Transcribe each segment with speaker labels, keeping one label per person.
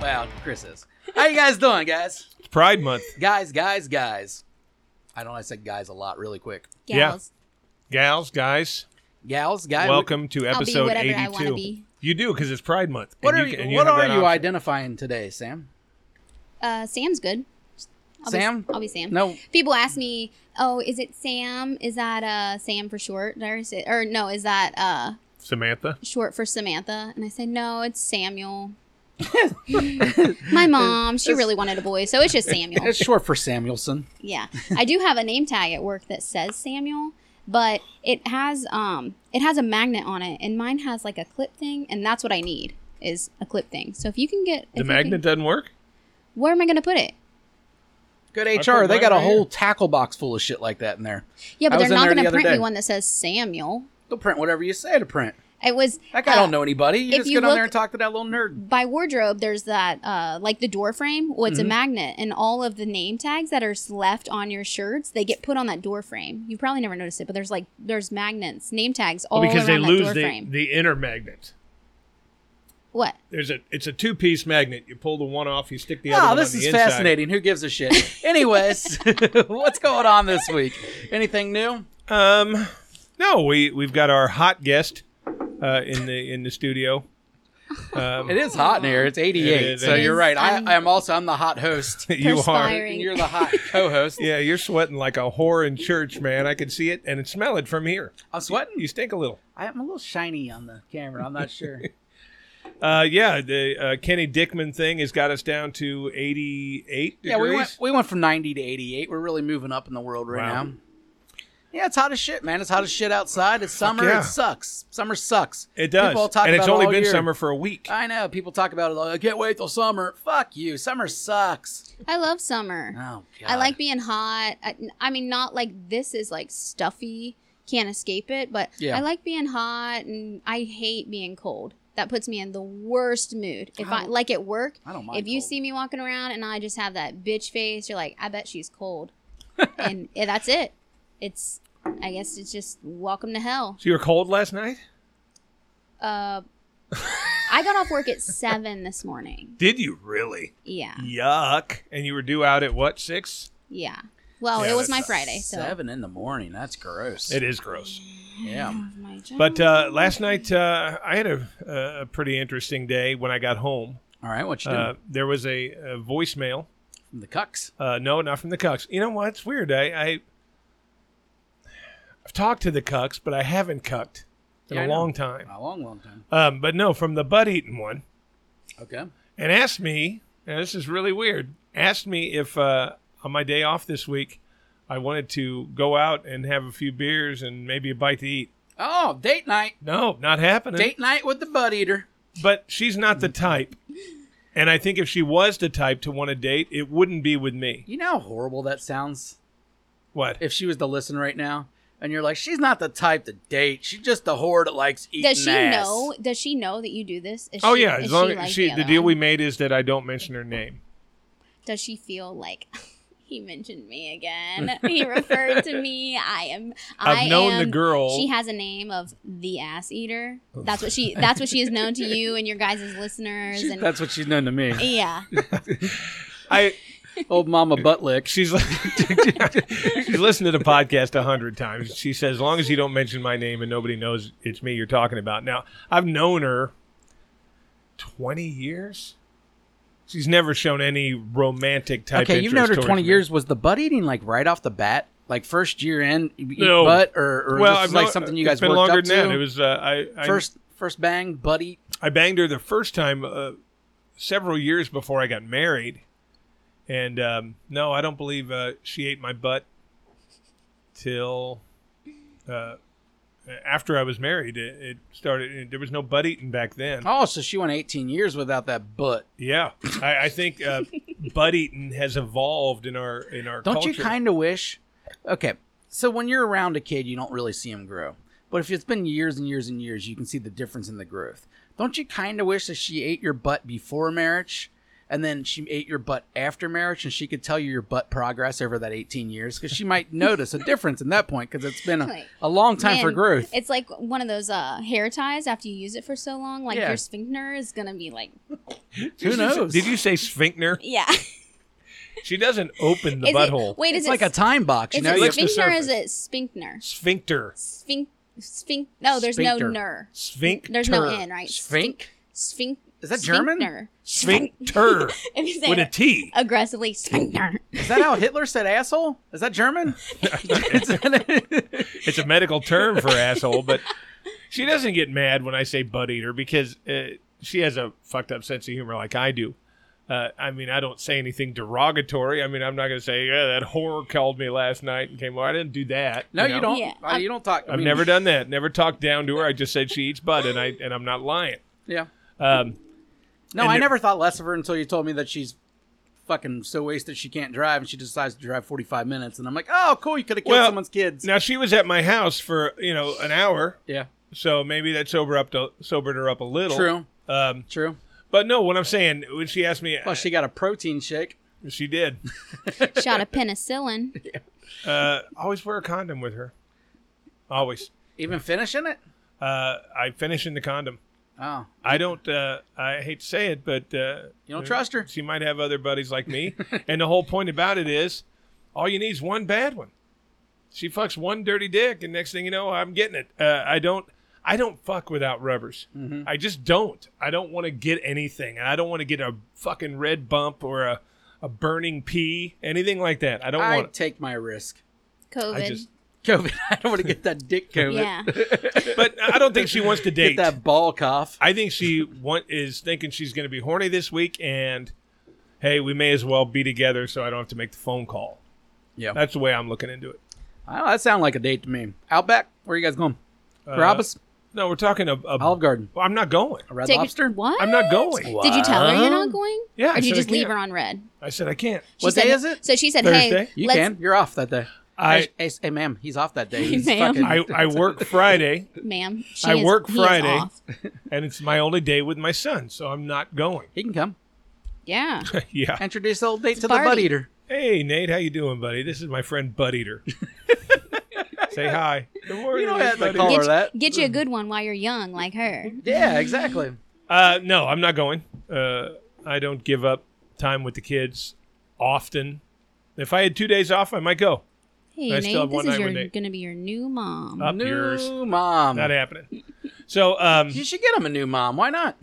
Speaker 1: Well, Chris is. How you guys doing, guys?
Speaker 2: It's Pride Month.
Speaker 1: Guys, guys, guys. I know I said guys a lot really quick.
Speaker 2: Yeah.
Speaker 3: Gals.
Speaker 2: Gals, guys,
Speaker 1: Gals, guys.
Speaker 2: welcome to
Speaker 3: I'll be
Speaker 2: episode
Speaker 3: whatever I want to
Speaker 2: 82.
Speaker 3: be.
Speaker 2: You do, because it's Pride Month.
Speaker 1: What
Speaker 2: and
Speaker 1: are you,
Speaker 2: can- and
Speaker 1: what
Speaker 2: have
Speaker 1: are
Speaker 2: that
Speaker 1: you
Speaker 2: option.
Speaker 1: identifying today, Sam?
Speaker 3: Uh, Sam's good. I'll
Speaker 1: Sam?
Speaker 3: Be, I'll be Sam.
Speaker 1: No.
Speaker 3: People ask me, "Oh, is it Sam? Is that uh Sam for short?" Did I already say- or no, is that uh
Speaker 2: Samantha.
Speaker 3: short for Samantha? And I say, "No, it's Samuel." My mom, she really wanted a boy, so it's just Samuel.
Speaker 1: It's short for Samuelson.
Speaker 3: Yeah, I do have a name tag at work that says Samuel, but it has um it has a magnet on it, and mine has like a clip thing, and that's what I need is a clip thing. So if you can get if
Speaker 2: The
Speaker 3: you
Speaker 2: magnet
Speaker 3: can-
Speaker 2: doesn't work?
Speaker 3: where am I going to put it?
Speaker 1: Good
Speaker 2: put
Speaker 1: HR. They
Speaker 2: mine
Speaker 1: got a
Speaker 2: right
Speaker 1: whole
Speaker 2: here.
Speaker 1: tackle box full of shit like that in there.
Speaker 3: Yeah,
Speaker 1: I
Speaker 3: but
Speaker 1: was
Speaker 3: they're
Speaker 1: in
Speaker 3: not
Speaker 1: there
Speaker 3: going
Speaker 1: the
Speaker 3: to
Speaker 1: other
Speaker 3: print
Speaker 1: day.
Speaker 3: me one that says Samuel.
Speaker 1: They'll print whatever you say to print.
Speaker 3: It was
Speaker 1: That guy
Speaker 3: uh,
Speaker 1: don't know anybody. You
Speaker 3: if
Speaker 1: just
Speaker 3: you
Speaker 1: get on there
Speaker 3: look-
Speaker 1: and talk to that little nerd.
Speaker 3: by wardrobe. There's that uh, like the door frame. Well, it's
Speaker 1: Mm-hmm.
Speaker 3: a magnet, and all of the name tags that are s- left on your shirts they get put on that door frame. You probably never noticed it, but there's like there's magnets, name tags all
Speaker 2: Well, because they
Speaker 3: around that
Speaker 2: lose
Speaker 3: door
Speaker 2: the,
Speaker 3: frame.
Speaker 2: the inner magnet.
Speaker 3: What?
Speaker 2: There's a it's a two piece magnet. You pull the one off, you stick the other
Speaker 1: Oh,
Speaker 2: one
Speaker 1: this
Speaker 2: on
Speaker 1: is
Speaker 2: the inside.
Speaker 1: fascinating. Who gives a shit? Anyways, what's going on this week? Anything new?
Speaker 2: Um, no, we we've got our hot guest uh, in the in the studio. Um,
Speaker 1: It is hot in here. It's 88.
Speaker 2: It is,
Speaker 1: so
Speaker 2: it
Speaker 1: you're
Speaker 3: is.
Speaker 1: right. I,
Speaker 3: I'm-
Speaker 1: I am also I'm the hot host.
Speaker 2: you are.
Speaker 3: Perspire.
Speaker 1: and you're the hot co-host.
Speaker 2: Yeah, you're sweating like a whore in church, man. I can see it and smell it from here.
Speaker 1: I'm sweating.
Speaker 2: You stink a little.
Speaker 1: I'm a little shiny on the camera. I'm not sure.
Speaker 2: Uh, yeah, the uh, Kenny Dickman thing has got us down to 88
Speaker 1: yeah,
Speaker 2: degrees.
Speaker 1: we went we went from 90 to 88. We're really moving up in the world right
Speaker 2: Wow.
Speaker 1: now. Yeah, it's hot as shit, man. It's hot as shit outside. It's summer.
Speaker 2: yeah.
Speaker 1: It sucks. Summer sucks.
Speaker 2: it does,
Speaker 1: People talk
Speaker 2: and it's
Speaker 1: about it
Speaker 2: only
Speaker 1: all
Speaker 2: been
Speaker 1: year. Uh,
Speaker 2: summer for a week.
Speaker 1: I know. People talk about it. Like, I can't wait till summer. Fuck you. Summer sucks.
Speaker 3: I love summer.
Speaker 1: Oh god.
Speaker 3: I like being hot. I, I mean, not like this is like stuffy, can't escape it, but
Speaker 1: Yeah.
Speaker 3: I like being hot and I hate being cold. That puts me in the worst mood. If
Speaker 1: Oh.
Speaker 3: I like at work,
Speaker 1: I don't mind
Speaker 3: if you
Speaker 1: cold.
Speaker 3: see me walking around and I just have that bitch face, you're like, I bet she's cold, and yeah, that's it. It's, I guess it's just welcome to hell.
Speaker 2: So you were cold last night?
Speaker 3: Uh, I got off work at seven this morning.
Speaker 2: Did you really?
Speaker 3: Yeah,
Speaker 2: Yuck! And you were due out at what six?
Speaker 3: yeah. Well,
Speaker 2: Yeah,
Speaker 3: it was
Speaker 2: that
Speaker 3: my
Speaker 2: sucks.
Speaker 3: Friday, so
Speaker 1: Seven in the morning. That's gross.
Speaker 2: It is gross.
Speaker 1: yeah.
Speaker 3: My job.
Speaker 2: But uh, last night uh, I had a, a pretty interesting day when I got home.
Speaker 1: All right. What you doing?
Speaker 2: Uh, there was a, a voicemail.
Speaker 1: From the cucks.
Speaker 2: Uh, no, not from the Cucks. You know what? It's weird. I, I I've talked to the Cucks, but I haven't cucked in
Speaker 1: Yeah, I
Speaker 2: a
Speaker 1: know.
Speaker 2: long time.
Speaker 1: A long, long time.
Speaker 2: Um, but no, from the Bud Eaton one,
Speaker 1: Okay.
Speaker 2: and asked me. And this is really weird. Asked me if uh, on my day off this week, I wanted to go out and have a few beers and maybe a bite to eat.
Speaker 1: Oh, date night.
Speaker 2: No, not happening.
Speaker 1: Date night with the bud eater.
Speaker 2: But she's not the type. And I think if she was the type to want to date, it wouldn't be with me.
Speaker 1: You know how horrible that sounds?
Speaker 2: What?
Speaker 1: If she was to listen right now, and you're like, she's not the type to date. She's just a whore that likes eating
Speaker 3: Does she
Speaker 1: ass."
Speaker 3: know? Does she know that you do this? Is
Speaker 2: Oh
Speaker 3: she-
Speaker 2: yeah,
Speaker 3: is
Speaker 2: as long
Speaker 3: like
Speaker 2: as she, the
Speaker 3: other
Speaker 2: deal
Speaker 3: one?
Speaker 2: we made is that I don't mention her name.
Speaker 3: does she feel like he mentioned me again? he referred to me. I am.
Speaker 2: I've
Speaker 3: I
Speaker 2: known the
Speaker 3: am-
Speaker 2: girl-
Speaker 3: She has a name of the ass eater. That's what she. That's what she is known to you and your guys' as listeners.
Speaker 1: She-
Speaker 3: and
Speaker 1: that's what she's known to me.
Speaker 3: yeah,
Speaker 2: I
Speaker 1: Old Mama Buttlick.
Speaker 2: she's like she's listened to the podcast a hundred times. She says, as long as you don't mention my name and nobody knows it's me you're talking about. Now I've known her twenty years. She's never shown any romantic type.
Speaker 1: Okay, you've
Speaker 2: interest
Speaker 1: known her
Speaker 2: towards
Speaker 1: 20
Speaker 2: me.
Speaker 1: years. Was the bud eating like right off the bat? Like first year in, you eat
Speaker 2: No.
Speaker 1: butt, or, or
Speaker 2: Well,
Speaker 1: this
Speaker 2: I've
Speaker 1: is like
Speaker 2: known-
Speaker 1: something you
Speaker 2: it's
Speaker 1: guys
Speaker 2: been
Speaker 1: worked
Speaker 2: longer
Speaker 1: up
Speaker 2: than
Speaker 1: to?
Speaker 2: that. It was uh, I, I
Speaker 1: first, first bang, bud eat.
Speaker 2: I banged her the first time uh, several years before I got married, and um, no, I don't believe uh, she ate my butt till uh, after I was married. It, it started. There was no butt eating back then.
Speaker 1: Oh, so she went 18 years without that butt.
Speaker 2: Yeah, I, I think uh, butt eating has evolved in our in our
Speaker 1: Don't
Speaker 2: culture.
Speaker 1: you kind of wish? Okay, so when you're around a kid, you don't really see him grow. But if it's been years and years and years, you can see the difference in the growth. Don't you kind of wish that she ate your butt before marriage? and then she ate your butt after marriage, and she could tell you your butt progress over that 18 years because she might notice a difference in that point because it's been a,
Speaker 3: Right.
Speaker 1: a long time for
Speaker 3: Man,
Speaker 1: growth.
Speaker 3: It's like one of those uh, hair ties after you use it for so long. Like
Speaker 1: Yeah.
Speaker 3: your sphincter is gonna be like,
Speaker 1: Who knows?
Speaker 2: Did you say sphincter?
Speaker 3: yeah.
Speaker 2: She doesn't open the
Speaker 3: Is it-
Speaker 2: butthole.
Speaker 3: wait,
Speaker 1: It's
Speaker 3: is
Speaker 1: like
Speaker 3: it,
Speaker 1: a time box, you
Speaker 3: Is
Speaker 1: know. You
Speaker 3: it
Speaker 1: have to
Speaker 3: sphincter? Or is
Speaker 1: surface.
Speaker 3: it sphincter?
Speaker 2: sphincter.
Speaker 3: Sphinc. Sphinc. No, there's
Speaker 1: Sphincter.
Speaker 3: no ner.
Speaker 2: Sphincter.
Speaker 3: There's no n, right?
Speaker 1: Sphinx?
Speaker 3: Sphinc.
Speaker 1: Is that German?
Speaker 3: sphincter.
Speaker 2: Sphincter.
Speaker 3: If you say
Speaker 2: with a
Speaker 3: it
Speaker 2: T.
Speaker 3: aggressively, sphincter.
Speaker 1: Is that how Hitler said asshole? Is that German? Is that-
Speaker 2: It's a medical term for asshole, but she doesn't get mad when I say butt eater because uh, she has a fucked up sense of humor like I do. Uh, I mean, I don't say anything derogatory. I mean, I'm not going to say, yeah, that whore called me last night and came over. I didn't do that.
Speaker 1: no, you,
Speaker 2: know?
Speaker 1: don't.
Speaker 3: Yeah,
Speaker 1: Uh,
Speaker 3: I'm-
Speaker 1: you don't talk. I
Speaker 2: I've
Speaker 1: mean,
Speaker 2: never done that. Never talked down to her. I just said she eats butt, and I and I'm not lying.
Speaker 1: Yeah.
Speaker 2: Um,
Speaker 1: No,
Speaker 2: And
Speaker 1: I
Speaker 2: there-
Speaker 1: never thought less of her until you told me that she's fucking so wasted she can't drive, and she decides to drive 45 minutes, and I'm like, oh, cool, you could have killed
Speaker 2: Well,
Speaker 1: someone's kids.
Speaker 2: now she was at my house for you know an hour,
Speaker 1: Yeah,
Speaker 2: so maybe that sober up to, sobered her up a little.
Speaker 1: true,
Speaker 2: Um,
Speaker 1: true.
Speaker 2: but no, what I'm saying when she asked me,
Speaker 1: Well, she got a protein shake.
Speaker 2: she did.
Speaker 3: Shot of penicillin.
Speaker 2: Uh, always wear a condom with her. Always.
Speaker 1: Even finishing it?
Speaker 2: Uh, I finish in the condom.
Speaker 1: Oh,
Speaker 2: I don't. Uh, I hate to say it, but uh,
Speaker 1: You don't trust her?
Speaker 2: She might have other buddies like me. and the whole point about it is, all you need is one bad one. She fucks one dirty dick, and next thing you know, I'm getting it. Uh, I don't. I don't fuck without rubbers.
Speaker 1: Mm-hmm.
Speaker 2: I just don't. I don't want to get anything, and I don't want to get a fucking red bump or a, a burning pee, anything like that. I don't
Speaker 1: I
Speaker 2: want.
Speaker 1: take my risk.
Speaker 3: COVID.
Speaker 2: I just.
Speaker 1: COVID. I don't want to get that dick COVID.
Speaker 3: yeah.
Speaker 2: But I don't think she wants to
Speaker 1: Get
Speaker 2: date.
Speaker 1: that ball cough.
Speaker 2: I think she want, is thinking she's going to be horny this week, and hey, we may as well be together so I don't have to make the phone call.
Speaker 1: Yeah.
Speaker 2: That's the way I'm looking into it.
Speaker 1: Oh, that sounds like a date to me. Outback. Where you guys going?
Speaker 2: Uh,
Speaker 1: Carabas.
Speaker 2: No, we're talking a. a
Speaker 1: Olive Garden.
Speaker 2: Well, I'm not going.
Speaker 1: A red
Speaker 3: Take
Speaker 1: lobster.
Speaker 3: It, what?
Speaker 2: I'm not going.
Speaker 3: Did you tell her you're not
Speaker 1: Wow.
Speaker 3: going?
Speaker 2: Yeah, I
Speaker 3: Or did
Speaker 2: said
Speaker 3: you
Speaker 2: I
Speaker 3: just leave
Speaker 2: can't.
Speaker 3: her on red?
Speaker 2: I said I can't.
Speaker 3: She
Speaker 1: What
Speaker 3: said,
Speaker 1: day is it?
Speaker 3: So she said,
Speaker 2: Thursday?
Speaker 3: "Hey,
Speaker 1: You
Speaker 3: let's,
Speaker 1: can. You're off that day.
Speaker 2: I
Speaker 1: hey, hey, hey, ma'am, he's off that day.
Speaker 3: Hey,
Speaker 1: He's
Speaker 3: ma'am.
Speaker 1: fucking-
Speaker 2: I, I work Friday,
Speaker 3: ma'am." She
Speaker 2: I
Speaker 3: is-
Speaker 2: work
Speaker 3: he is
Speaker 2: Friday.
Speaker 3: off.
Speaker 2: and it's my only day with my son, so I'm not going.
Speaker 1: he can come.
Speaker 3: Yeah.
Speaker 2: yeah.
Speaker 1: Introduce the old date to the
Speaker 3: Barney.
Speaker 1: butt eater.
Speaker 2: Hey, Nate, how you doing, buddy? This is my friend Bud Eater. Say hi. Good morning,
Speaker 1: don't have to
Speaker 2: Bud
Speaker 1: call
Speaker 2: Eater.
Speaker 1: her
Speaker 3: Get,
Speaker 1: that.
Speaker 3: get you a good one while you're young, like her.
Speaker 1: Yeah, exactly.
Speaker 2: Uh, no, I'm not going. Uh, I don't give up time with the kids often. If I had two days off, I might go.
Speaker 3: Hey,
Speaker 2: I still have
Speaker 3: Nate,
Speaker 2: one
Speaker 3: this
Speaker 2: night Uh,
Speaker 3: is
Speaker 2: with
Speaker 3: your
Speaker 2: Nate.
Speaker 3: gonna be your new mom.
Speaker 2: Up
Speaker 1: new
Speaker 2: yours.
Speaker 1: mom.
Speaker 2: Not happening. So um,
Speaker 1: you should get him a new mom. Why not?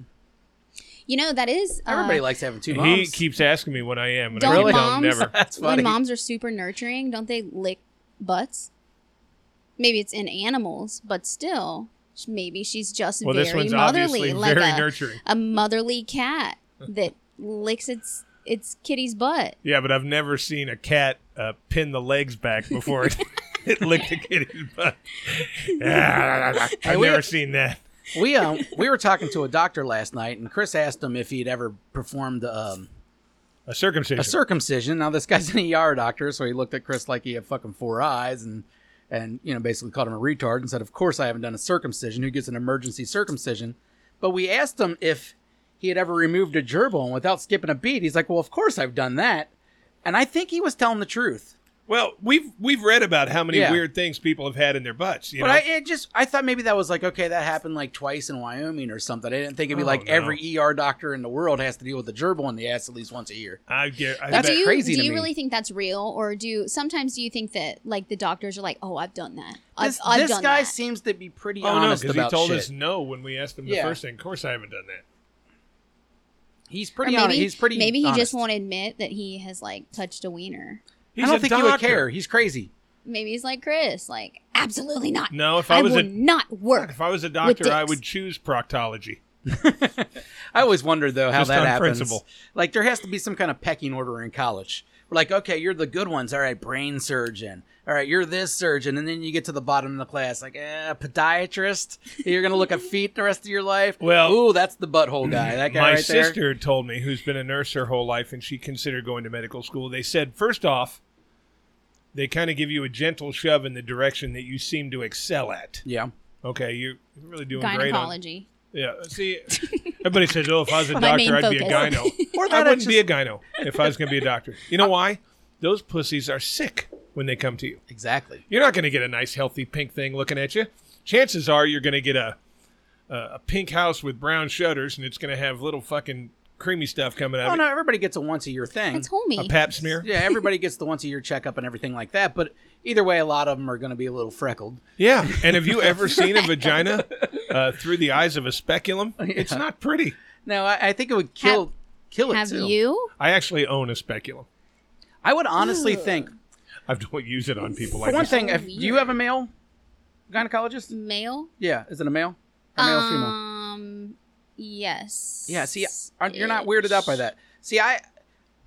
Speaker 3: you know that is uh,
Speaker 1: Everybody likes having two moms.
Speaker 2: he keeps asking me when I am, and I
Speaker 3: Don't
Speaker 2: really
Speaker 3: moms-
Speaker 2: don't. Never.
Speaker 1: That's funny.
Speaker 3: when moms are super nurturing, don't they lick butts? Maybe it's in animals, but still, sh- maybe she's just
Speaker 2: Well,
Speaker 3: very
Speaker 2: this one's
Speaker 3: motherly,
Speaker 2: obviously
Speaker 3: like
Speaker 2: very
Speaker 3: a,
Speaker 2: nurturing.
Speaker 3: a motherly cat that licks its its kitty's butt.
Speaker 2: Yeah, but I've never seen a cat uh, pin the legs back before it, it licked the kitty's butt. I've
Speaker 1: we-
Speaker 2: never seen that.
Speaker 1: we um we were talking to a doctor last night, and Chris asked him if he'd ever performed um,
Speaker 2: A
Speaker 1: a
Speaker 2: circumcision.
Speaker 1: circumcision. Now this guy's an ER doctor, so he looked at Chris like he had fucking four eyes, and and you know basically called him a retard and said, "Of course I haven't done a circumcision. Who gets an emergency circumcision?" But we asked him if he had ever removed a gerbil, and without skipping a beat, he's like, "Well, of course I've done that," and I think he was telling the truth.
Speaker 2: well, we've we've read about how many
Speaker 1: Yeah.
Speaker 2: weird things people have had in their butts. You
Speaker 1: But
Speaker 2: know?
Speaker 1: I it just I thought maybe that was like okay that happened like twice in Wyoming or something. I didn't think it'd be
Speaker 2: Oh,
Speaker 1: like
Speaker 2: no.
Speaker 1: every ER doctor in the world has to deal with a gerbil in the ass at least once a year.
Speaker 2: I get. I
Speaker 1: That's
Speaker 2: bet-
Speaker 3: do you
Speaker 1: crazy
Speaker 3: do
Speaker 1: to
Speaker 3: you
Speaker 1: me.
Speaker 3: really think that's real, or do sometimes do you think that like the doctors are like, oh, I've done that. I've,
Speaker 1: This,
Speaker 3: I've
Speaker 1: this
Speaker 3: done
Speaker 1: guy
Speaker 3: that.
Speaker 1: seems to be pretty
Speaker 2: Oh no,
Speaker 1: honest
Speaker 2: because he
Speaker 1: about
Speaker 2: told
Speaker 1: shit.
Speaker 2: us no when we asked him the
Speaker 1: Yeah.
Speaker 2: first thing. Of course, I haven't done that.
Speaker 1: He's
Speaker 3: Or
Speaker 1: pretty
Speaker 3: maybe
Speaker 1: honest. He's pretty.
Speaker 3: maybe he just
Speaker 1: honest.
Speaker 3: won't adit that he has like touched a wiener.
Speaker 2: He's
Speaker 1: I don't
Speaker 2: a
Speaker 1: think he would
Speaker 2: doctor.
Speaker 1: care. He's crazy.
Speaker 3: Maybe he's like Chris, like absolutely not.
Speaker 2: No, if I
Speaker 3: I,
Speaker 2: was
Speaker 3: will
Speaker 2: a-
Speaker 3: not work.
Speaker 2: If I was a doctor, I
Speaker 3: dicks.
Speaker 2: would choose proctology.
Speaker 1: I always wonder though how
Speaker 2: Just
Speaker 1: that
Speaker 2: on
Speaker 1: happens.
Speaker 2: principle.
Speaker 1: Like there has to be some kind of pecking order in college. We're like, okay, you're the good ones. All right, brain surgeon. All right, you're this surgeon, and then you get to the bottom of the class, like eh, podiatrist. You're gonna look at feet the rest of your life.
Speaker 2: Well-
Speaker 1: ooh, that's the butthole guy. That guy
Speaker 2: My
Speaker 1: right there.
Speaker 2: sister told me, who's been a nurse her whole life, and she considered going to medical school. They said, first off, they kind of give you a gentle shove in the direction that you seem to excel at.
Speaker 1: Yeah.
Speaker 2: Okay, you're really doing great. On,
Speaker 3: Gynecology.
Speaker 2: Yeah. See, everybody says, "Oh, if I was a
Speaker 3: My main
Speaker 2: doctor, I'd be a
Speaker 3: focus.
Speaker 2: gyno."
Speaker 1: Or
Speaker 2: I
Speaker 1: that
Speaker 2: wouldn't
Speaker 1: it's
Speaker 2: be a gyno if I was going to be a doctor. You know why? Those pussies are sick when they come to you.
Speaker 1: Exactly.
Speaker 2: You're not going to get a nice, healthy pink thing looking at you. Chances are you're going to get a, a a pink house with brown shutters, and it's going to have little fucking creamy stuff coming out.
Speaker 1: Oh
Speaker 2: of it.
Speaker 1: no, everybody gets a once a year thing.
Speaker 3: It's homey.
Speaker 2: A pap smear.
Speaker 1: Yeah, everybody gets the once a year checkup and everything like that. But either way, a lot of them are going to be a little freckled.
Speaker 2: Yeah. And have you ever seen a vagina uh, through the eyes of a speculum? It's
Speaker 1: Yeah.
Speaker 2: not pretty.
Speaker 1: No, I, I think it would kill
Speaker 3: Have-
Speaker 1: kill it
Speaker 3: Have
Speaker 1: too.
Speaker 3: you?
Speaker 2: I actually own a speculum.
Speaker 1: I would honestly think.
Speaker 2: I don't use it on people
Speaker 1: For
Speaker 2: like
Speaker 1: one
Speaker 2: this.
Speaker 1: thing, if, do you have a male gynecologist?
Speaker 3: Male?
Speaker 1: Yeah, is it a male? Or male or female?
Speaker 3: Um, yes.
Speaker 1: Yeah, see, aren't, you're not weirded out by that. See, I,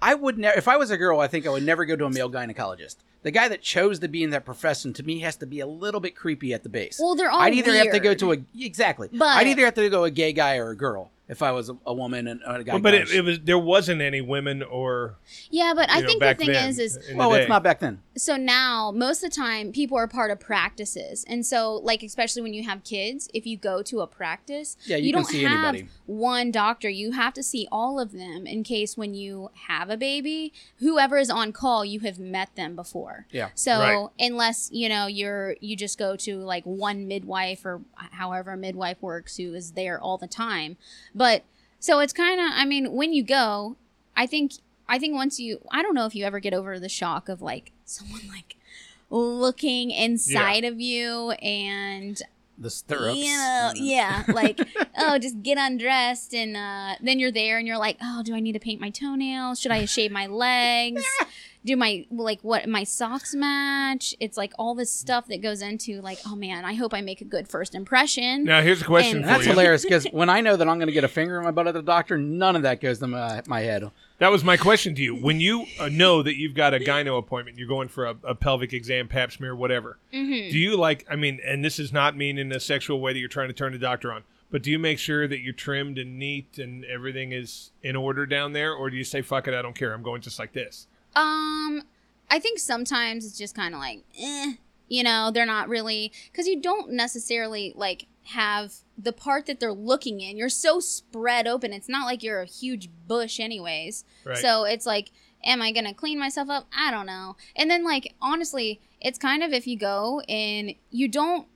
Speaker 1: I would never. If I was a girl, I think I would never go to a male gynecologist. The guy that chose to be in that profession to me has to be a little bit creepy at the base.
Speaker 3: Well, they're all
Speaker 1: I'd either have to go
Speaker 3: weird.
Speaker 1: to a exactly.
Speaker 3: But-
Speaker 1: I'd either have to go a gay guy or a girl if I was a, a woman and a guy.
Speaker 2: Well, but it, it was there wasn't any women or
Speaker 3: Yeah, but I
Speaker 2: you know,
Speaker 3: think the
Speaker 2: back
Speaker 3: thing
Speaker 2: then,
Speaker 3: is, is
Speaker 2: in the
Speaker 1: well,
Speaker 2: day.
Speaker 1: it's not back then.
Speaker 3: so now most of the time people are part of practices, and so like especially when you have kids, if you go to a practice,
Speaker 1: Yeah, you
Speaker 3: you,
Speaker 1: can
Speaker 3: don't
Speaker 1: see
Speaker 3: have
Speaker 1: anybody.
Speaker 3: one doctor. You have to see all of them in case when you have a baby, whoever is on call, you have met them before.
Speaker 1: Yeah.
Speaker 3: So
Speaker 2: Right.
Speaker 3: unless you know you're you just go to like one midwife or however a midwife works who is there all the time, but so it's kind of I mean when you go, I think I think once you I don't know if you ever get over the shock of like someone like looking inside of you and
Speaker 1: The stirrups.
Speaker 3: you know,
Speaker 1: Mm-hmm.
Speaker 3: yeah like oh just get undressed and uh, then you're there and you're like oh do I need to paint my toenails should I shave my legs do my like what my socks match it's like all this stuff that goes into like oh man I hope I make a good first impression
Speaker 2: Now here's a question
Speaker 3: And-
Speaker 2: for
Speaker 1: That's
Speaker 2: you.
Speaker 1: hilarious because when I know that I'm going to get a finger in my butt at the doctor, none of that goes to my, my head.
Speaker 2: That was my question to you. When you uh, know that you've got a gyno appointment, you're going for a, a pelvic exam, pap smear, whatever.
Speaker 3: Mm-hmm.
Speaker 2: Do you like? I mean, and this is not mean in a sexual way that you're trying to turn the doctor on, but do you make sure that you're trimmed and neat and everything is in order down there, or do you say fuck it, I don't care, I'm going just like this?
Speaker 3: Um, I think sometimes it's just kind of like, eh, you know, they're not really because you don't necessarily like have the part that they're looking in. You're so spread open. It's not like you're a huge bush, anyways.
Speaker 2: Right.
Speaker 3: So it's like, am I gonna clean myself up? I don't know. And then like honestly, it's kind of if you go and you don't.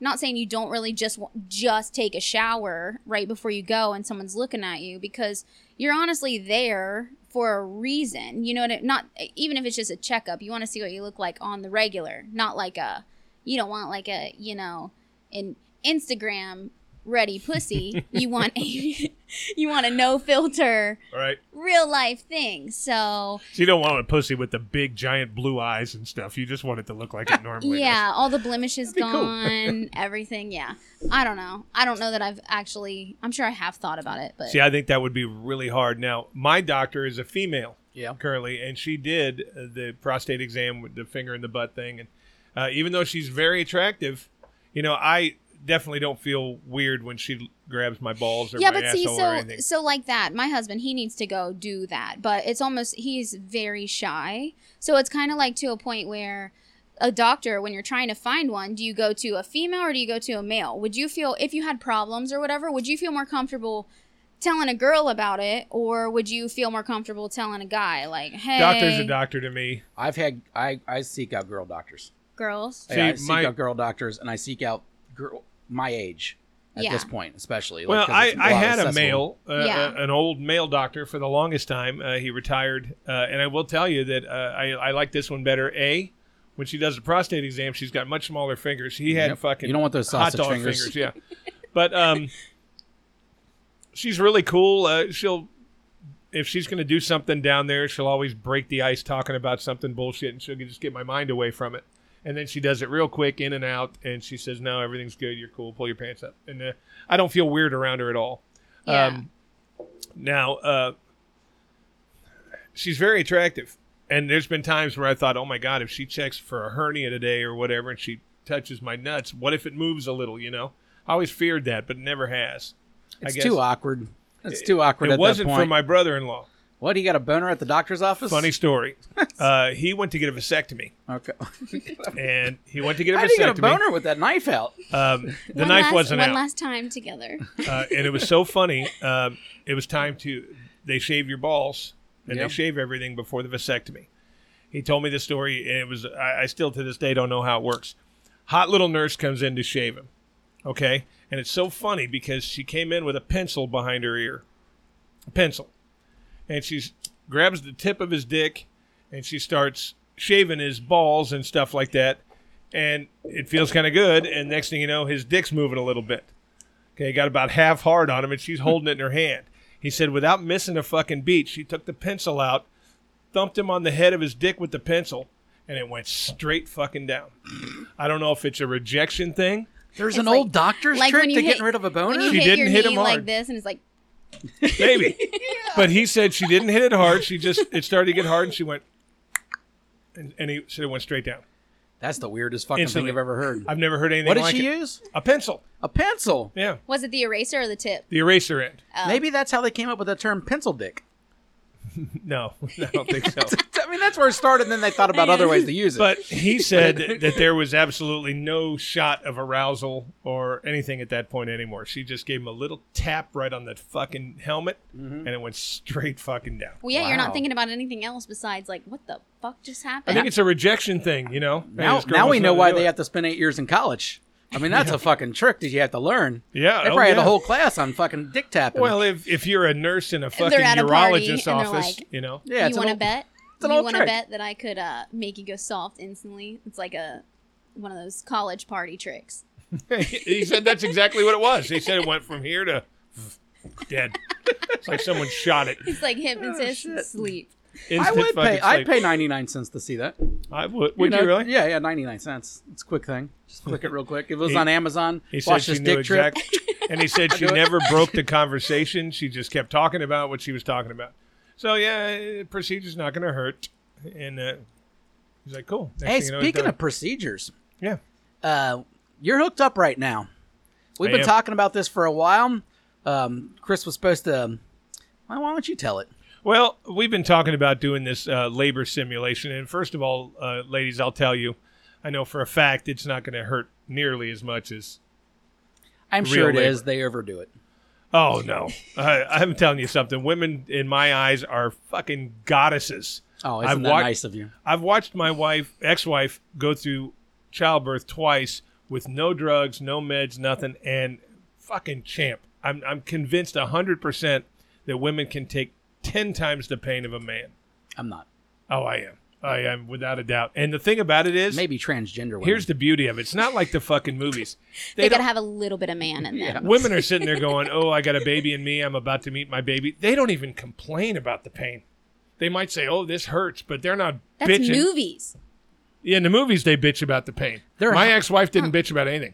Speaker 3: Not saying you don't really just wa- just take a shower right before you go and someone's looking at you because you're honestly there for a reason. You know what? I, not even if it's just a checkup, you want to see what you look like on the regular, not like a. You don't want like a you know an Instagram ready pussy. you want a you want a no filter
Speaker 2: All right.
Speaker 3: real life thing. So
Speaker 2: So you don't want a pussy with the big giant blue eyes and stuff. You just want it to look like it normally
Speaker 3: yeah, all the blemishes
Speaker 2: Oh That'd be cool.
Speaker 3: gone, everything. Yeah, I don't know. I don't know that I've actually. I'm sure I have thought about it, but
Speaker 2: does. See, I think that would be really hard. Now, my doctor is a female.
Speaker 1: Yeah.
Speaker 2: currently, and she did uh, the prostate exam with the finger in the butt thing. And uh, even though she's very attractive, you know, I definitely don't feel weird when she l- grabs my balls or
Speaker 3: yeah,
Speaker 2: my
Speaker 3: but see,
Speaker 2: asshole or
Speaker 3: so
Speaker 2: anything.
Speaker 3: so like that, my husband he needs to go do that, but it's almost he's very shy, so it's kind of like to a point where a doctor when you're trying to find one do you go to a female or do you go to a male would you feel if you had problems or whatever would you feel more comfortable telling a girl about it or would you feel more comfortable telling a guy like hey
Speaker 2: Doctor's a doctor to me.
Speaker 1: I've had I, I seek out girl doctors.
Speaker 3: girls
Speaker 1: I- I
Speaker 2: See,
Speaker 1: seek
Speaker 2: my-
Speaker 1: out girl doctors and I seek out girl my age at
Speaker 3: Yeah.
Speaker 1: this point, especially. like,
Speaker 2: Well,
Speaker 1: 'cause
Speaker 2: I,
Speaker 1: it's
Speaker 2: I
Speaker 1: lot
Speaker 2: had a
Speaker 1: accessible.
Speaker 2: male, uh,
Speaker 3: Yeah.
Speaker 2: uh, an old male doctor for the longest time. Uh, he retired, uh, and I will tell you that uh, I, I like this one better. A, when she does the prostate exam, she's got much smaller fingers. He had
Speaker 1: Yep.
Speaker 2: fucking
Speaker 1: You don't want those
Speaker 2: hot
Speaker 1: sausage
Speaker 2: dog
Speaker 1: fingers.
Speaker 2: fingers, yeah. but um, she's really cool. Uh, she'll if she's going to do something down there, she'll always break the ice talking about something bullshit, and she'll just get my mind away from it. And then she does it real quick, in and out, and she says, "No, everything's good. You're cool. Pull your pants up." And uh, I don't feel weird around her at all.
Speaker 3: yeah
Speaker 2: Um, now, uh, she's very attractive, and there's been times where I thought, "Oh my god, if she checks for a hernia today or whatever, and she touches my nuts, what if it moves a little?" You know, I always feared that, but never has. I
Speaker 1: It's
Speaker 2: guess.
Speaker 1: too awkward. It's too awkward
Speaker 2: It
Speaker 1: at
Speaker 2: wasn't
Speaker 1: that point.
Speaker 2: for my brother-in-law.
Speaker 1: What? He got a boner at the doctor's office?
Speaker 2: Funny story. Uh, he went to get a vasectomy,
Speaker 1: Okay.
Speaker 2: and he went to get a
Speaker 1: How did he get a
Speaker 2: vasectomy.
Speaker 1: boner with that knife out?
Speaker 2: Um, the
Speaker 3: one
Speaker 2: knife
Speaker 3: last,
Speaker 2: wasn't
Speaker 3: one
Speaker 2: out,
Speaker 3: last time together.
Speaker 2: uh, and it was so funny. Um, it was time to they shave your balls, and
Speaker 1: Yeah.
Speaker 2: they shave everything before the vasectomy. He told me the story, and it was I, I still to this day don't know how it works. Hot little nurse comes in to shave him, okay, and it's so funny because she came in with a pencil behind her ear, a pencil, and she grabs the tip of his dick, and she starts shaving his balls and stuff like that, and it feels kind of good. And next thing you know, his dick's moving a little bit. Okay, got about half hard on him, and she's holding it in her hand. He said, without missing a fucking beat, she took the pencil out, thumped him on the head of his dick with the pencil, and it went straight fucking down. I don't know if it's a rejection thing.
Speaker 1: There's
Speaker 3: It's
Speaker 1: an
Speaker 3: like-
Speaker 1: old doctor's
Speaker 3: like
Speaker 1: trick
Speaker 3: when
Speaker 1: to
Speaker 3: you hit-
Speaker 1: getting rid of a
Speaker 3: When
Speaker 1: boner?
Speaker 3: you
Speaker 2: She
Speaker 3: hit your
Speaker 2: didn't hit
Speaker 3: knee
Speaker 2: him
Speaker 3: like
Speaker 2: hard.
Speaker 3: this, and it's like,
Speaker 2: Maybe. But he said she didn't hit it hard. She just, it started to get hard, and she went, and, and he said it went straight down.
Speaker 1: That's the weirdest fucking
Speaker 2: Instantly.
Speaker 1: thing I've ever heard.
Speaker 2: I've never heard anything
Speaker 1: What did
Speaker 2: like
Speaker 1: she
Speaker 2: it.
Speaker 1: use?
Speaker 2: A pencil.
Speaker 1: A pencil.
Speaker 2: Yeah.
Speaker 3: was it the eraser or the tip?
Speaker 2: The eraser end.
Speaker 3: Oh.
Speaker 1: Maybe that's how they came up with the term pencil dick.
Speaker 2: No, I don't think so.
Speaker 1: I mean, that's where it started, and then they thought about other ways to use it.
Speaker 2: But he said that there was absolutely no shot of arousal or anything at that point anymore. She just gave him a little tap right on that fucking helmet,
Speaker 1: Mm-hmm.
Speaker 2: and it went straight fucking down.
Speaker 3: Well, yeah, you're
Speaker 1: Wow.
Speaker 3: not thinking about anything else besides like, what the fuck just
Speaker 2: I
Speaker 3: happened?
Speaker 2: think it's a rejection thing, you know. Hey,
Speaker 1: now,
Speaker 2: this girl
Speaker 1: now we
Speaker 2: must
Speaker 1: know
Speaker 2: not
Speaker 1: why
Speaker 2: do
Speaker 1: they
Speaker 2: it.
Speaker 1: have to spend eight years in college. I mean, that's a fucking trick that you have to learn.
Speaker 2: Yeah,
Speaker 1: They
Speaker 2: oh,
Speaker 1: probably had a
Speaker 2: yeah.
Speaker 1: whole class on fucking dick tapping.
Speaker 2: Well, if if you're a nurse in a fucking
Speaker 3: at a party
Speaker 2: urologist's
Speaker 3: and they're
Speaker 2: office,
Speaker 3: like-
Speaker 2: you know.
Speaker 1: yeah, it's
Speaker 3: you
Speaker 1: an
Speaker 3: want to
Speaker 1: old-
Speaker 3: bet?
Speaker 1: an
Speaker 3: you
Speaker 1: old
Speaker 3: want to
Speaker 1: trick.
Speaker 3: bet that I could uh, make you go soft instantly? It's like a one of those college party tricks.
Speaker 2: he said that's exactly what it was. He said it went from here to dead. It's like someone shot it.
Speaker 3: It's like hypnosis and
Speaker 1: Oh, shit.
Speaker 3: sleep.
Speaker 1: I
Speaker 2: Instant
Speaker 1: would
Speaker 2: fucking
Speaker 1: pay. I'd
Speaker 2: sleep.
Speaker 1: pay ninety nine cents to see that. You
Speaker 2: I would. Would you,
Speaker 1: know,
Speaker 2: really?
Speaker 1: Yeah, yeah, ninety nine cents. It's a quick thing. Just click it real quick. If it was
Speaker 2: He-
Speaker 1: on Amazon,
Speaker 2: He
Speaker 1: watch
Speaker 2: said
Speaker 1: this
Speaker 2: she knew
Speaker 1: dick trip.
Speaker 2: exact, and he said she
Speaker 1: do it.
Speaker 2: never broke the conversation. She just kept talking about what she was talking about. So yeah, uh, procedure's not going to hurt. And uh, he's like, cool. Next
Speaker 1: Hey,
Speaker 2: thing you know, he's
Speaker 1: speaking
Speaker 2: done.
Speaker 1: of procedures,
Speaker 2: yeah,
Speaker 1: uh, you're hooked up right now. We've
Speaker 2: I
Speaker 1: been
Speaker 2: am.
Speaker 1: talking about this for a while. Um, Chris was supposed to. um, Why, why don't you tell it?
Speaker 2: well, we've been talking about doing this uh, labor simulation, and first of all, uh, ladies, I'll tell you, I know for a fact it's not going to hurt nearly as much as.
Speaker 1: I'm
Speaker 2: Real
Speaker 1: sure it is.
Speaker 2: labor.
Speaker 1: They overdo it.
Speaker 2: Oh no! I, I'm telling you something. Women, in my eyes, are fucking goddesses.
Speaker 1: Oh, isn't
Speaker 2: I've
Speaker 1: that
Speaker 2: watched-
Speaker 1: nice of you?
Speaker 2: I've watched my wife, ex-wife, go through childbirth twice with no drugs, no meds, nothing, and fucking champ. I'm I'm convinced hundred percent that women can take ten times the pain of a man.
Speaker 1: I'm not.
Speaker 2: Oh, I am. I am without a doubt. And the thing about it is,
Speaker 1: Maybe transgender women.
Speaker 2: here's the beauty of it. It's not like the fucking movies.
Speaker 3: They,
Speaker 2: don't-
Speaker 3: gotta have a little bit of man in them.
Speaker 2: women are sitting there going, "Oh, I got a baby in me. I'm about to meet my baby." They don't even complain about the pain. They might say, "Oh, this hurts," but they're not
Speaker 3: That's
Speaker 2: bitching.
Speaker 3: movies.
Speaker 2: Yeah, in the movies they bitch about the pain.
Speaker 1: They're-
Speaker 2: My ex-wife didn't bitch about anything.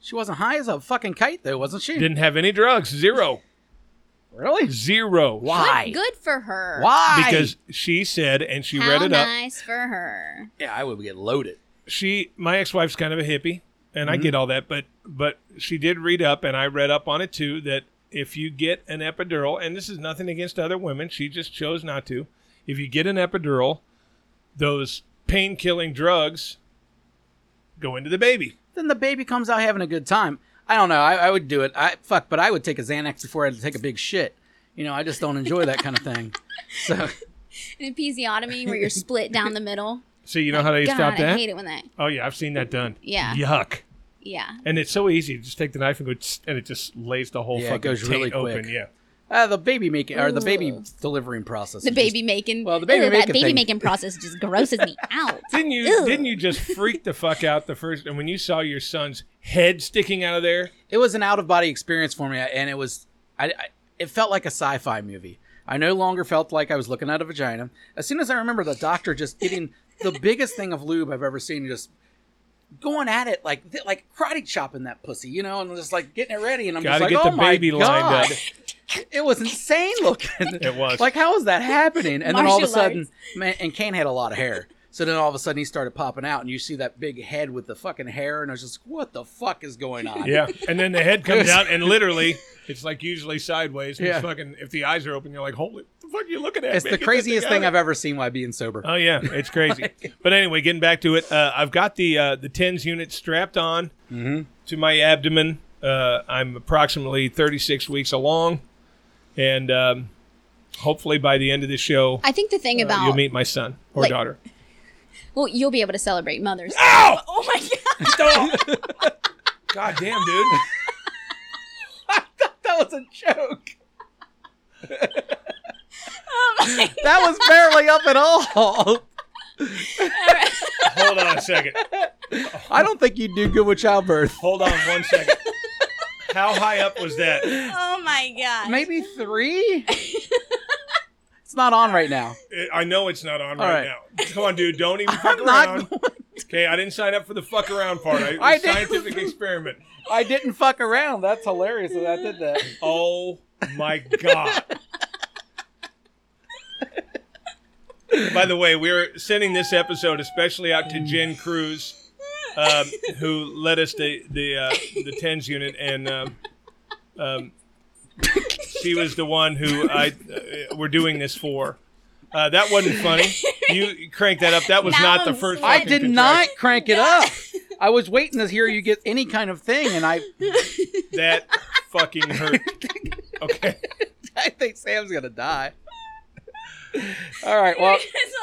Speaker 1: she wasn't high as a fucking kite though, wasn't she?
Speaker 2: Didn't have any drugs. Zero.
Speaker 1: really?
Speaker 2: Zero.
Speaker 1: Why?
Speaker 3: Good for her.
Speaker 1: Why?
Speaker 2: Because she said, and she
Speaker 3: How
Speaker 2: read it up.
Speaker 3: nice for her.
Speaker 1: yeah, I would get loaded.
Speaker 2: She, my ex-wife's kind of a hippie, and I
Speaker 1: Mm-hmm.
Speaker 2: get all that, but but she did read up, and I read up on it too. That if you get an epidural, and this is nothing against other women, she just chose not to. If you get an epidural, those pain-killing drugs go into the baby.
Speaker 1: Then the baby comes out having a good time. I don't know. I, I would do it. I fuck, but I would take a Xanax before I had to take a big shit. You know, I just don't enjoy that kind of thing. So
Speaker 3: An episiotomy where you're split down the middle.
Speaker 2: See, you know how they
Speaker 3: Oh God,
Speaker 2: stop
Speaker 3: I
Speaker 2: that?
Speaker 3: hate it when that.
Speaker 2: Oh yeah, I've seen that done.
Speaker 3: Yeah.
Speaker 2: Yuck.
Speaker 3: Yeah.
Speaker 2: And it's so easy. You just take the knife and go, tss, and it just lays the whole
Speaker 1: Yeah, it
Speaker 2: fucking
Speaker 1: goes
Speaker 2: taint
Speaker 1: really quick.
Speaker 2: open. Yeah.
Speaker 1: uh, the baby making or the baby
Speaker 3: Ugh.
Speaker 1: delivering process.
Speaker 3: The
Speaker 1: is
Speaker 3: baby making.
Speaker 1: Well, the baby
Speaker 3: Ugh,
Speaker 1: making
Speaker 3: that baby
Speaker 1: thing.
Speaker 3: making process just grosses me out.
Speaker 2: Didn't you?
Speaker 3: Ew.
Speaker 2: Didn't you just freak the fuck out the first? And when you saw your son's head sticking out of there,
Speaker 1: just- it was an out of body experience for me, and it was. I, I it felt like a sci fi movie. I no longer felt like I was looking at a vagina. As soon as I remember the doctor just getting the biggest thing of lube I've ever seen, just going at it like like karate chopping that pussy, you know, and just like getting it ready. And I'm
Speaker 2: gotta
Speaker 1: just like,
Speaker 2: get
Speaker 1: oh
Speaker 2: the
Speaker 1: my
Speaker 2: baby
Speaker 1: god,
Speaker 2: lined up.
Speaker 1: it was insane looking.
Speaker 2: It was.
Speaker 1: Like, how is that happening? And then all of a
Speaker 3: Martial
Speaker 1: sudden, man, and Kane had a lot of hair. So then all of a sudden he started popping out, and you see that big head with the fucking hair, and I was just, what the fuck is going on?
Speaker 2: Yeah, and then the head comes out, and literally, it's like usually sideways. and it's
Speaker 1: Yeah.
Speaker 2: Fucking, if the eyes are open, you're like, holy, the fuck are you looking at?
Speaker 1: It's
Speaker 2: man?
Speaker 1: the
Speaker 2: Get that
Speaker 1: craziest thing
Speaker 2: out.
Speaker 1: I've ever seen while being sober.
Speaker 2: Oh yeah, it's crazy. but anyway, getting back to it, uh, I've got the uh, the tens unit strapped on
Speaker 1: Mm-hmm.
Speaker 2: to my abdomen. Uh, I'm approximately 36 weeks along, and um, hopefully by the end of the show,
Speaker 3: I think the thing
Speaker 2: uh,
Speaker 3: about
Speaker 2: you'll meet my son or
Speaker 3: like-
Speaker 2: daughter.
Speaker 3: well, you'll be able to celebrate Mother's. Day.
Speaker 2: Ow!
Speaker 3: Oh my god!
Speaker 2: God damn, dude.
Speaker 1: That was a joke.
Speaker 3: Oh my
Speaker 1: That was barely up at all.
Speaker 2: Hold on a second.
Speaker 1: I don't think you'd do good with childbirth.
Speaker 2: Hold on one second. How high up was that?
Speaker 3: Oh my god!
Speaker 1: Maybe three? it's not on right now.
Speaker 2: It- I know it's not on
Speaker 1: All right.
Speaker 2: right, now. Come on, dude. Don't even fuck
Speaker 1: I'm not
Speaker 2: around. Okay, I didn't sign up for the fuck around part. I,
Speaker 1: I didn't.
Speaker 2: scientific experiment.
Speaker 1: I didn't fuck around. That's hilarious that I did that.
Speaker 2: Oh my god. By the way, we're sending this episode especially out to Jen Cruz, um, who led us the the uh, the tens unit, and um, um, she was the one who I uh, we're doing this for. Uh, that wasn't funny. You cranked that up. That was
Speaker 3: That
Speaker 2: not the
Speaker 3: was
Speaker 2: first.
Speaker 1: I
Speaker 2: fucking
Speaker 1: did
Speaker 2: contraction.
Speaker 1: not crank it up. I was waiting to hear you get any kind of thing, and I,
Speaker 2: That fucking hurt. Okay.
Speaker 1: I think Sam's gonna die. All right, well,
Speaker 3: it's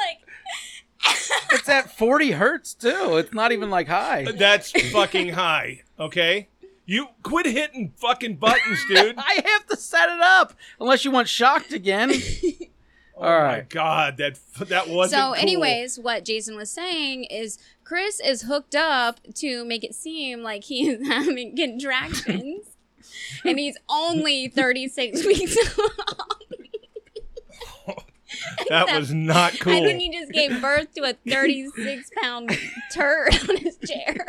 Speaker 3: like
Speaker 1: it's at 40 hertz too. It's not even like high.
Speaker 2: That's fucking high. Okay. You quit hitting fucking buttons, dude. Oh
Speaker 1: I have to set it up unless you want shocked again. All
Speaker 2: My
Speaker 1: right,
Speaker 2: God, that that wasn't.
Speaker 3: so.
Speaker 2: cool.
Speaker 3: Anyways, what Jason was saying is Chris is hooked up to make it seem like he is having contractions, and he's only thirty six weeks long.
Speaker 2: that was not cool.
Speaker 3: I think he just gave birth to a thirty six pound turd on his chair.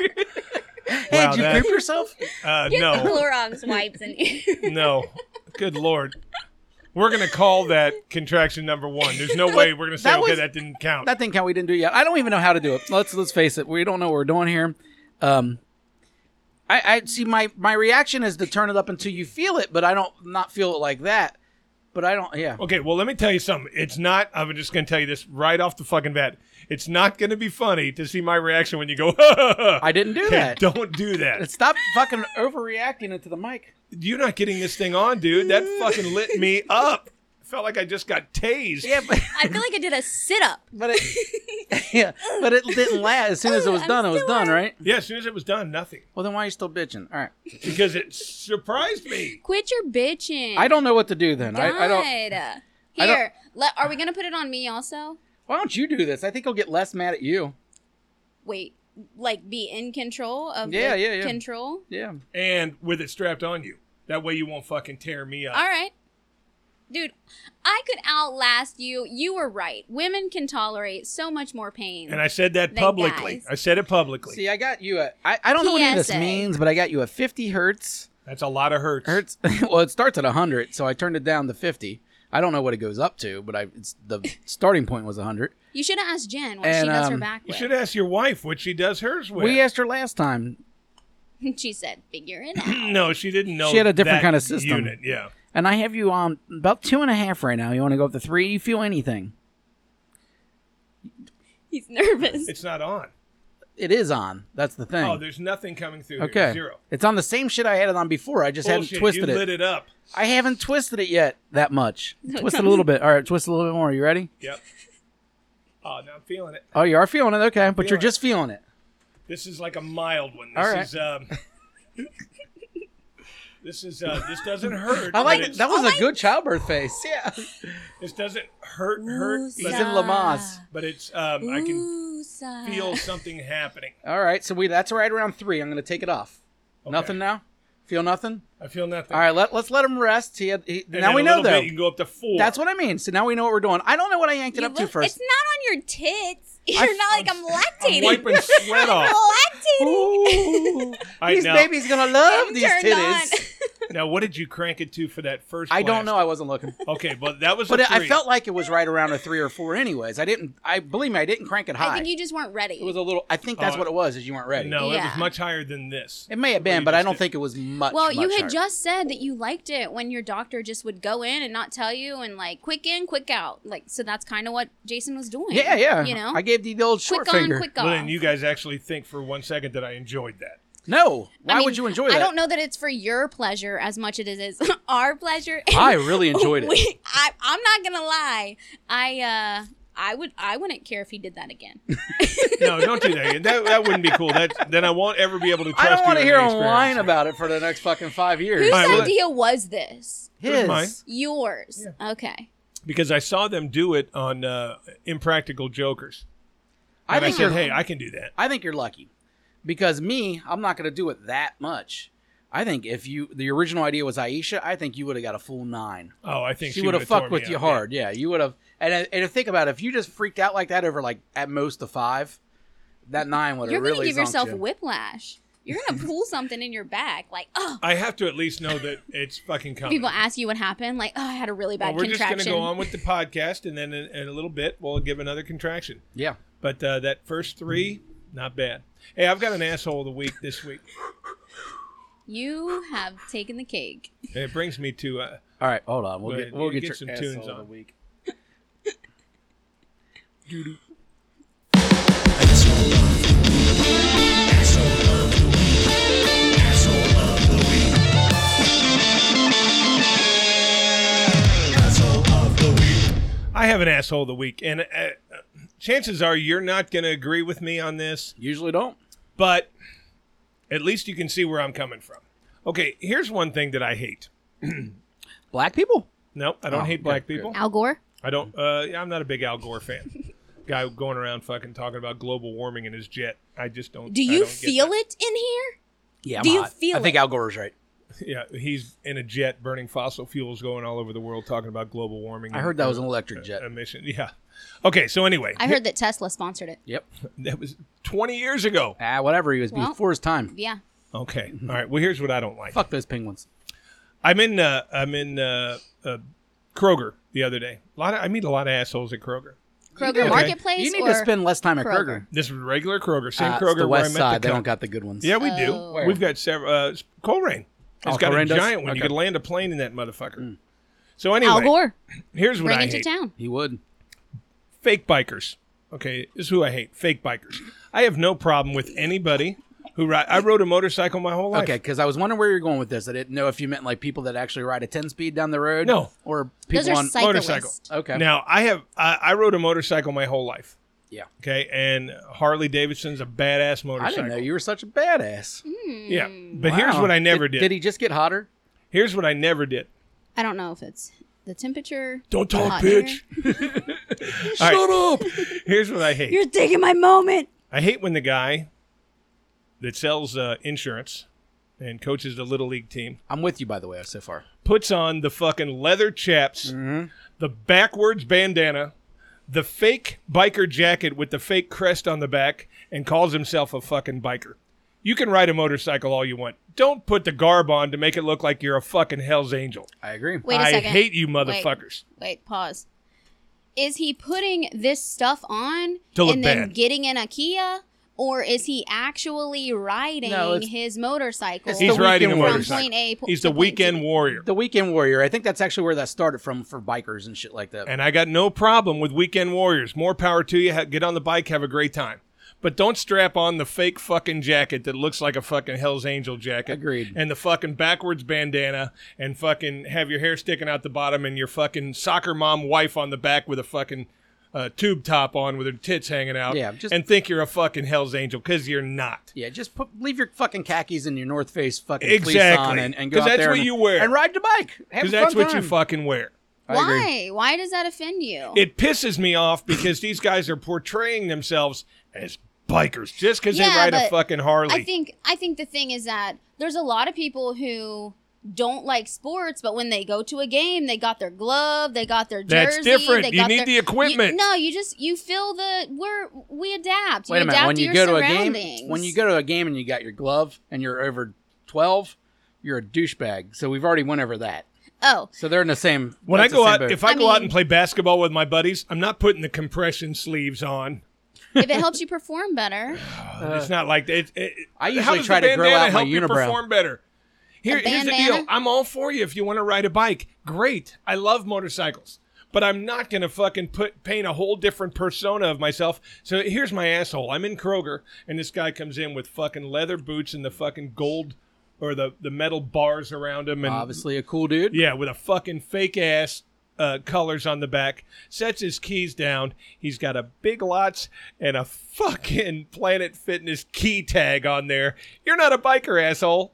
Speaker 1: hey,
Speaker 2: Wow,
Speaker 1: did you
Speaker 2: that-
Speaker 1: poop yourself?
Speaker 2: Uh,
Speaker 3: Get the
Speaker 2: no,
Speaker 3: Clorox wipes in here.
Speaker 2: no. Good lord, we're gonna call that contraction number one. There's no way we're gonna say
Speaker 1: That
Speaker 2: okay,
Speaker 1: was-
Speaker 2: that didn't count.
Speaker 1: That thing count we didn't do yet. I don't even know how to do it. Let's let's face it, we don't know what we're doing here. Um, I, I see my my reaction is to turn it up until you feel it, but I don't not feel it like that. But I don't. Yeah.
Speaker 2: Okay, well, let me tell you something. It's not. I'm just gonna tell you this right off the fucking bat. It's not gonna be funny to see my reaction when you go.
Speaker 1: I didn't do
Speaker 2: Okay,
Speaker 1: that.
Speaker 2: Don't do that.
Speaker 1: Stop fucking overreacting into the mic.
Speaker 2: You're not getting this thing on, dude. That fucking lit me up. I felt like I just got tased.
Speaker 1: Yeah, but
Speaker 3: I feel like I did a sit up.
Speaker 1: but it yeah, but it didn't last. As soon as it was
Speaker 3: I'm
Speaker 1: done, it was
Speaker 3: still
Speaker 1: done,
Speaker 3: hurt.
Speaker 1: right?
Speaker 2: Yeah, as soon as it was done, nothing.
Speaker 1: Well, then why are you still bitching? All right,
Speaker 2: Because it surprised me.
Speaker 3: Quit your bitching.
Speaker 1: I don't know what to do then.
Speaker 3: God.
Speaker 1: I, I don't. I don't-
Speaker 3: Here, let, are we gonna put it on me also?
Speaker 1: Why don't you do this? I think I'll get less mad at you.
Speaker 3: Wait, like be in control of
Speaker 1: Yeah,
Speaker 3: the
Speaker 1: yeah, yeah.
Speaker 3: control.
Speaker 1: Yeah.
Speaker 2: And with it strapped on you. That way you won't fucking tear me up.
Speaker 3: All right, dude, I could outlast you. You were right. Women can tolerate so much more pain.
Speaker 2: And I said that
Speaker 3: Thank
Speaker 2: publicly.
Speaker 3: guys.
Speaker 2: I said it publicly.
Speaker 1: See, I got you a. I, I don't know what any of this
Speaker 3: PSA.
Speaker 1: means, but I got you a 50 hertz.
Speaker 2: That's a lot of hurts.
Speaker 1: Hertz. well, it starts at 100, so I turned it down to 50. I don't know what it goes up to, but I it's the starting point was 100.
Speaker 3: you should have asked Jen what
Speaker 1: And,
Speaker 3: she does her
Speaker 1: um,
Speaker 3: back
Speaker 2: You
Speaker 3: with.
Speaker 2: should ask your wife what she does hers with.
Speaker 1: We asked her last time,
Speaker 3: she said, "Figure it out."
Speaker 2: no, she didn't know.
Speaker 1: She had a different
Speaker 2: that
Speaker 1: kind of system.
Speaker 2: Unit. Yeah.
Speaker 1: and I have you on about two and a half right now. You want to go up to three? You feel anything?
Speaker 3: He's nervous.
Speaker 2: It's not on.
Speaker 1: It is on. That's the thing.
Speaker 2: Oh, there's nothing coming through. here.
Speaker 1: okay.
Speaker 2: Zero.
Speaker 1: It's on the same shit I had it on before. I just
Speaker 2: Bullshit.
Speaker 1: hadn't twisted
Speaker 2: you
Speaker 1: it.
Speaker 2: lit it up.
Speaker 1: I haven't twisted it yet that much. twist it a little bit. All right, twist a little bit more. You ready?
Speaker 2: Yep. Oh, now I'm feeling it.
Speaker 1: Oh, you are feeling it. Okay, but you're
Speaker 2: Feeling it.
Speaker 1: just feeling it.
Speaker 2: This is like a mild one. This
Speaker 1: All right.
Speaker 2: is um This is uh this doesn't hurt.
Speaker 1: I like
Speaker 2: but
Speaker 1: it.
Speaker 2: it's-
Speaker 1: That was a good childbirth face. Yeah.
Speaker 2: This doesn't hurt hurt,
Speaker 1: He's
Speaker 2: but,
Speaker 1: in Lamaze.
Speaker 2: but it's um I can
Speaker 3: Oosa.
Speaker 2: feel something happening.
Speaker 1: All right, so we that's right around three. I'm gonna take it off. Nothing now. Feel nothing.
Speaker 2: I feel nothing.
Speaker 1: All right, let let's let him rest. He had, he,
Speaker 2: And
Speaker 1: now
Speaker 2: in
Speaker 1: we
Speaker 2: a
Speaker 1: know
Speaker 2: little bit,
Speaker 1: though.
Speaker 2: you can go up to four.
Speaker 1: That's what I mean. So now we know what we're doing. I don't know what I yanked it
Speaker 3: You
Speaker 1: up to
Speaker 3: look-
Speaker 1: first.
Speaker 3: It's not on your tits. You're not like I'm
Speaker 2: I'm
Speaker 3: lactating.
Speaker 2: wiping
Speaker 3: I'm
Speaker 2: sweat off.
Speaker 3: lactating.
Speaker 1: Ooh,
Speaker 2: right,
Speaker 1: these
Speaker 2: now-
Speaker 1: babies gonna love
Speaker 3: I'm
Speaker 1: these
Speaker 3: turned
Speaker 1: titties.
Speaker 3: on.
Speaker 2: Now, what did you crank it to for that first?
Speaker 1: I don't
Speaker 2: blast?
Speaker 1: know. I wasn't looking,
Speaker 2: Okay, but that was.
Speaker 1: but
Speaker 2: a
Speaker 1: it, I
Speaker 2: three.
Speaker 1: felt like it was right around a three or four. Anyways, I didn't. I believe me, I didn't crank it high.
Speaker 3: I think you just weren't ready.
Speaker 1: it was a little. I think that's
Speaker 2: Oh,
Speaker 1: what it was. Is you weren't ready.
Speaker 2: No, it
Speaker 3: Yeah.
Speaker 2: was much higher than this.
Speaker 1: it may have
Speaker 2: Well,
Speaker 1: been,
Speaker 2: you
Speaker 1: but I
Speaker 2: just
Speaker 1: don't
Speaker 2: did.
Speaker 1: think it was much.
Speaker 3: well, you
Speaker 1: much
Speaker 3: had
Speaker 1: higher.
Speaker 3: just said that you liked it when your doctor just would go in and not tell you and like quick in, quick out. Like so that's kind of what Jason was doing.
Speaker 1: Yeah, yeah.
Speaker 3: You know,
Speaker 1: I gave you the old short
Speaker 3: quick on,
Speaker 1: finger.
Speaker 3: quick off.
Speaker 2: Well, then you guys actually think for one second that I enjoyed that.
Speaker 1: No, why
Speaker 3: I mean,
Speaker 1: would you enjoy
Speaker 3: I
Speaker 1: that?
Speaker 3: don't know that it's for your pleasure as much as it is our pleasure.
Speaker 1: I really enjoyed it.
Speaker 3: We- I, I'm not gonna lie. I uh, I would I wouldn't care if he did that again.
Speaker 2: No, don't do that. again. That that wouldn't be cool. That then I won't ever be able to trust.
Speaker 1: I don't
Speaker 2: want to
Speaker 1: hear him whine about it for the next fucking five years.
Speaker 3: Whose
Speaker 2: All right, well,
Speaker 3: idea was this?
Speaker 2: Here's
Speaker 1: His.
Speaker 2: mine.
Speaker 3: Yours. Okay.
Speaker 2: because I saw them do it on uh, Impractical Jokers.
Speaker 1: I
Speaker 2: And I
Speaker 1: think
Speaker 2: said,
Speaker 1: you're.
Speaker 2: "Hey, I can do that."
Speaker 1: I think you're lucky, because me, I'm not going to do it that much. I think if you, the original idea was Aisha. I think you would have got a full nine.
Speaker 2: Oh, I think she,
Speaker 1: she would have fucked
Speaker 2: tore
Speaker 1: with
Speaker 2: me
Speaker 1: you
Speaker 2: up.
Speaker 1: hard. Yeah, you would have. And uh, and think about it, if you just freaked out like that over like at most a five, that nine would
Speaker 3: You're
Speaker 1: have
Speaker 3: gonna
Speaker 1: really
Speaker 3: give yourself
Speaker 1: zonked you.
Speaker 3: whiplash. You're gonna pull something in your back, like oh.
Speaker 2: I have to at least know that it's fucking coming.
Speaker 3: People ask you what happened, like oh, I had a really
Speaker 2: Well,
Speaker 3: bad
Speaker 2: we're just
Speaker 3: contraction.
Speaker 2: going to go on with the podcast, and then in, in a little bit we'll give another contraction.
Speaker 1: Yeah.
Speaker 2: But uh, that first three, not bad. Hey, I've got an asshole of the week this week.
Speaker 3: You have taken the cake.
Speaker 2: It brings me to uh,
Speaker 1: All right, hold on. We'll
Speaker 2: But
Speaker 1: get we'll get,
Speaker 2: you get
Speaker 1: your
Speaker 2: some
Speaker 1: ass
Speaker 2: tunes
Speaker 1: all
Speaker 2: on.
Speaker 1: the week.
Speaker 2: I have an asshole of the week, and uh, uh, chances are you're not going to agree with me on this,
Speaker 1: Usually don't.
Speaker 2: but at least you can see where I'm coming from. Okay, here's one thing that I hate.
Speaker 1: Black people.
Speaker 2: No, I don't
Speaker 1: Oh,
Speaker 2: hate
Speaker 1: good,
Speaker 2: black
Speaker 1: good.
Speaker 2: people.
Speaker 3: Al Gore.
Speaker 2: I don't. Uh, yeah, I'm not a big Al Gore fan. Guy going around fucking talking about global warming in his jet. I just don't.
Speaker 3: Do
Speaker 2: I
Speaker 3: you
Speaker 2: don't get
Speaker 3: feel it in here?
Speaker 1: Yeah.
Speaker 3: Do
Speaker 1: I'm
Speaker 3: you
Speaker 1: hot.
Speaker 3: feel
Speaker 1: I think
Speaker 3: it?
Speaker 1: Al Gore's right.
Speaker 2: that. Yeah, he's in a jet burning fossil fuels, going all over the world talking about global warming.
Speaker 1: I
Speaker 2: and
Speaker 1: heard that was an electric jet.
Speaker 2: emission. Yeah. Okay, so anyway,
Speaker 3: I heard that Tesla sponsored it.
Speaker 1: Yep.
Speaker 2: that was 20 years ago.
Speaker 1: Ah, whatever. He was
Speaker 3: Well-
Speaker 1: before his time.
Speaker 3: Yeah.
Speaker 2: Okay. All right. Well, here's what I don't like.
Speaker 1: Mm-hmm. Fuck those penguins.
Speaker 2: I'm in. Uh, I'm in uh, uh, Kroger the other day. A lot. Of, I meet a lot of assholes at Kroger.
Speaker 3: Kroger
Speaker 1: Okay.
Speaker 3: Marketplace.
Speaker 1: You need
Speaker 3: or
Speaker 1: to spend less time at Kroger.
Speaker 3: Kroger?
Speaker 2: This is regular Kroger, same
Speaker 1: Uh, it's
Speaker 2: Kroger
Speaker 1: the
Speaker 2: where I
Speaker 1: West
Speaker 2: met
Speaker 1: Side.
Speaker 2: the
Speaker 1: they
Speaker 2: cunt.
Speaker 1: don't got the good ones.
Speaker 2: Yeah, we
Speaker 3: Oh.
Speaker 2: do.
Speaker 3: Where?
Speaker 2: We've got several. Uh, Colerain. It's
Speaker 1: Oh,
Speaker 2: got
Speaker 1: Colerain
Speaker 2: a
Speaker 1: does?
Speaker 2: giant one. You
Speaker 1: Okay. Mm.
Speaker 2: could land a plane in that motherfucker. So
Speaker 3: Al
Speaker 2: anyway,
Speaker 3: Gore.
Speaker 2: here's what
Speaker 3: Bring
Speaker 2: I
Speaker 3: it to
Speaker 2: hate:
Speaker 3: town.
Speaker 1: He would.
Speaker 2: fake bikers. Okay, this is who I hate: fake bikers. I have no problem with anybody who ride. I rode a motorcycle my whole life.
Speaker 1: Okay, because I was wondering where you're going with this. I didn't know if you meant like people that actually ride a 10 speed down the road.
Speaker 2: No.
Speaker 1: Or people
Speaker 3: Those are
Speaker 1: on.
Speaker 2: motorcycle.
Speaker 3: cyclists.
Speaker 1: okay.
Speaker 2: Now I have. I, I rode a motorcycle my whole life.
Speaker 1: yeah.
Speaker 2: Okay, and Harley Davidson's a badass
Speaker 1: I
Speaker 2: motorcycle.
Speaker 1: didn't know you were such a badass.
Speaker 2: Yeah, but here's
Speaker 1: Wow.
Speaker 2: what I never did.
Speaker 1: Did he just get hotter?
Speaker 2: Here's what I never did.
Speaker 3: I don't know if it's the temperature.
Speaker 2: Don't talk,
Speaker 3: hot
Speaker 2: bitch.
Speaker 3: air.
Speaker 2: All right,
Speaker 1: up.
Speaker 2: here's what I hate.
Speaker 3: You're taking my moment.
Speaker 2: I hate when the guy that sells uh, insurance and coaches the little league team
Speaker 1: I'm with you, by the way, so far.
Speaker 2: puts on the fucking leather chaps, the backwards bandana, the fake biker jacket with the fake crest on the back, and calls himself a fucking biker. You can ride a motorcycle all you want. Don't put the garb on to make it look like you're a fucking Hell's Angel.
Speaker 1: I agree.
Speaker 3: Wait a
Speaker 2: I
Speaker 3: second.
Speaker 2: hate you motherfuckers.
Speaker 3: Wait, pause. Is he putting this stuff on
Speaker 2: To look
Speaker 3: and then
Speaker 2: bad.
Speaker 3: getting in a Kia, or is he actually riding
Speaker 1: No, it's-
Speaker 3: his motorcycle?
Speaker 1: It's
Speaker 2: He's
Speaker 1: the
Speaker 2: riding a
Speaker 1: weekend warrior.
Speaker 2: motorcycle.
Speaker 3: From point A po-
Speaker 2: He's
Speaker 3: to
Speaker 2: the
Speaker 3: point
Speaker 2: weekend
Speaker 3: B.
Speaker 2: warrior.
Speaker 1: The Weekend Warrior. I think that's actually where that started from for bikers and shit like that.
Speaker 2: And I got no problem with weekend warriors. More power to you. Ha- Get on the bike, have a great time. But don't strap on the fake fucking jacket that looks like a fucking Hell's Angel jacket.
Speaker 1: Agreed.
Speaker 2: And the fucking backwards bandana and fucking have your hair sticking out the bottom and your fucking soccer mom wife on the back with a fucking uh, tube top on with her tits hanging out.
Speaker 1: Yeah, just-
Speaker 2: and think you're a fucking Hell's Angel because you're not.
Speaker 1: yeah, just put, leave your fucking khakis and your North Face fucking fleece on
Speaker 2: Exactly.
Speaker 1: and, and go
Speaker 2: 'Cause
Speaker 1: out
Speaker 2: that's
Speaker 1: there
Speaker 2: what
Speaker 1: and,
Speaker 2: you wear.
Speaker 1: and ride your bike. Have a
Speaker 2: Because that's
Speaker 1: fun
Speaker 2: what you
Speaker 1: time.
Speaker 2: fucking wear.
Speaker 1: I agree.
Speaker 3: Why? Why does that offend you?
Speaker 2: It pisses me off because these guys are portraying themselves as bikers just because
Speaker 3: Yeah,
Speaker 2: they ride a
Speaker 3: but
Speaker 2: fucking Harley.
Speaker 3: I think I think the thing is that there's a lot of people who don't like sports, but when they go to a game, they got their glove, they got their
Speaker 2: That's
Speaker 3: jersey.
Speaker 2: different.
Speaker 3: They
Speaker 2: You
Speaker 3: got
Speaker 2: need
Speaker 3: their-
Speaker 2: the equipment.
Speaker 3: You, no, you just you feel the we're we adapt.
Speaker 1: Wait
Speaker 3: you
Speaker 1: a minute.
Speaker 3: adapt
Speaker 1: When
Speaker 3: to
Speaker 1: you
Speaker 3: your
Speaker 1: go to a
Speaker 3: surroundings.
Speaker 1: game, when you go to a game and you got your glove and you're over twelve, you're a douchebag. So we've already went over that.
Speaker 3: Oh,
Speaker 1: So they're in the same.
Speaker 2: When I
Speaker 1: that's the
Speaker 2: go
Speaker 1: same
Speaker 2: out,
Speaker 1: boat.
Speaker 2: if I,
Speaker 3: I
Speaker 2: go out
Speaker 3: mean-
Speaker 2: and play basketball with my buddies, I'm not putting the compression sleeves on.
Speaker 3: if it helps you perform better,
Speaker 2: it's not like that. It, it,
Speaker 1: Uh, I
Speaker 2: how
Speaker 1: usually
Speaker 2: does
Speaker 1: try
Speaker 2: the
Speaker 1: to grow
Speaker 2: bandana
Speaker 1: out my
Speaker 2: help you
Speaker 1: unibrow.
Speaker 2: Perform better. Here,
Speaker 3: A
Speaker 2: here's the
Speaker 3: bandana?
Speaker 2: deal. I'm all for you if you want to ride a bike. Great. I love motorcycles. But I'm not gonna fucking put paint a whole different persona of myself. So here's my asshole. I'm in Kroger, and this guy comes in with fucking leather boots and the fucking gold or the the metal bars around him, and
Speaker 1: obviously a cool dude.
Speaker 2: yeah, with a fucking fake ass uh, colors on the back. Sets his keys down. He's got a big lots and a fucking Planet Fitness key tag on there. You're not a biker, asshole.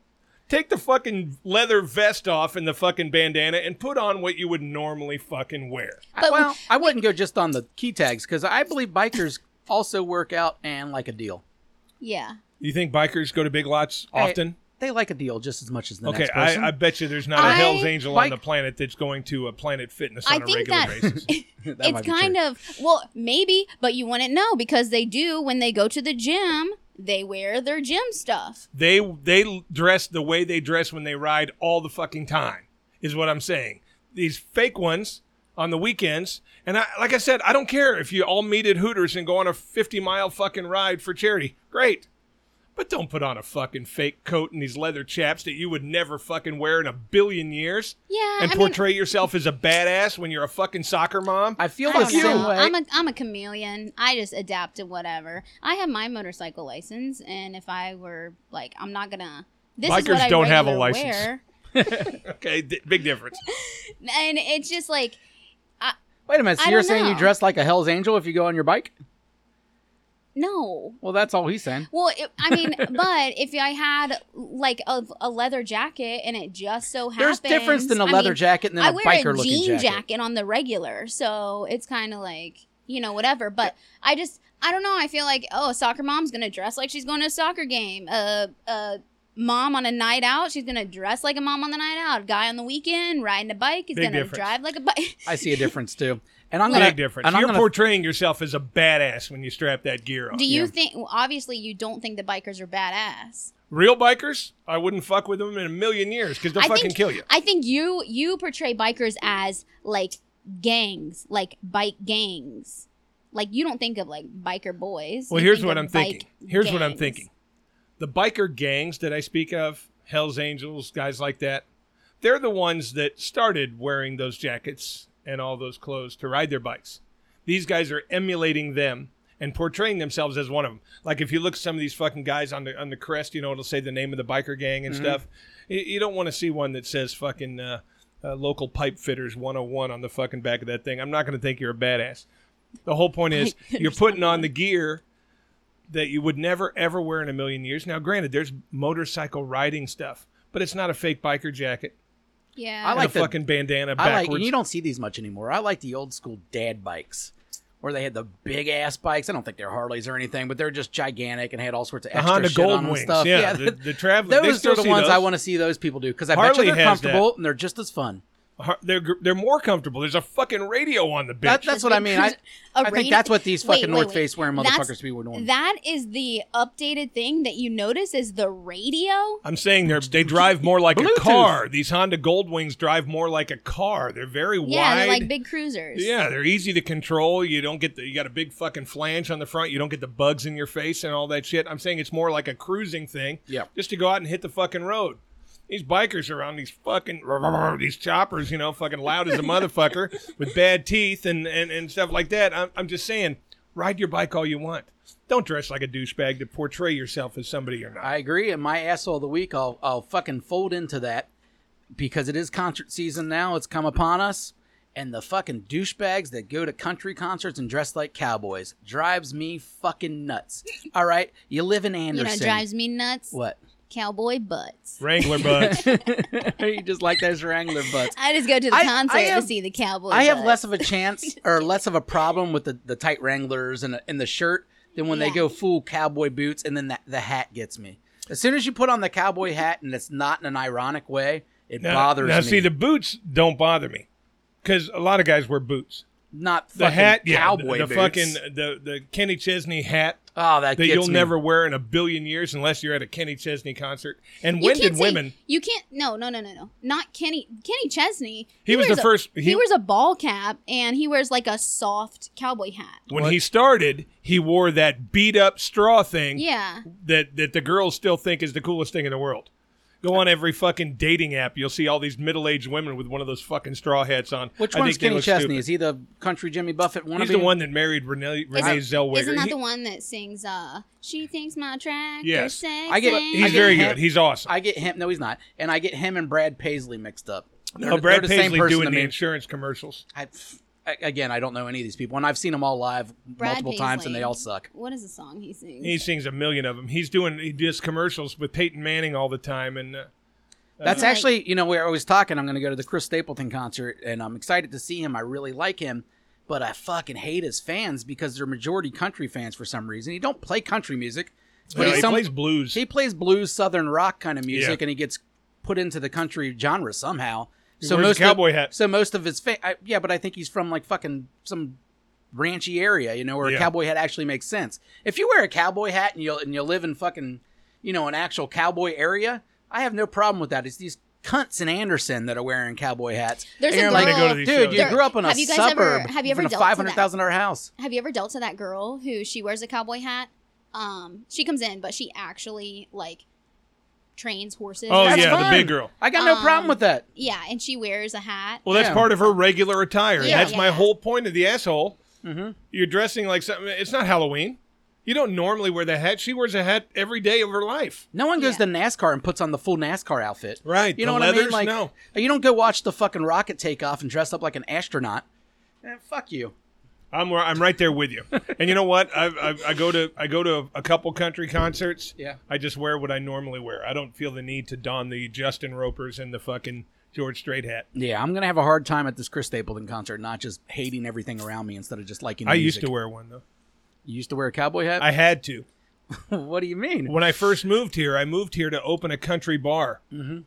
Speaker 2: Take the fucking leather vest off and the fucking bandana and put on what you would normally fucking wear.
Speaker 3: But-
Speaker 1: well, I wouldn't go just on the key tags because I believe bikers also work out and like a deal.
Speaker 3: yeah.
Speaker 2: You think bikers go to big lots often?
Speaker 1: They like a deal just as much as the
Speaker 2: okay,
Speaker 1: next person.
Speaker 2: I, I bet you there's not a
Speaker 3: I-
Speaker 2: Hell's Angel on
Speaker 1: bike-
Speaker 2: the planet that's going to a Planet Fitness
Speaker 3: I
Speaker 2: on a
Speaker 3: think
Speaker 2: regular
Speaker 3: that-
Speaker 2: basis.
Speaker 1: That might
Speaker 3: it's
Speaker 1: be true.
Speaker 3: kind of well maybe but you wouldn't know because they do when they go to the gym they wear their gym stuff
Speaker 2: they they dress the way they dress when they ride all the fucking time is what i'm saying these fake ones on the weekends and I, like i said i don't care if you all meet at hooters and go on a 50 mile fucking ride for charity great but don't put on a fucking fake coat and these leather chaps that you would never fucking wear in a billion years
Speaker 3: yeah
Speaker 2: and
Speaker 3: I mean,
Speaker 2: portray yourself as a badass when you're a fucking soccer mom
Speaker 1: I feel
Speaker 3: I
Speaker 1: the
Speaker 3: don't
Speaker 1: same
Speaker 3: know.
Speaker 1: way.
Speaker 3: I'm a I'm a chameleon. I just adapt to whatever. I have my motorcycle license, and if I were like, I'm not gonna. This is
Speaker 2: Bikers
Speaker 3: what I
Speaker 2: don't have a
Speaker 3: regular
Speaker 2: license.
Speaker 3: wear.
Speaker 2: okay d- big difference
Speaker 3: and it's just like
Speaker 1: Wait a minute. So
Speaker 3: I
Speaker 1: you're
Speaker 3: don't
Speaker 1: saying you
Speaker 3: know.
Speaker 1: dress like a Hell's Angel if you go on your bike?
Speaker 3: no.
Speaker 1: Well, that's all he's saying.
Speaker 3: Well, it, I mean, but if I had like a, a leather jacket, and it just so happens
Speaker 1: There's difference than a
Speaker 3: I
Speaker 1: leather
Speaker 3: mean,
Speaker 1: jacket and then
Speaker 3: I
Speaker 1: a
Speaker 3: wear
Speaker 1: biker
Speaker 3: a
Speaker 1: looking
Speaker 3: jean
Speaker 1: jacket.
Speaker 3: jacket. on the regular, so it's kind of like you know whatever. But I just I don't know. I feel like oh, a soccer mom's gonna dress like she's going to a soccer game. A uh, uh, mom on a night out, she's gonna dress like a mom on the night out. Guy on the weekend riding a bike, he's
Speaker 2: Big
Speaker 3: gonna
Speaker 2: difference.
Speaker 3: drive like a bike.
Speaker 1: I see a difference too. And I'm
Speaker 2: big
Speaker 1: gonna
Speaker 2: difference
Speaker 1: And I'm
Speaker 2: you're
Speaker 1: gonna,
Speaker 2: portraying yourself as a badass when you strap that gear on
Speaker 3: Do you
Speaker 1: Yeah.
Speaker 3: think? Well, obviously, you don't think the bikers are badass.
Speaker 2: Real bikers, I wouldn't fuck with them in a million years because they'll
Speaker 3: I
Speaker 2: fucking
Speaker 3: think-
Speaker 2: kill you.
Speaker 3: I think you you portray bikers as like gangs, like bike gangs. Like you don't think of like biker boys.
Speaker 2: Well,
Speaker 3: You
Speaker 2: here's
Speaker 3: think
Speaker 2: what
Speaker 3: of
Speaker 2: I'm
Speaker 3: bike
Speaker 2: thinking. Here's what I'm
Speaker 3: gangs.
Speaker 2: thinking. The biker gangs that I speak of, Hell's Angels, guys like that, they're the ones that started wearing those jackets and all those clothes to ride their bikes. These guys are emulating them and portraying themselves as one of them. Like if you look at some of these fucking guys on the on the crest, you know, it'll say the name of the biker gang
Speaker 3: Mm-hmm.
Speaker 2: and stuff. Y- You don't want to see one that says fucking uh, uh, local pipe fitters 101 on the fucking back of that thing. I'm not going to think you're a badass. The whole point is you're putting on the gear that you would never ever wear in a million years. Now, granted, there's motorcycle riding stuff, but it's not a fake biker jacket.
Speaker 3: Yeah.
Speaker 1: I
Speaker 2: I
Speaker 1: like
Speaker 2: a
Speaker 1: the-
Speaker 2: fucking
Speaker 1: I
Speaker 2: bandana
Speaker 1: like. And
Speaker 2: backwards.
Speaker 1: you don't see these much anymore. I like the old school dad bikes, where they had the big ass bikes. I don't think they're Harleys or anything, but they're just gigantic and had all sorts of
Speaker 2: Uh-huh, the
Speaker 1: extra
Speaker 2: Honda
Speaker 1: shit on
Speaker 2: Gold
Speaker 1: them and
Speaker 2: Wings,
Speaker 1: stuff.
Speaker 2: yeah, the, the traveling.
Speaker 1: those
Speaker 2: they
Speaker 1: are
Speaker 2: still
Speaker 1: the
Speaker 2: see
Speaker 1: ones
Speaker 2: those.
Speaker 1: I want to see those people do because I
Speaker 2: Harley
Speaker 1: bet you they're
Speaker 2: has that.
Speaker 1: comfortable and they're just as fun.
Speaker 2: Har- They're gr- they're more comfortable. There's a fucking radio on the bitch.
Speaker 1: That, that's what I mean. I,
Speaker 3: A
Speaker 1: I think
Speaker 3: radio-
Speaker 1: that's what these
Speaker 3: Wait,
Speaker 1: fucking
Speaker 3: wait,
Speaker 1: North
Speaker 3: wait.
Speaker 1: Face wearing
Speaker 3: That's-
Speaker 1: motherfuckers be doing.
Speaker 3: That is the updated thing that you notice is the radio.
Speaker 2: I'm saying they're they drive more like
Speaker 1: Bluetooth.
Speaker 2: a car. These Honda Gold Wings drive more like a car. They're very
Speaker 3: Yeah,
Speaker 2: wide.
Speaker 3: they're like big cruisers.
Speaker 2: Yeah, they're easy to control. You don't get the you got a big fucking flange on the front. You don't get the bugs in your face and all that shit. I'm saying it's more like a cruising thing.
Speaker 1: Yeah.
Speaker 2: Just to go out and hit the fucking road. These bikers are on these fucking these choppers, you know, fucking loud as a motherfucker with bad teeth and and, and stuff like that. I'm, I'm just saying, ride your bike all you want. Don't dress like a douchebag to portray yourself as somebody you're not.
Speaker 1: I agree. And my asshole of the week, I'll I'll fucking fold into that because it is concert season now. It's come upon us, and the fucking douchebags that go to country concerts and dress like cowboys drives me fucking nuts. All right, you live in
Speaker 3: You know,
Speaker 1: Anderson.
Speaker 3: drives me nuts.
Speaker 1: what?
Speaker 3: Cowboy butts.
Speaker 2: Wrangler bugs.
Speaker 1: you just like those Wrangler butts.
Speaker 3: I just go to the
Speaker 1: I- I
Speaker 3: concert
Speaker 1: have-
Speaker 3: to see the cowboy.
Speaker 1: I have
Speaker 3: butts.
Speaker 1: less of a chance or less of a problem with the, the tight Wranglers and, and the shirt than when they
Speaker 3: Yeah.
Speaker 1: go full cowboy boots and then that, the hat gets me. As soon as you put on the cowboy hat and it's not in an ironic way, it
Speaker 2: Now-
Speaker 1: bothers
Speaker 2: now,
Speaker 1: me.
Speaker 2: see, the boots don't bother me because a lot of guys wear boots.
Speaker 1: not
Speaker 2: the
Speaker 1: fucking
Speaker 2: hat, yeah,
Speaker 1: cowboy
Speaker 2: the,
Speaker 1: boots.
Speaker 2: the fucking the the Kenny Chesney hat
Speaker 1: oh that
Speaker 2: that
Speaker 1: gets
Speaker 2: you'll
Speaker 1: me.
Speaker 2: never wear in a billion years unless you're at a Kenny Chesney concert. And
Speaker 3: You
Speaker 2: when
Speaker 3: can't
Speaker 2: did
Speaker 3: say-
Speaker 2: women?
Speaker 3: You can't. No, no, no, no, no. Not Kenny. Kenny Chesney.
Speaker 2: He was the
Speaker 3: wears a-
Speaker 2: first-
Speaker 3: He,
Speaker 2: he-
Speaker 3: wears a ball cap and he wears like a soft cowboy hat.
Speaker 2: When he started, he wore that beat up straw thing
Speaker 3: Yeah.
Speaker 2: that that the girls still think is the coolest thing in the world. Go on every fucking dating app, you'll see all these middle aged women with one of those fucking straw hats on.
Speaker 1: Which
Speaker 2: I
Speaker 1: one's
Speaker 2: think they
Speaker 1: Kenny
Speaker 2: look
Speaker 1: Chesney?
Speaker 2: stupid.
Speaker 1: Is he the country Jimmy Buffett wannabe?
Speaker 2: He's the one that married Renee, Renee Zellweger.
Speaker 3: Isn't that
Speaker 2: He-
Speaker 3: the one that sings? Uh, she thinks my track
Speaker 2: Yes.
Speaker 3: is sexy.
Speaker 1: I get-
Speaker 2: he's
Speaker 1: I get
Speaker 2: very
Speaker 1: him.
Speaker 2: good. He's awesome.
Speaker 1: I get him. No, he's not. And I get him and Brad Paisley mixed up. They're-
Speaker 2: no,
Speaker 1: they're
Speaker 2: Brad
Speaker 1: the same
Speaker 2: Paisley
Speaker 1: person
Speaker 2: doing
Speaker 1: to
Speaker 2: the
Speaker 1: me.
Speaker 2: insurance commercials.
Speaker 1: I, I- again, I don't know any of these people, and I've seen them all live
Speaker 3: Brad
Speaker 1: multiple times, and
Speaker 3: Paisley.
Speaker 1: they all suck.
Speaker 3: What is the song he sings?
Speaker 2: He sings a million of them. He's doing he does commercials with Peyton Manning all the time, and uh,
Speaker 1: That's
Speaker 3: Right.
Speaker 1: actually, you know, we're always talking. I'm going to go to the Chris Stapleton concert, and I'm excited to see him. I really like him, but I fucking hate his fans because they're majority country fans for some reason. He don't play country music, but
Speaker 2: you know,
Speaker 1: he's
Speaker 2: he
Speaker 1: some-
Speaker 2: plays blues.
Speaker 1: he plays blues, southern rock kind of music,
Speaker 2: Yeah.
Speaker 1: and he gets put into the country genre somehow. So
Speaker 2: wears a
Speaker 1: most
Speaker 2: cowboy
Speaker 1: of,
Speaker 2: hat.
Speaker 1: So most of his, fa- I, yeah, but I think he's from like fucking some ranchy area, you know, where a
Speaker 2: Yeah.
Speaker 1: cowboy hat actually makes sense. If you wear a cowboy hat and you and you live in fucking, you know, an actual cowboy area, I have no problem with that. It's these cunts in Anderson that are wearing cowboy hats.
Speaker 3: There's
Speaker 1: and
Speaker 3: a
Speaker 1: you're
Speaker 3: girl- They go to
Speaker 1: like,
Speaker 2: these
Speaker 1: dude,
Speaker 2: shows.
Speaker 1: you
Speaker 2: There-
Speaker 1: grew up in a
Speaker 3: have you guys
Speaker 1: suburb,
Speaker 3: ever- have you ever
Speaker 1: in a
Speaker 3: dealt with that?
Speaker 1: five hundred thousand dollar house?
Speaker 3: Have you ever dealt to that girl who she wears a cowboy hat? Um, she comes in, but she actually like trains horses.
Speaker 2: Oh,
Speaker 1: That's
Speaker 2: yeah, the
Speaker 1: fun.
Speaker 2: big girl.
Speaker 1: I got no
Speaker 3: Um,
Speaker 1: problem with that.
Speaker 3: Yeah, and she wears a hat.
Speaker 2: Well, that's
Speaker 1: Yeah.
Speaker 2: part of her regular attire.
Speaker 3: Yeah.
Speaker 2: that's my
Speaker 3: Yeah. Mm-hmm.
Speaker 2: whole point of the asshole. You're dressing like something. It's not Halloween. You don't normally wear the hat. She wears a hat every day of her life.
Speaker 1: No one goes
Speaker 3: Yeah.
Speaker 1: to NASCAR and puts on the full NASCAR outfit.
Speaker 2: Right,
Speaker 1: You
Speaker 2: the
Speaker 1: know what I mean?
Speaker 2: leathers,
Speaker 1: Like,
Speaker 2: no.
Speaker 1: you don't go watch the fucking rocket take off and dress up like an astronaut. Eh, fuck you.
Speaker 2: I'm r- I'm right there with you. and you know what? I, I I go to I go to a couple country concerts.
Speaker 1: Yeah.
Speaker 2: I just wear what I normally wear. I don't feel the need to don the Justin Ropers and the fucking George Strait hat.
Speaker 1: Yeah, I'm gonna have a hard time at this Chris Stapleton concert, not just hating everything around me instead of just liking. The
Speaker 2: I
Speaker 1: music.
Speaker 2: used to wear one though.
Speaker 1: You used to wear a cowboy hat.
Speaker 2: I had to.
Speaker 1: what do you mean?
Speaker 2: When I first moved here, I moved here to open a country bar. Mm-hmm.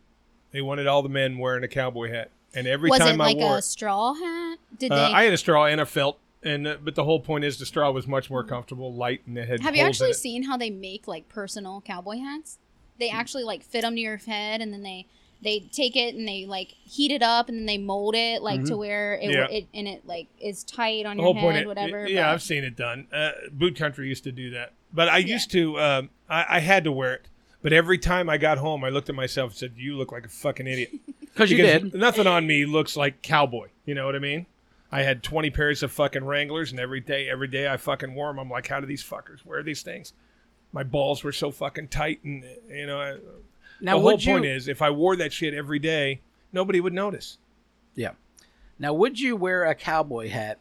Speaker 2: They wanted all the men wearing a cowboy hat, and every
Speaker 3: was
Speaker 2: time
Speaker 3: it like
Speaker 2: I wore,
Speaker 3: a straw hat? Did
Speaker 2: Uh,
Speaker 3: they?
Speaker 2: I had a straw and a felt, and uh, but the whole point is the straw was much more comfortable, light, and it had.
Speaker 3: have you
Speaker 2: holes in
Speaker 3: actually
Speaker 2: it.
Speaker 3: seen how they make like personal cowboy hats? They
Speaker 2: Hmm.
Speaker 3: actually like fit them to your head, and then they they take it and they like heat it up, and then they mold it like to where it,
Speaker 2: Mm-hmm. Yeah.
Speaker 3: it and it like is tight on
Speaker 2: the
Speaker 3: your
Speaker 2: whole
Speaker 3: head,
Speaker 2: point? it-
Speaker 3: whatever.
Speaker 2: yeah,
Speaker 3: but-
Speaker 2: I've seen it done. Uh, Boot Country used to do that, but I used to. Um, I, I had to wear it, but every time I got home, I looked at myself and said, "You look like a fucking idiot."
Speaker 1: Because you
Speaker 2: Because
Speaker 1: did.
Speaker 2: Nothing on me looks like cowboy. You know what I mean? I had 20 pairs of fucking Wranglers, and every day, every day I fucking wore them. I'm like, how do these fuckers wear these things? My balls were so fucking tight, and uh, you know, I,
Speaker 1: Now,
Speaker 2: the whole
Speaker 1: would you-
Speaker 2: point is, if I wore that shit every day, nobody would notice.
Speaker 1: Yeah. Now, would you wear a cowboy hat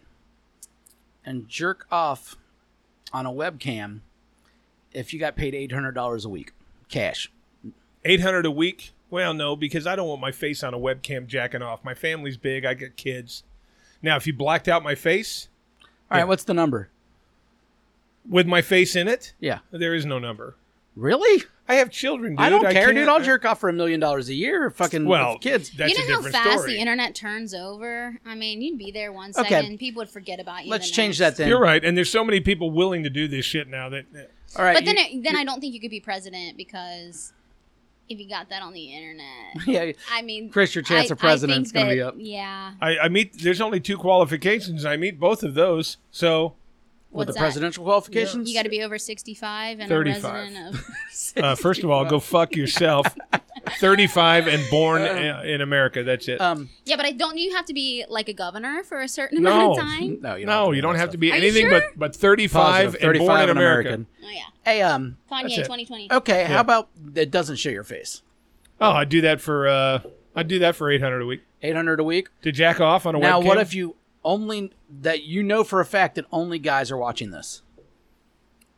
Speaker 1: and jerk off on a webcam if you got paid eight hundred dollars a week, cash?
Speaker 2: Eight hundred a week? Well, no, because I don't want my face on a webcam jacking off. My family's big. I got kids. Now, if you blacked out my face
Speaker 1: All right,
Speaker 2: Yeah.
Speaker 1: what's the number?
Speaker 2: with my face in it,
Speaker 1: Yeah.
Speaker 2: there is no number.
Speaker 1: Really?
Speaker 2: I have children, dude.
Speaker 1: I don't care, dude.
Speaker 2: can't-
Speaker 1: I'll jerk off for a million dollars a year. Fucking
Speaker 2: Well,
Speaker 1: with kids.
Speaker 2: That's
Speaker 3: you
Speaker 2: a
Speaker 3: know how
Speaker 2: different
Speaker 3: fast
Speaker 2: story.
Speaker 3: the internet turns over. I mean, you'd be there one
Speaker 1: Okay.
Speaker 3: second, and people would forget about you.
Speaker 1: Let's
Speaker 3: the
Speaker 1: change that
Speaker 3: next.
Speaker 1: then.
Speaker 2: You're right, and there's so many people willing to do this shit now that
Speaker 1: All right.
Speaker 3: But then,
Speaker 1: you-
Speaker 3: it, then I don't think you could be president because if you got that on the internet,
Speaker 1: yeah,
Speaker 3: I mean,
Speaker 1: Chris, your chance
Speaker 3: I-
Speaker 1: of president's
Speaker 3: I think
Speaker 1: gonna be
Speaker 3: that-
Speaker 1: up.
Speaker 3: Yeah.
Speaker 2: I, I meet. There's only two qualifications. I meet both of those. So
Speaker 1: with the
Speaker 3: What's that?
Speaker 1: presidential qualifications.
Speaker 3: You got to be over 65 and
Speaker 2: 35.
Speaker 3: a resident of.
Speaker 2: uh, first of all, go fuck yourself. 35 and born i- in America. That's it.
Speaker 1: Uh, um,
Speaker 3: Yeah, but I don't. You have to be like a governor for a certain
Speaker 2: No.
Speaker 3: amount of time.
Speaker 1: no, you don't have do
Speaker 2: no, you
Speaker 1: that
Speaker 2: don't have
Speaker 1: stuff.
Speaker 2: to be
Speaker 3: Are you
Speaker 2: anything
Speaker 3: sure?
Speaker 2: but but 35
Speaker 1: Positive,
Speaker 2: and born in
Speaker 1: and
Speaker 2: America.
Speaker 3: Oh yeah,
Speaker 1: Hey, um,
Speaker 3: Kanye
Speaker 2: That's it.
Speaker 3: 2020.
Speaker 1: okay,
Speaker 2: Yeah.
Speaker 1: how about that doesn't show your face?
Speaker 2: Oh, I do that for uh, I do that for 800 a week
Speaker 1: Eight hundred a week.
Speaker 2: to jack off on a
Speaker 1: Now,
Speaker 2: webcam.
Speaker 1: what if you only that you know for a fact that only guys are watching this?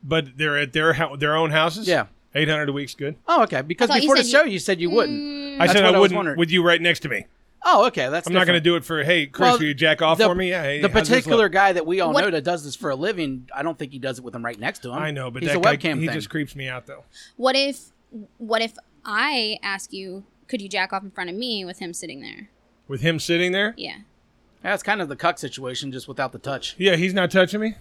Speaker 2: But they're at their hou- their own houses.
Speaker 1: Yeah.
Speaker 2: 800 a week's good.
Speaker 1: Oh, okay. Because
Speaker 3: thought you
Speaker 1: before the
Speaker 3: said
Speaker 1: show,
Speaker 3: you- Mm.
Speaker 1: you said you wouldn't.
Speaker 2: I
Speaker 1: That's what
Speaker 2: said
Speaker 1: I was
Speaker 2: I wouldn't
Speaker 1: wondering.
Speaker 2: with you right next to me.
Speaker 1: Oh, okay. That's
Speaker 2: I'm not going to
Speaker 1: different.
Speaker 2: do it for hey Chris,
Speaker 1: Well,
Speaker 2: will you jack off
Speaker 1: the-
Speaker 2: for me? Yeah, hey,
Speaker 1: the
Speaker 2: how's this look?
Speaker 1: particular guy that we all
Speaker 3: What-
Speaker 1: know that does this for a living, I don't think he does it with him right next to him.
Speaker 2: I know, but
Speaker 1: he's
Speaker 2: that
Speaker 1: a
Speaker 2: guy,
Speaker 1: webcam
Speaker 2: he
Speaker 1: thing.
Speaker 2: just creeps me out though.
Speaker 3: What if? What if I ask you? Could you jack off in front of me with him sitting there?
Speaker 2: With him sitting there,
Speaker 3: Yeah.
Speaker 1: That's kind of the cuck situation, just without the touch.
Speaker 2: Yeah, he's not touching me,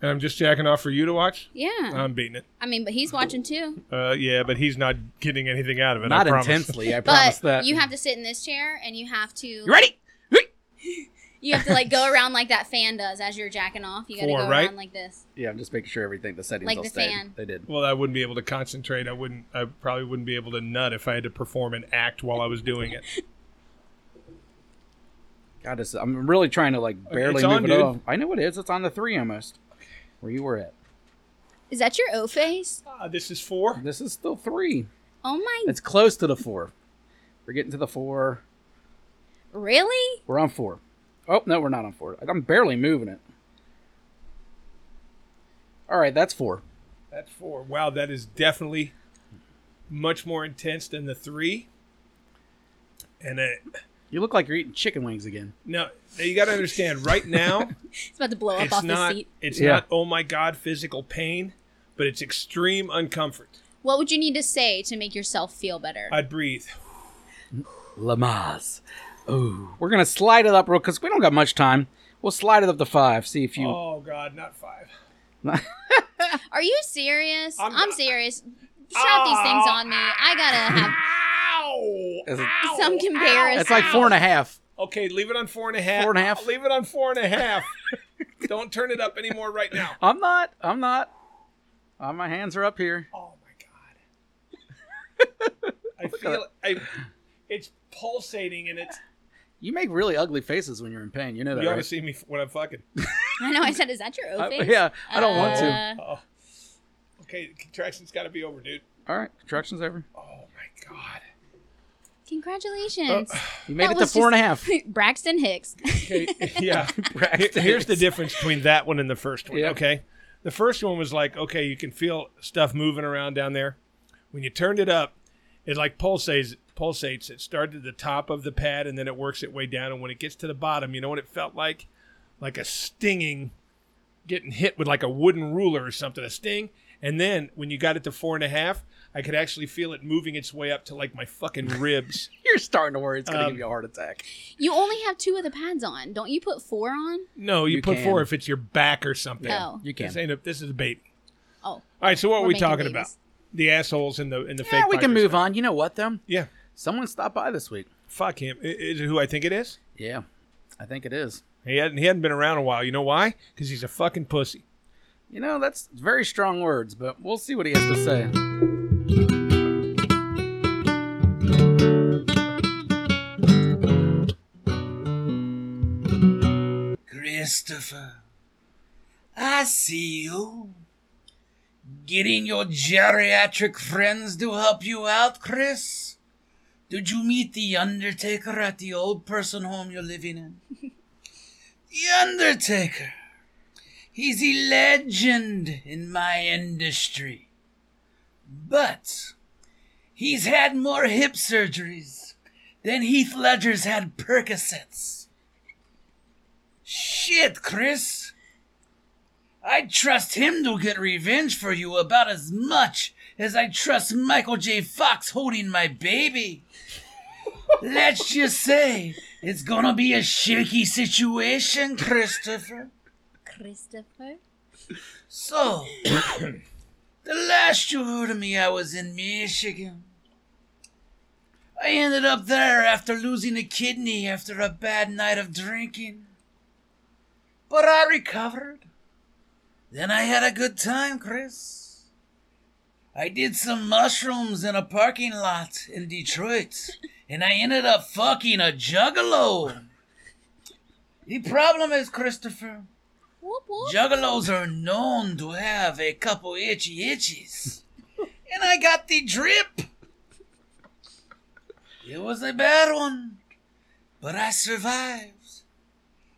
Speaker 2: and I'm just jacking off for you to watch.
Speaker 3: Yeah.
Speaker 2: I'm beating it.
Speaker 3: I mean, but he's watching too.
Speaker 2: Uh, yeah, but he's not getting anything out of it.
Speaker 1: Not
Speaker 2: I promise.
Speaker 1: intensely, I promise
Speaker 3: But
Speaker 1: that.
Speaker 3: you have to sit in this chair and you have to
Speaker 1: You ready?
Speaker 3: you have to like go around like that fan does as you're jacking off. You got to
Speaker 2: Four,
Speaker 3: go
Speaker 2: right?
Speaker 3: around like this.
Speaker 1: Yeah, I'm just making sure everything the settings
Speaker 3: Like
Speaker 1: all
Speaker 3: the
Speaker 1: stayed.
Speaker 3: fan.
Speaker 1: They did.
Speaker 2: Well, I wouldn't be able to concentrate. I wouldn't. I probably wouldn't be able to nut if I had to perform an act while I was doing it.
Speaker 1: God, this, I'm really trying to like barely
Speaker 2: it's
Speaker 1: move
Speaker 2: on,
Speaker 1: it
Speaker 2: dude.
Speaker 1: off. I know it is. It's on the three almost, where you were at.
Speaker 3: Is that your O face?
Speaker 2: Ah, this is four.
Speaker 1: This is still three.
Speaker 3: Oh my!
Speaker 1: It's close to the four. We're getting to the four.
Speaker 3: Really?
Speaker 1: We're on four. Oh no, we're not on four. I'm barely moving it. All right, that's four.
Speaker 2: That's four. Wow, that is definitely much more intense than the three. And it,
Speaker 1: You look like you're eating chicken wings again.
Speaker 2: now, now you got to understand. Right now,
Speaker 3: It's about to blow up
Speaker 2: it's
Speaker 3: off
Speaker 2: not.
Speaker 3: the seat.
Speaker 2: It's
Speaker 1: Yeah.
Speaker 2: not. Oh my God, physical pain, but it's extreme uncomfort.
Speaker 3: What would you need to say to make yourself feel better?
Speaker 2: I'd breathe.
Speaker 1: Lamaze. Oh, we're gonna slide it up real because we don't got much time. We'll slide it up to five. See if you.
Speaker 2: Oh God, not five.
Speaker 3: Are you serious?
Speaker 2: I'm Oh,
Speaker 3: I'm,
Speaker 2: not-
Speaker 3: serious. Shove these things on me. I gotta have
Speaker 2: Ow!
Speaker 1: Is it-
Speaker 2: Ow!
Speaker 3: Some comparison.
Speaker 1: It's like four and a half.
Speaker 2: Okay, leave it on four and a half.
Speaker 1: Four and a half.
Speaker 2: Leave it on four and a half. Don't turn it up anymore right now.
Speaker 1: I'm not. I'm not. Uh, my hands are up here.
Speaker 2: Oh my god. I feel I, it's pulsating and it's
Speaker 1: You make really ugly faces when you're in pain. You know that,
Speaker 2: you ought to
Speaker 1: right?
Speaker 2: see me f- when I'm fucking.
Speaker 3: I know. I said, "Is that your O
Speaker 1: I-
Speaker 3: face?"
Speaker 1: yeah, I don't want to.
Speaker 3: Uh,
Speaker 2: Oh. Okay, contractions got to be over, dude.
Speaker 1: All right, construction's over.
Speaker 2: Oh my god.
Speaker 3: Congratulations,
Speaker 1: You Uh, made
Speaker 3: That
Speaker 1: it to
Speaker 3: was
Speaker 1: four and a
Speaker 3: just-
Speaker 1: half.
Speaker 3: Braxton Hicks.
Speaker 2: Okay, yeah. Here- Here's the difference between that one and the first one.
Speaker 1: Yeah.
Speaker 2: Okay. The first one was like, okay, you can feel stuff moving around down there. When you turned it up, it like pulsates pulsates. It started at the top of the pad and then it works its way down. And when it gets to the bottom, you know what it felt like? Like a stinging getting hit with like a wooden ruler or something, a sting. And then when you got it to four and a half, I could actually feel it moving its way up to like my fucking ribs.
Speaker 1: You're starting to worry it's gonna
Speaker 2: Um,
Speaker 1: give you a heart attack.
Speaker 3: You only have two of the pads on. Don't you put four on?
Speaker 2: No, you,
Speaker 1: You
Speaker 2: put
Speaker 1: can.
Speaker 2: four if it's your back or something.
Speaker 3: No.
Speaker 1: You
Speaker 2: This
Speaker 1: can.
Speaker 2: ain't a, this is a baby.
Speaker 3: Oh,
Speaker 2: All right, so what are
Speaker 3: We're
Speaker 2: we
Speaker 3: making
Speaker 2: talking
Speaker 3: babies.
Speaker 2: about? The assholes and the and the
Speaker 1: Yeah,
Speaker 2: fake.
Speaker 1: we can
Speaker 2: bikers.
Speaker 1: move on. You know what though?
Speaker 2: Yeah,
Speaker 1: Someone stopped by this week.
Speaker 2: fuck him. I- Is it who I think it is?
Speaker 1: Yeah, I think it is.
Speaker 2: He hadn't he hadn't been around a while. You know why? Because he's a fucking pussy.
Speaker 1: You know, that's very strong words, but we'll see what he has to say.
Speaker 4: Christopher, I see you. Getting your geriatric friends to help you out, Chris? Did you meet the Undertaker at the old person home you're living in? the Undertaker. He's a legend in my industry. But he's had more hip surgeries than Heath Ledger's had Percocets. Shit, Chris. I'd trust him to get revenge for you about as much as I trust Michael J. Fox holding my baby. Let's just say it's gonna be a shaky situation, Christopher.
Speaker 3: Christopher.
Speaker 4: So, the last you heard of me, I was in Michigan. I ended up there after losing a kidney after a bad night of drinking. But I recovered. Then I had a good time, Chris. I did some mushrooms in a parking lot in Detroit, and I ended up fucking a juggalo. The problem is, Christopher,
Speaker 3: Whoop whoop.
Speaker 4: Juggalos are known to have a couple itchy itches. and I got the drip. It was a bad one, but I survived.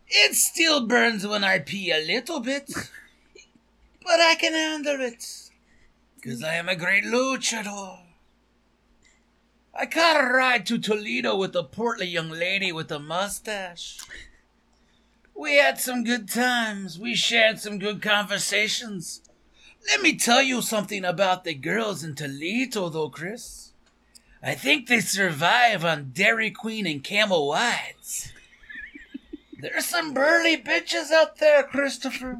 Speaker 4: It still burns when I pee a little bit, but I can handle it. Because I am a great luchador. I caught a ride to Toledo with a portly young lady with a mustache. We had some good times. We shared some good conversations. Let me tell you something about the girls in Toledo, though, Chris. I think they survive on Dairy Queen and Camel Wides. There's some burly bitches out there, Christopher.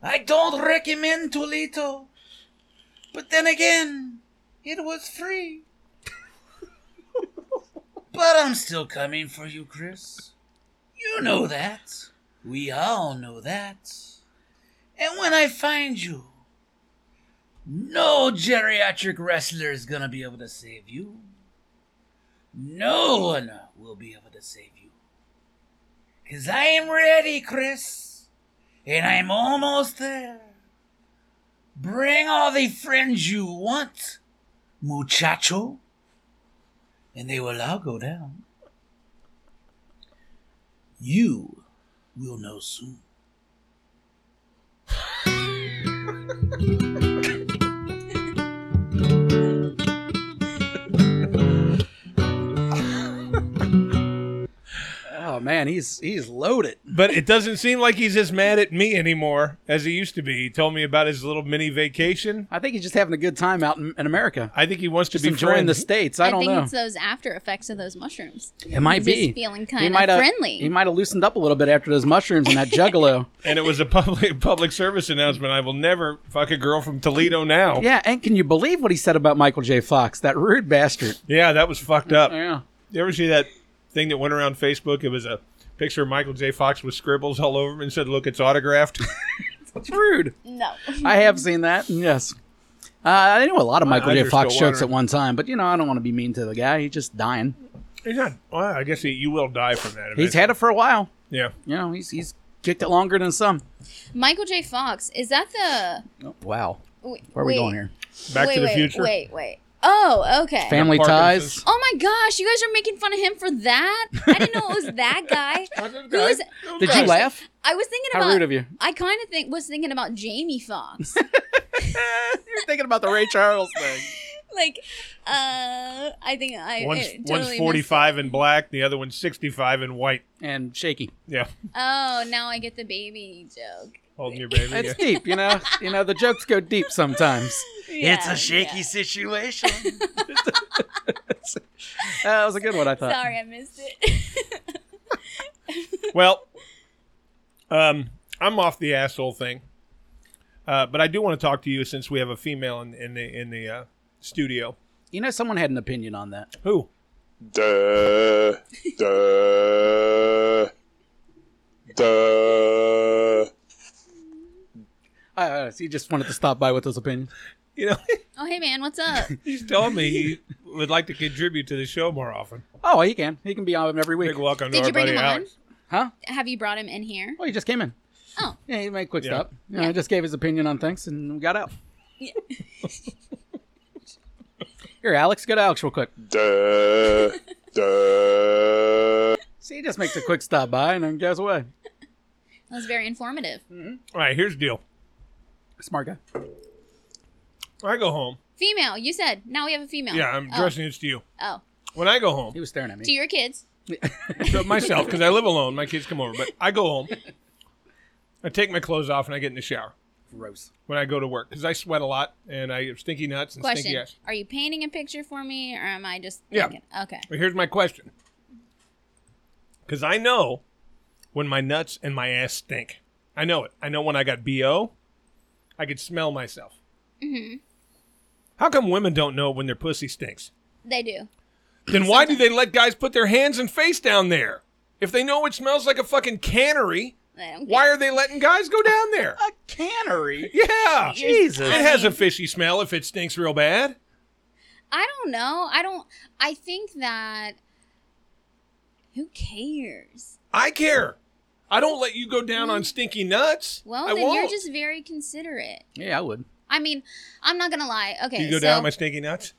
Speaker 4: I don't recommend Toledo. But then again, it was free. but I'm still coming for you, Chris. You know that. We all know that. And when I find you, no geriatric wrestler is gonna be able to save you. No one will be able to save you. Cause I am ready, Chris. And I'm almost there. Bring all the friends you want, muchacho. And they will all go down. You will know soon.
Speaker 1: Oh man, he's he's loaded.
Speaker 2: But it doesn't seem like he's as mad at me anymore as he used to be. He told me about his little mini vacation.
Speaker 1: I think he's just having a good time out in, in America.
Speaker 2: I think he wants to
Speaker 1: Just
Speaker 2: be
Speaker 1: enjoying
Speaker 2: friends.
Speaker 1: the states. I, don't
Speaker 3: think
Speaker 1: know.
Speaker 3: it's those after effects of those mushrooms.
Speaker 1: It might
Speaker 3: He's
Speaker 1: be
Speaker 3: just feeling
Speaker 1: He
Speaker 3: kinda
Speaker 1: might have-
Speaker 3: friendly.
Speaker 1: He might have loosened up a little bit after those mushrooms and that juggalo.
Speaker 2: and it was a public public service announcement. I will never fuck a girl from Toledo now.
Speaker 1: yeah, and can you believe what he said about Michael J. Fox? That rude bastard.
Speaker 2: Yeah, that was fucked up.
Speaker 1: Yeah.
Speaker 2: You ever see that thing that went around Facebook? It was a picture of Michael J. Fox with scribbles all over him and said, "Look, it's autographed."
Speaker 1: It's rude.
Speaker 3: No.
Speaker 1: I have seen that. Yes. Uh, I knew a lot of Michael
Speaker 2: eyes
Speaker 1: J.
Speaker 2: are
Speaker 1: Fox
Speaker 2: still
Speaker 1: jokes at
Speaker 2: watering.
Speaker 1: one time, but you know, I don't want to be mean to the guy. He's just dying.
Speaker 2: He's not. Well, I guess he, you will die from that.
Speaker 1: He's had it for a while.
Speaker 2: Yeah.
Speaker 1: You know, he's he's kicked it longer than some.
Speaker 3: Michael J. Fox, is that the.
Speaker 1: Oh, wow.
Speaker 3: w-
Speaker 1: Where are we
Speaker 3: wait,
Speaker 1: going here?
Speaker 2: Back
Speaker 3: wait,
Speaker 2: to the
Speaker 3: wait,
Speaker 2: future.
Speaker 3: Wait, wait. Oh, okay.
Speaker 1: Family
Speaker 2: Parkinson's.
Speaker 1: ties.
Speaker 3: Oh my gosh, you guys are making fun of him for that? I didn't know it was that guy. Who was-
Speaker 1: Did you laugh?
Speaker 3: I was thinking
Speaker 1: How
Speaker 3: about
Speaker 1: rude of you.
Speaker 3: I kind of think was thinking about Jamie Fox.
Speaker 1: You're thinking about the Ray Charles thing.
Speaker 3: like uh I think I
Speaker 2: One's,
Speaker 3: it totally
Speaker 2: one's
Speaker 3: missed it.
Speaker 2: 45 and black, the other one's 65 and white.
Speaker 1: And shaky.
Speaker 2: Yeah,
Speaker 3: Oh, now I get the baby joke.
Speaker 2: holding your baby.
Speaker 1: It's
Speaker 2: yeah.
Speaker 1: deep, you know. You know, the jokes go deep sometimes.
Speaker 4: it's
Speaker 3: Yeah,
Speaker 4: a shaky
Speaker 3: yeah.
Speaker 4: situation.
Speaker 1: That was a good one, I thought.
Speaker 3: Sorry, I missed it.
Speaker 2: Well, um, I'm off the asshole thing, uh, but I do want to talk to you since we have a female in, in the in the uh, studio.
Speaker 1: You know, someone had an opinion on that.
Speaker 2: Who?
Speaker 5: Duh. Duh. Duh.
Speaker 1: Uh, so he just wanted to stop by with his opinion.
Speaker 2: You know,
Speaker 3: oh, hey man, what's up?
Speaker 2: he's told me he would like to contribute to the show more often.
Speaker 1: Oh, he can. He can be on every week.
Speaker 2: Big welcome to
Speaker 3: Did
Speaker 2: our
Speaker 3: you bring
Speaker 2: buddy
Speaker 3: him on?
Speaker 2: Alex.
Speaker 1: Huh?
Speaker 3: Have you brought him in here?
Speaker 1: Oh, he just came in.
Speaker 3: Oh.
Speaker 1: Yeah, he made a quick
Speaker 2: Yeah.
Speaker 1: stop. You know, just gave his opinion on things and we got out.
Speaker 3: Yeah.
Speaker 1: Here, Alex, go to Alex real quick.
Speaker 5: Duh. Duh.
Speaker 1: See, he just makes a quick stop by and then goes away.
Speaker 3: That was very informative.
Speaker 2: All right, here's the deal.
Speaker 1: Smart guy.
Speaker 2: I go home.
Speaker 3: Female, you said. Now we have a female.
Speaker 2: Yeah, I'm
Speaker 3: Oh,
Speaker 2: addressing this to you.
Speaker 3: Oh,
Speaker 2: When I go home,
Speaker 1: He was staring at
Speaker 3: to
Speaker 1: me.
Speaker 3: your kids.
Speaker 2: so myself, because I live alone, my kids come over, but I go home. I take my clothes off and I get in the shower.
Speaker 1: Gross.
Speaker 2: when I go to work because I sweat a lot and I have stinky nuts and
Speaker 3: Question:
Speaker 2: stinky ass.
Speaker 3: Are you painting a picture for me, or am I just?
Speaker 2: Yeah.
Speaker 3: Thinking? Okay.
Speaker 2: But here's my question because I know when my nuts and my ass stink. I know it. I know when I got BO, I could smell myself.
Speaker 3: Mm-hmm.
Speaker 2: How come women don't know when their pussy stinks?
Speaker 3: They do.
Speaker 2: Then why do they let guys put their hands and face down there? If they know it smells like a fucking cannery,
Speaker 3: They don't
Speaker 2: why
Speaker 3: care.
Speaker 2: are they letting guys go down there?
Speaker 1: A cannery?
Speaker 2: Yeah.
Speaker 1: Jesus.
Speaker 2: It has a fishy smell if it stinks real bad.
Speaker 3: I don't know. I don't. I think that. Who cares?
Speaker 2: I care. I don't let you go down on stinky nuts.
Speaker 3: Well,
Speaker 2: I
Speaker 3: then
Speaker 2: won't.
Speaker 3: you're just very considerate.
Speaker 1: Yeah, I would.
Speaker 3: I mean, I'm not gonna lie. Okay.
Speaker 2: you go
Speaker 3: so
Speaker 2: down on my stinky nuts.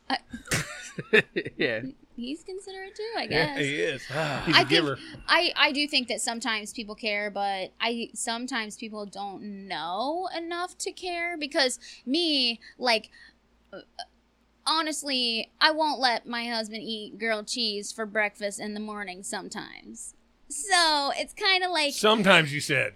Speaker 1: yeah.
Speaker 3: He's considerate too, I guess.
Speaker 2: he is. Ah, He's
Speaker 3: I
Speaker 2: a giver.
Speaker 3: think I, I do think that sometimes people care, but I sometimes people don't know enough to care because me like uh, honestly, I won't let my husband eat grilled cheese for breakfast in the morning sometimes. So, it's kind of like
Speaker 2: Sometimes you said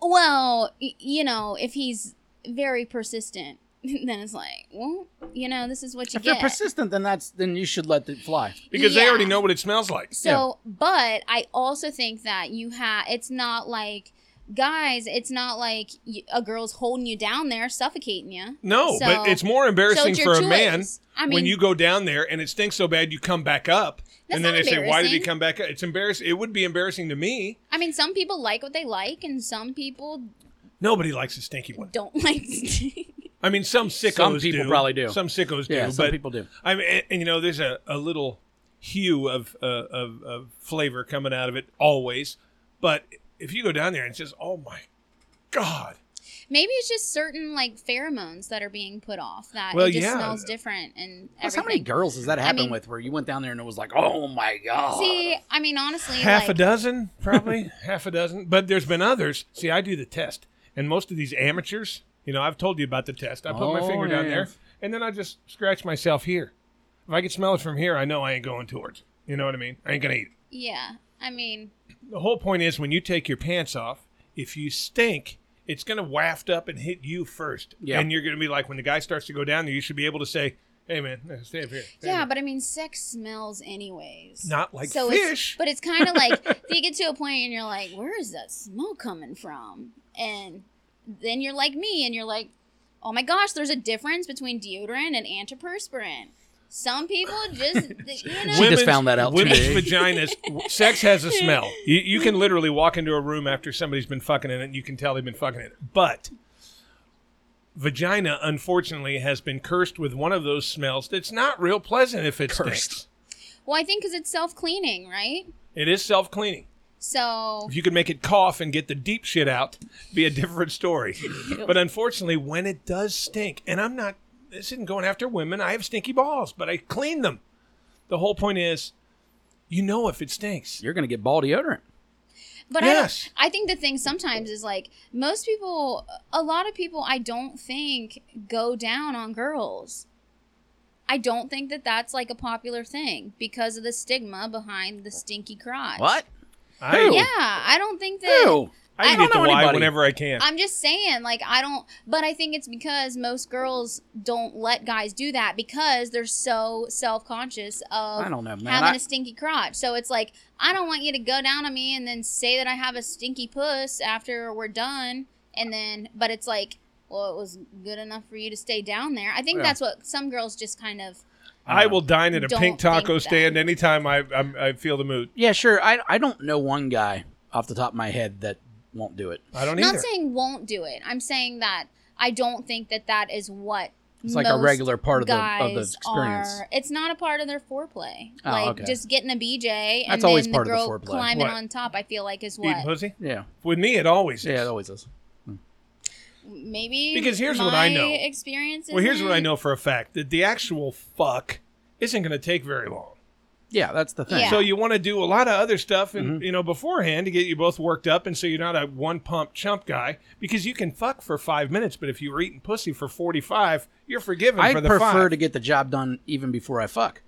Speaker 3: well, y- you know, if he's very persistent. then it's like, well, you know, this is what you
Speaker 1: If
Speaker 3: get.
Speaker 1: you're persistent, then that's then you should let it fly.
Speaker 2: because they
Speaker 3: Yeah.
Speaker 2: already know what it smells like.
Speaker 3: So, but I also think that you have, it's not like, guys, it's not like y- a girl's holding you down there, suffocating you.
Speaker 2: No,
Speaker 3: So-
Speaker 2: but it's more
Speaker 3: so
Speaker 2: embarrassing
Speaker 3: it's
Speaker 2: for
Speaker 3: your
Speaker 2: a
Speaker 3: choice.
Speaker 2: man
Speaker 3: I mean,
Speaker 2: when you go down there and it stinks so bad you come back up.
Speaker 3: That's
Speaker 2: and then
Speaker 3: not
Speaker 2: they say, "Why did he
Speaker 3: embarrassing.
Speaker 2: come back up?" It's embarrassing. It would be embarrassing to me.
Speaker 3: I mean, some people like what they like, and some people
Speaker 2: Nobody likes a stinky one.
Speaker 3: don't like.
Speaker 2: I mean, some sickos
Speaker 1: Some people
Speaker 2: do.
Speaker 1: probably do.
Speaker 2: Some sickos
Speaker 1: Yeah,
Speaker 2: do.
Speaker 1: some
Speaker 2: but
Speaker 1: people do.
Speaker 2: I mean, and, and, you know, there's a, a little hue of, uh, of of flavor coming out of it always. But if you go down there and it's just, "Oh my god,"
Speaker 3: Maybe it's just certain like pheromones that are being put off that
Speaker 2: Well,
Speaker 3: it just
Speaker 2: yeah.
Speaker 3: smells different and
Speaker 1: Plus,
Speaker 3: everything.
Speaker 1: how many girls does that happen
Speaker 3: mean-
Speaker 1: with where you went down there and it was like, oh my god?
Speaker 3: See, I mean, honestly,
Speaker 2: half
Speaker 3: like,
Speaker 2: a dozen probably half a dozen but there's been others see i do the test and most of these amateurs you know i've told you about the test i put my
Speaker 1: Oh,
Speaker 2: finger down
Speaker 1: yeah.
Speaker 2: there and then i just scratch myself here if i can smell it from here i know i ain't going towards it. you know what i mean i ain't gonna eat it
Speaker 3: yeah. I mean,
Speaker 2: the whole point is when you take your pants off if you stink it's gonna waft up and hit you first
Speaker 1: Yeah.
Speaker 2: and you're gonna be like when the guy starts to go down there you should be able to say hey man stay up here Stay up
Speaker 3: yeah,
Speaker 2: here."
Speaker 3: but I mean, sex smells anyways.
Speaker 2: not like
Speaker 3: so
Speaker 2: fish
Speaker 3: It's, but it's kind of like you get to a point and you're like, where is that smell coming from? And then you're like me and you're like, oh my gosh, there's a difference between deodorant and antiperspirant. Some people just, th- you know,
Speaker 1: She just found that out
Speaker 2: Women's
Speaker 1: today.
Speaker 2: vaginas, w- sex has a smell. You, you can literally walk into a room after somebody's been fucking in it, and you can tell they've been fucking in it. But vagina, unfortunately, has been cursed with one of those smells that's not real pleasant if it's
Speaker 1: Cursed.
Speaker 2: cursed.
Speaker 3: well, I think because it's self cleaning, right?
Speaker 2: It is self cleaning.
Speaker 3: So
Speaker 2: If you could make it cough and get the deep shit out, it'd be a different story. but unfortunately, when it does stink, and I'm not, this isn't going after women. I have stinky balls, but I clean them. The whole point is, you know if it stinks.
Speaker 1: You're gonna get ball deodorant.
Speaker 3: But
Speaker 2: Yes.
Speaker 3: I, don't- I think the thing sometimes is like most people, a lot of people, I don't think go down on girls. I don't think that that's like a popular thing because of the stigma behind the stinky crotch.
Speaker 1: What?
Speaker 2: I,
Speaker 1: Who?
Speaker 3: Yeah, I don't think that.
Speaker 1: Ew.
Speaker 2: I,
Speaker 3: I
Speaker 2: get
Speaker 3: don't
Speaker 2: the
Speaker 1: know
Speaker 2: Y
Speaker 1: anybody.
Speaker 2: whenever I can.
Speaker 3: I'm just saying, like, I don't, but I think it's because most girls don't let guys do that because they're so self conscious of
Speaker 1: I don't know, man.
Speaker 3: having
Speaker 1: I-
Speaker 3: a stinky crotch. So it's like, I don't want you to go down on me and then say that I have a stinky puss after we're done. And then, but it's like, well, it was good enough for you to stay down there. I think
Speaker 1: Yeah.
Speaker 3: that's what some girls just kind of,
Speaker 2: I will dine at a
Speaker 3: Don't
Speaker 2: pink taco
Speaker 3: think that.
Speaker 2: stand anytime I I'm, I feel the mood.
Speaker 1: Yeah, sure. I I don't know one guy off the top of my head that won't do it.
Speaker 2: I don't
Speaker 3: not
Speaker 2: either.
Speaker 3: saying won't do it. I'm saying that I don't think that that is what.
Speaker 1: It's like a
Speaker 3: most
Speaker 1: regular part of the of the
Speaker 3: guys
Speaker 1: experience.
Speaker 3: Are, it's not a part of their foreplay.
Speaker 1: Oh,
Speaker 3: like
Speaker 1: okay.
Speaker 3: just getting a BJ and
Speaker 1: That's
Speaker 3: then
Speaker 1: always
Speaker 3: the
Speaker 1: part of the
Speaker 3: girl
Speaker 1: foreplay.
Speaker 3: climbing
Speaker 2: What?
Speaker 3: on top. I feel like is
Speaker 2: Eating
Speaker 3: what
Speaker 2: pussy
Speaker 1: Yeah,
Speaker 2: with me, it always is.
Speaker 1: yeah, it always is.
Speaker 3: maybe
Speaker 2: Because here's what I
Speaker 3: my
Speaker 2: know.
Speaker 3: Experience.
Speaker 2: well, here's what I
Speaker 3: isn't-
Speaker 2: know for a fact that the actual fuck isn't going to take very long.
Speaker 1: Yeah, that's the thing.
Speaker 3: Yeah.
Speaker 2: So you want to do a lot of other stuff, and
Speaker 1: Mm-hmm.
Speaker 2: you know beforehand to get you both worked up, and so you're not a one pump chump guy because you can fuck for five minutes, but if you were eating pussy for forty five, you're forgiven
Speaker 1: I
Speaker 2: for the
Speaker 1: prefer
Speaker 2: five.
Speaker 1: to get the job done even before I fuck.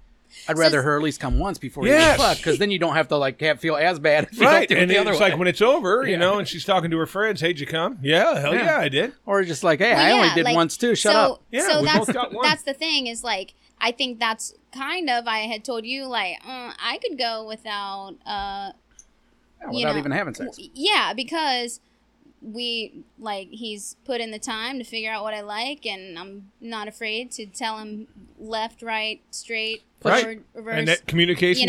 Speaker 1: I'd rather her at least come once before
Speaker 2: Yes.
Speaker 1: you fuck, because then you don't have to like have, feel as bad. If you don't
Speaker 2: Right,
Speaker 1: do it
Speaker 2: and
Speaker 1: the
Speaker 2: it's
Speaker 1: other
Speaker 2: like
Speaker 1: way.
Speaker 2: when it's over, you
Speaker 1: Yeah.
Speaker 2: know, and she's talking to her friends, "Hey, did you come? Yeah, hell yeah,
Speaker 1: Yeah.
Speaker 2: I did."
Speaker 1: or just like, hey,
Speaker 3: Well,
Speaker 1: I only
Speaker 3: yeah,
Speaker 1: did
Speaker 3: like,
Speaker 1: once too. Shut
Speaker 3: so,
Speaker 1: up.
Speaker 2: Yeah,
Speaker 3: so
Speaker 2: we
Speaker 3: that's
Speaker 2: both got one.
Speaker 3: that's the thing is like I think that's kind of I had told you like uh, I could go without uh
Speaker 1: Yeah,
Speaker 3: you
Speaker 1: without
Speaker 3: know,
Speaker 1: even having sex.
Speaker 3: w- yeah because we like he's put in the time to figure out what I like and I'm not afraid to tell him left right straight
Speaker 2: Right.
Speaker 3: forward reverse
Speaker 2: and that communication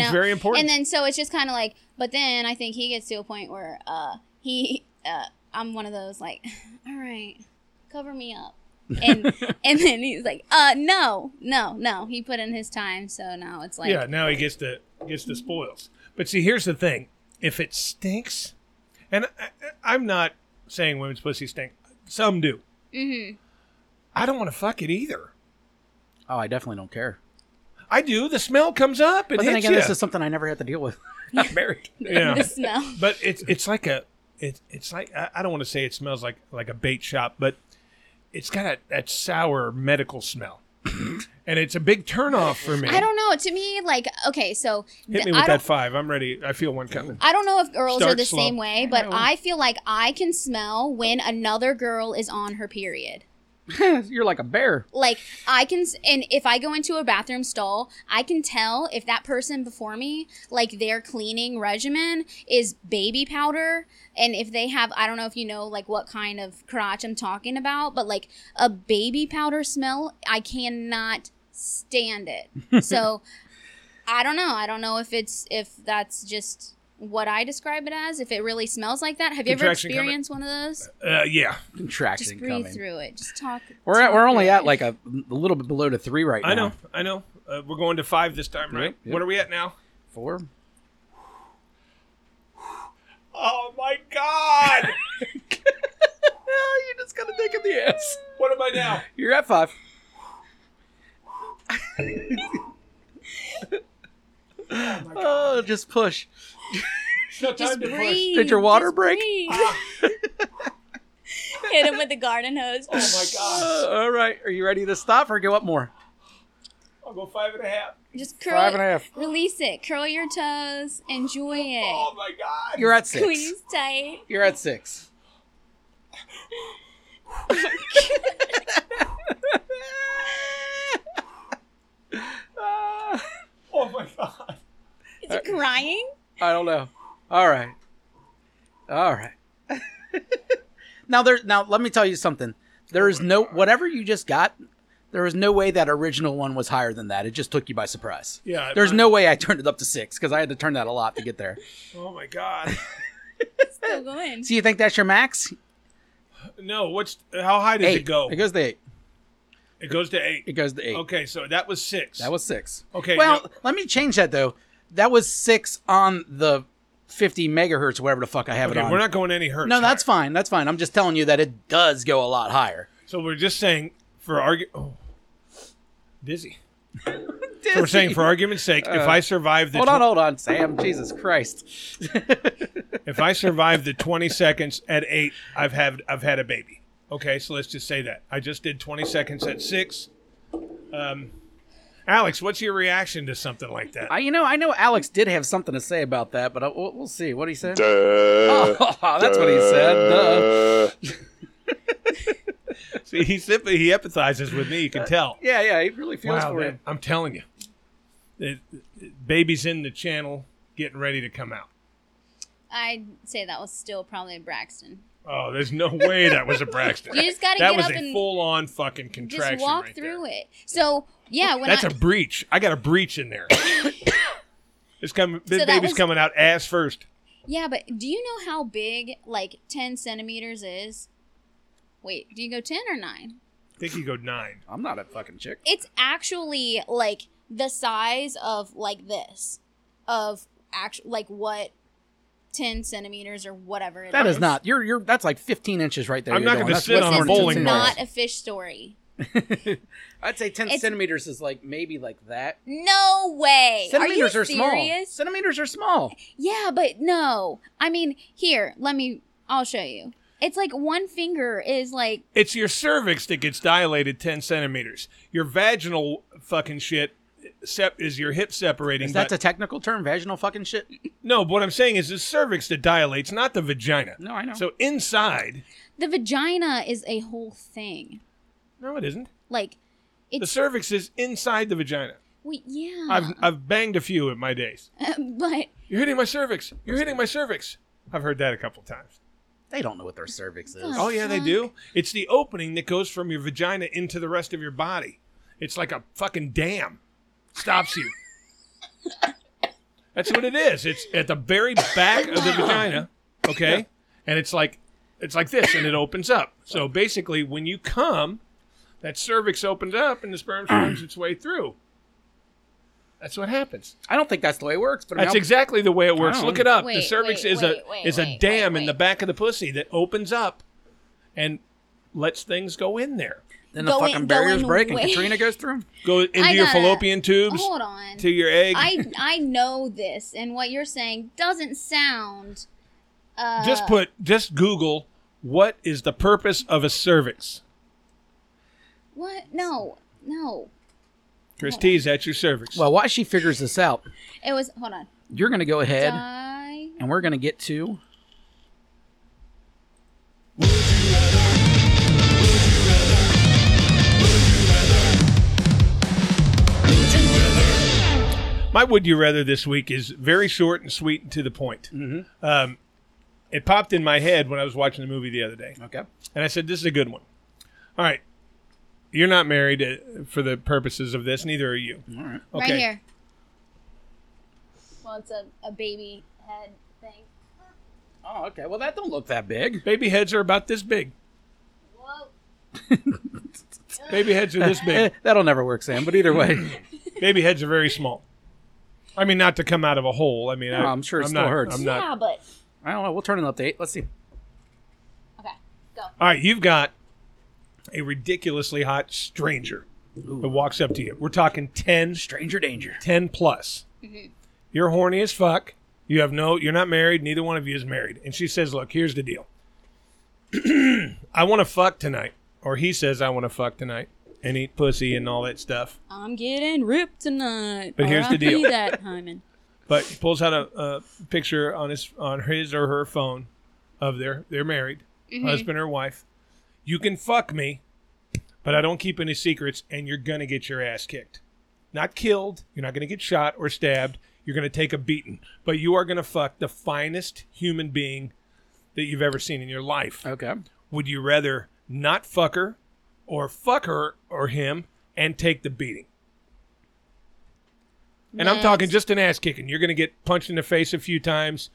Speaker 3: you
Speaker 2: is
Speaker 3: know?
Speaker 2: very important.
Speaker 3: And then so it's just kind of like, but then I think he gets to a point where uh, he, uh, I'm one of those like, all right, cover me up. and and then he's like, uh, no, no, no. He put in his time, so now it's like,
Speaker 2: yeah, now he gets the gets the spoils. But see, here's the thing: if it stinks, and I, I- I'm not saying women's pussy stink. Some do.
Speaker 3: mm-hmm.
Speaker 2: I don't want to fuck it either.
Speaker 1: Oh, I definitely don't care.
Speaker 2: I do. The smell comes up. It
Speaker 1: But then
Speaker 2: hits
Speaker 1: again,
Speaker 2: ya.
Speaker 1: this is something I never had to deal with. Not married.
Speaker 2: Yeah.
Speaker 3: the smell.
Speaker 2: but it's it's like a it, it's like I, I don't want to say it smells like like a bait shop, but it's got that, that sour medical smell, and it's a big turnoff for me.
Speaker 3: I don't know. To me, like, okay, so
Speaker 2: Hit
Speaker 3: th-
Speaker 2: me
Speaker 3: I
Speaker 2: with
Speaker 3: don't-
Speaker 2: that five. I'm ready. I feel one coming.
Speaker 3: I don't know if girls are
Speaker 2: Start
Speaker 3: the
Speaker 2: slow.
Speaker 3: same way, but I feel like I can smell when another girl is on her period.
Speaker 1: You're like a bear.
Speaker 3: Like I can, s- and if I go into a bathroom stall, I can tell if that person before me, like their cleaning regimen is baby powder, and if they have, I don't know if you know, like what kind of crotch I'm talking about, but like a baby powder smell, I cannot stand it. so I don't know. I don't know if it's if that's just what I describe it as. If it really smells like that, have you ever
Speaker 2: Contraction coming.
Speaker 3: experienced one of those?
Speaker 2: Uh, yeah,
Speaker 1: Contraction
Speaker 3: Just breathe
Speaker 1: coming.
Speaker 3: through it. Just talk.
Speaker 1: We're at,
Speaker 3: talk
Speaker 1: we're
Speaker 3: through
Speaker 1: only
Speaker 3: it.
Speaker 1: at like a, a little bit below to three right now.
Speaker 2: I know, I know. Uh, we're going to five this time, right?
Speaker 1: yep.
Speaker 2: What are we at now?
Speaker 1: Four.
Speaker 2: Oh my god!
Speaker 1: Ah, you just gotta take in the ass.
Speaker 2: what am I now?
Speaker 1: You're at five. oh, just push.
Speaker 2: It's not time
Speaker 3: Just
Speaker 2: to push.
Speaker 3: breathe.
Speaker 1: Did your water
Speaker 3: just
Speaker 1: break?
Speaker 3: breathe. Ah. Hit him with the garden hose.
Speaker 2: Oh my god!
Speaker 1: Uh, all right, are you ready to stop or go up more?
Speaker 2: I'll go five and a half.
Speaker 3: Just curl.
Speaker 1: Five and a half.
Speaker 3: Release it. Curl your toes. Enjoy
Speaker 2: Oh
Speaker 3: it.
Speaker 2: my god!
Speaker 1: You're at six.
Speaker 3: Squeeze tight.
Speaker 1: You're at six. Ah,
Speaker 2: Oh my god!
Speaker 3: Is
Speaker 1: Uh,
Speaker 3: it crying?
Speaker 1: I don't know. All right. All right. now there now let me tell you something. There is no whatever you just got, there is no way that original one was higher than that. It just took you by surprise.
Speaker 2: Yeah.
Speaker 1: There's
Speaker 2: my-
Speaker 1: no way I turned it up to six because I had to turn that a lot to get there.
Speaker 2: Oh my god!
Speaker 1: eh.
Speaker 3: Still going.
Speaker 1: So you think that's your max?
Speaker 2: No, what's how high does
Speaker 1: Eight.
Speaker 2: it go?
Speaker 1: It goes to eight.
Speaker 2: It goes to eight.
Speaker 1: It goes to eight.
Speaker 2: Okay, so that was six.
Speaker 1: That was six.
Speaker 2: okay.
Speaker 1: well,
Speaker 2: now-
Speaker 1: let me change that though. That was six on the 50 megahertz, whatever the fuck I have it
Speaker 2: okay,
Speaker 1: on.
Speaker 2: we're not going any hertz.
Speaker 1: no, that's
Speaker 2: higher.
Speaker 1: fine. That's fine. I'm just telling you that it does go a lot higher.
Speaker 2: So we're just saying for argu Oh, dizzy. So we're saying for argument's sake, if I survive the
Speaker 1: hold
Speaker 2: tw-
Speaker 1: on, hold on, Sam. Jesus Christ.
Speaker 2: if I survive the twenty seconds at eight, I've had I've had a baby. Okay, so let's just say that I just did twenty seconds at six. Um, Alex, what's your reaction to something like that?
Speaker 1: I, you know, I know Alex did have something to say about that, but I, we'll, we'll see what he said.
Speaker 5: Duh.
Speaker 1: Oh, that's what he said. Duh.
Speaker 2: See, he simply he empathizes with me. You can tell.
Speaker 1: Yeah, yeah, he really feels for
Speaker 2: man,
Speaker 1: him.
Speaker 2: I'm telling you, the, the baby's in the channel, getting ready to come out.
Speaker 3: I'd say that was still probably Braxton.
Speaker 2: Oh, there's no way that was a Braxton.
Speaker 3: You just gotta
Speaker 2: that
Speaker 3: get
Speaker 2: was
Speaker 3: up
Speaker 2: a
Speaker 3: and
Speaker 2: full-on fucking contraction.
Speaker 3: Just walk
Speaker 2: right
Speaker 3: through
Speaker 2: there.
Speaker 3: it. So yeah, when
Speaker 2: That's
Speaker 3: I
Speaker 2: a breach. I got a breach in there. it's coming.
Speaker 3: So that
Speaker 2: baby's
Speaker 3: was-
Speaker 2: coming out ass first.
Speaker 3: yeah, but do you know how big like ten centimeters is? Wait, do you go ten or nine?
Speaker 2: I think you go nine.
Speaker 1: I'm not a fucking chick.
Speaker 3: it's actually like the size of like this of actual like what 10 centimeters or whatever it is.
Speaker 1: That is not. You're. You're. That's like 15 inches right there.
Speaker 2: I'm
Speaker 1: you're
Speaker 2: not
Speaker 1: doing.
Speaker 2: gonna
Speaker 1: That's
Speaker 2: sit
Speaker 1: way
Speaker 3: this
Speaker 2: on a
Speaker 1: more
Speaker 3: is
Speaker 1: than
Speaker 2: bowling
Speaker 1: 10
Speaker 3: not
Speaker 1: inches.
Speaker 3: a fish story
Speaker 1: I'd say 10
Speaker 3: It's-
Speaker 1: centimeters is like maybe like that.
Speaker 3: no way are you
Speaker 1: Centimeters are, small.
Speaker 3: serious
Speaker 1: Centimeters are small.
Speaker 3: yeah but no i mean here let me i'll show you it's like one finger is like
Speaker 2: It's your cervix that gets dilated ten centimeters. Your vaginal fucking shit sep- is your hip separating.
Speaker 1: Is that
Speaker 2: but-
Speaker 1: a technical term? Vaginal fucking shit?
Speaker 2: no, but what I'm saying is the cervix that dilates, not the vagina.
Speaker 1: No, I know.
Speaker 2: So inside,
Speaker 3: the vagina is a whole thing
Speaker 2: no, it isn't.
Speaker 3: like
Speaker 2: The
Speaker 3: it's
Speaker 2: cervix is inside the vagina.
Speaker 3: we, yeah
Speaker 2: I've I've banged a few in my days.
Speaker 3: but
Speaker 2: You're hitting my cervix. You're hitting my cervix. I've heard that a couple times.
Speaker 1: they don't know what their cervix is.
Speaker 3: Oh.
Speaker 2: Oh yeah, they do. It's the opening that goes from your vagina into the rest of your body. It's like a fucking dam. Stops you. That's what it is. It's at the very back of the vagina, okay? And it's like it's like this and it opens up. So basically when you come, that cervix opens up and the sperm swims its way through. That's what happens.
Speaker 1: I don't think that's the way it works, but I mean,
Speaker 2: That's
Speaker 1: I'll-
Speaker 2: exactly the way it works.
Speaker 1: Oh.
Speaker 2: Look it up. the
Speaker 3: Wait,
Speaker 2: cervix
Speaker 3: wait,
Speaker 2: is
Speaker 3: wait,
Speaker 2: a
Speaker 3: wait,
Speaker 2: is a
Speaker 3: wait,
Speaker 2: dam
Speaker 3: wait,
Speaker 2: in the
Speaker 3: wait.
Speaker 2: back of the pussy that opens up and lets things go in there.
Speaker 1: then the
Speaker 3: Going-
Speaker 1: fucking barriers
Speaker 3: going
Speaker 1: break and
Speaker 3: way-
Speaker 1: Katrina goes through 'em.
Speaker 2: Go into
Speaker 3: I
Speaker 2: your
Speaker 3: gotta-
Speaker 2: fallopian tubes
Speaker 3: hold on
Speaker 2: to your egg.
Speaker 3: I I know this, and what you're saying doesn't sound. Uh,
Speaker 2: just put just Google what is the purpose of a cervix.
Speaker 3: what? No, no.
Speaker 2: Christie's at your cervix.
Speaker 1: Well, while she figures this out,
Speaker 3: It was. Hold on.
Speaker 1: you're going to go ahead
Speaker 3: Di-
Speaker 1: and we're going to get to.
Speaker 2: My would you rather this week is very short and sweet and to the point.
Speaker 1: Mhm.
Speaker 2: Um, it popped in my head when I was watching the movie the other day,
Speaker 1: Okay.
Speaker 2: and I said, "This is a good one." All right, you're not married uh, for the purposes of this. Neither are you.
Speaker 1: All right.
Speaker 2: Okay.
Speaker 3: Right here. Well, it's a, a baby head thing.
Speaker 1: Oh, okay. Well, that don't look that big.
Speaker 2: Baby heads are about this big.
Speaker 3: Whoa.
Speaker 2: Baby heads are this
Speaker 1: Eh,
Speaker 2: big.
Speaker 1: that'll never work, Sam. But either way,
Speaker 2: Baby heads are very small. I mean, not to come out of a hole. I mean,
Speaker 1: No,
Speaker 2: I,
Speaker 1: I'm sure it
Speaker 2: I'm
Speaker 1: still
Speaker 2: not,
Speaker 1: hurts.
Speaker 2: I'm not.
Speaker 3: Yeah, but.
Speaker 1: I don't know. We'll turn an update. Let's see.
Speaker 3: Okay, go.
Speaker 2: All right, you've got a ridiculously hot stranger that walks up to you. We're talking 10
Speaker 1: Stranger danger.
Speaker 2: 10 plus. You're horny as fuck. You have no, you're not married. Neither one of you is married. And she says, Look, here's the deal. I want to fuck tonight. Or he says, I want to fuck tonight and eat pussy and all that stuff.
Speaker 6: I'm getting ripped tonight.
Speaker 2: But here's the
Speaker 6: R.I.P.
Speaker 2: deal.
Speaker 6: That hymen.
Speaker 2: But he pulls out a, a picture on his on his or her phone of their they're married husband or wife. You can fuck me, but I don't keep any secrets, and you're gonna get your ass kicked. Not killed. You're not gonna get shot or stabbed. You're gonna take a beating, but you are gonna fuck the finest human being that you've ever seen in your life.
Speaker 1: Okay.
Speaker 2: Would you rather not fuck her, or fuck her or him and take the beating? And I'm talking just an ass kicking. You're going to get punched in the face a few times,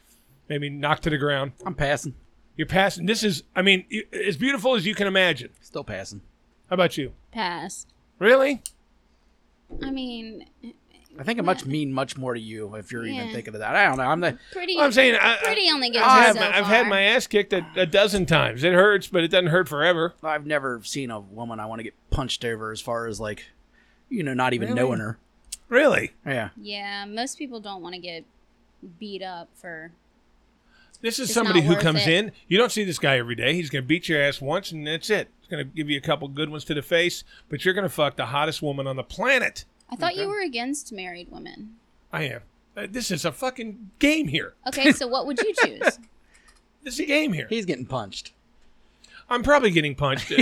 Speaker 2: maybe knocked to the ground.
Speaker 1: I'm passing.
Speaker 2: You're passing. This is, I mean, you- as beautiful as you can imagine.
Speaker 1: Still passing.
Speaker 2: How about you?
Speaker 6: Pass.
Speaker 2: Really?
Speaker 3: I mean,
Speaker 1: I think it much mean much more to you if you're even
Speaker 3: Yeah.
Speaker 1: thinking of that. I don't know. I'm the
Speaker 3: pretty.
Speaker 2: Well, I'm saying I, I,
Speaker 3: pretty only gets
Speaker 2: I
Speaker 3: you
Speaker 2: have,
Speaker 3: so
Speaker 2: I've
Speaker 3: far.
Speaker 2: had my ass kicked a, a dozen times. It hurts, but it doesn't hurt forever.
Speaker 1: I've never seen a woman I want to get punched over as far as like, you know, not even knowing her.
Speaker 2: Really?
Speaker 1: Yeah.
Speaker 3: Yeah, most people don't want to get beat up for.
Speaker 2: This is
Speaker 3: It's
Speaker 2: somebody
Speaker 3: not
Speaker 2: who
Speaker 3: worth
Speaker 2: comes
Speaker 3: it.
Speaker 2: in. You don't see this guy every day. He's going to beat your ass once, and that's it. He's going to give you a couple good ones to the face, but you're going to fuck the hottest woman on the planet.
Speaker 3: I thought you were against married women.
Speaker 2: I am. Uh, This is a fucking game here.
Speaker 3: Okay, so what would you choose?
Speaker 2: This is a game here.
Speaker 1: He's getting punched.
Speaker 2: I'm probably getting punched uh,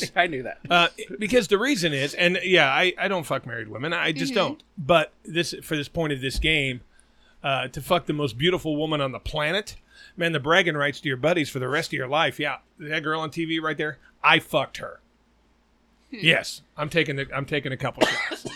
Speaker 1: See, I knew that.
Speaker 2: uh, because the reason is, and yeah, I, I don't fuck married women. I just
Speaker 1: Mm-hmm.
Speaker 2: don't. But this for this point of this game, uh, to fuck the most beautiful woman on the planet, man, the bragging rights to your buddies for the rest of your life. Yeah, that girl on TV right there, I fucked her.
Speaker 1: Hmm.
Speaker 2: Yes, I'm taking the I'm taking a couple shots,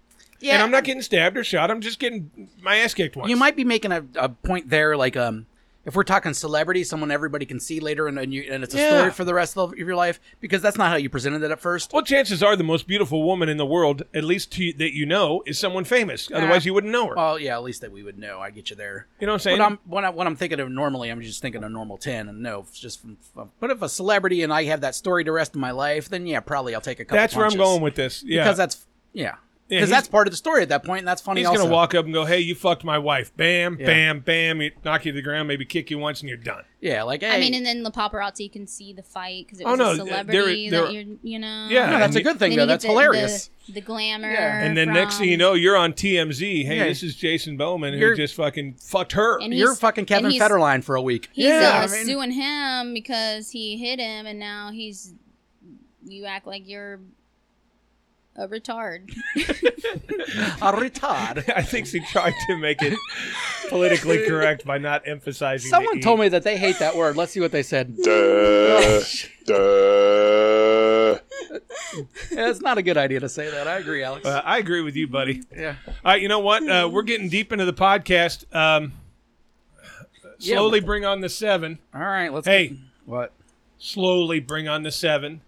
Speaker 1: Yeah.
Speaker 2: and I'm not getting stabbed or shot. I'm just getting my ass kicked once.
Speaker 1: you might be making a, a point there, like um, if we're talking celebrity, someone everybody can see later, and and, you, and it's a
Speaker 2: Yeah.
Speaker 1: story for the rest of your life because that's not how you presented it at first.
Speaker 2: Well, chances are the most beautiful woman in the world, at least to, that you know, is someone famous. Otherwise, you wouldn't know her.
Speaker 1: Well, yeah, at least that we would know. I get you there.
Speaker 2: you know what I'm saying?
Speaker 1: But I'm when I when I'm thinking of normally, I'm just thinking of normal ten, and no, it's just from, from- But if a celebrity and I have that story the rest of my life, then yeah, probably I'll take a couple.
Speaker 2: that's where I'm
Speaker 1: punches.
Speaker 2: going with this. Yeah.
Speaker 1: because that's yeah,
Speaker 2: Yeah,
Speaker 1: because
Speaker 2: he's-
Speaker 1: that's part of the story at that point, and that's funny.
Speaker 2: He's
Speaker 1: also,
Speaker 2: gonna walk up and go, "Hey, you fucked my wife!" Bam,
Speaker 1: Yeah.
Speaker 2: bam, bam. You knock you to the ground, maybe kick you once, and you're done.
Speaker 1: yeah, like hey,
Speaker 3: I mean, and then the paparazzi can see the fight because it
Speaker 2: Oh,
Speaker 3: was
Speaker 2: no,
Speaker 3: a
Speaker 2: uh,
Speaker 3: celebrity
Speaker 2: there-
Speaker 3: that
Speaker 2: there-
Speaker 3: you're, you know.
Speaker 2: Yeah,
Speaker 1: no, that's
Speaker 2: and
Speaker 1: a good
Speaker 3: Then
Speaker 1: thing
Speaker 3: you
Speaker 1: though.
Speaker 3: get
Speaker 1: that's
Speaker 3: the-
Speaker 1: hilarious.
Speaker 3: The, the glamour.
Speaker 1: Yeah.
Speaker 2: And then next thing you
Speaker 3: from-
Speaker 2: know, you're on TMZ. Hey,
Speaker 1: Yeah.
Speaker 2: this is Jason Bowman who
Speaker 1: You're-
Speaker 2: just fucking fucked her.
Speaker 3: And
Speaker 1: You're
Speaker 3: he's-
Speaker 1: fucking Kevin
Speaker 3: and he's-
Speaker 1: Federline for a week.
Speaker 3: He's
Speaker 2: Yeah,
Speaker 1: I
Speaker 3: uh,
Speaker 1: mean-
Speaker 3: suing him because he hit him, and now he's. You act like you're a retard.
Speaker 1: a retard.
Speaker 2: I think she tried to make it politically correct by not emphasizing. the
Speaker 1: Someone
Speaker 2: E.
Speaker 1: told me that they hate that word. Let's see what they said.
Speaker 5: duh, duh.
Speaker 1: Yeah, it's not a good idea to say that. I agree, Alex.
Speaker 2: Uh, I agree with you, buddy.
Speaker 1: yeah.
Speaker 2: All right, you know what? Uh, we're getting deep into the podcast. Um, slowly bring on the seven.
Speaker 1: All right. Let's.
Speaker 2: Hey.
Speaker 1: get- what?
Speaker 2: Slowly bring on the seven.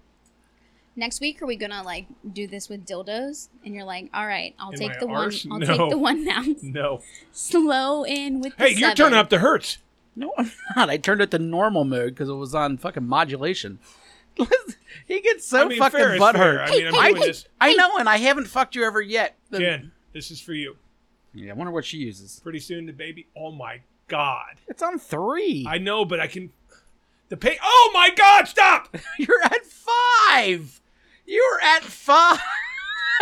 Speaker 3: Next week, are we gonna like do this with dildos? And you're like, all right, I'll
Speaker 2: In my
Speaker 3: take the
Speaker 2: arse?
Speaker 3: one. I'll
Speaker 2: No.
Speaker 3: take the one now.
Speaker 2: No.
Speaker 3: Slow in with.
Speaker 2: Hey,
Speaker 3: the
Speaker 2: you're
Speaker 3: seven.
Speaker 2: turning up the hertz.
Speaker 1: No, I'm not. I turned it to normal mode because it was on fucking modulation. he gets so
Speaker 2: I mean,
Speaker 1: fucking
Speaker 2: fair is fair.
Speaker 1: butthurt.
Speaker 2: I mean, I'm
Speaker 1: I,
Speaker 2: doing this.
Speaker 1: I know, and I haven't fucked you ever yet. The-
Speaker 2: Jen, this is for you.
Speaker 1: Yeah, I wonder what she uses.
Speaker 2: Pretty soon, the baby. Oh my God.
Speaker 1: It's on three.
Speaker 2: I know, but I can. The pay. Oh my God! Stop.
Speaker 1: You're at five. You're at five.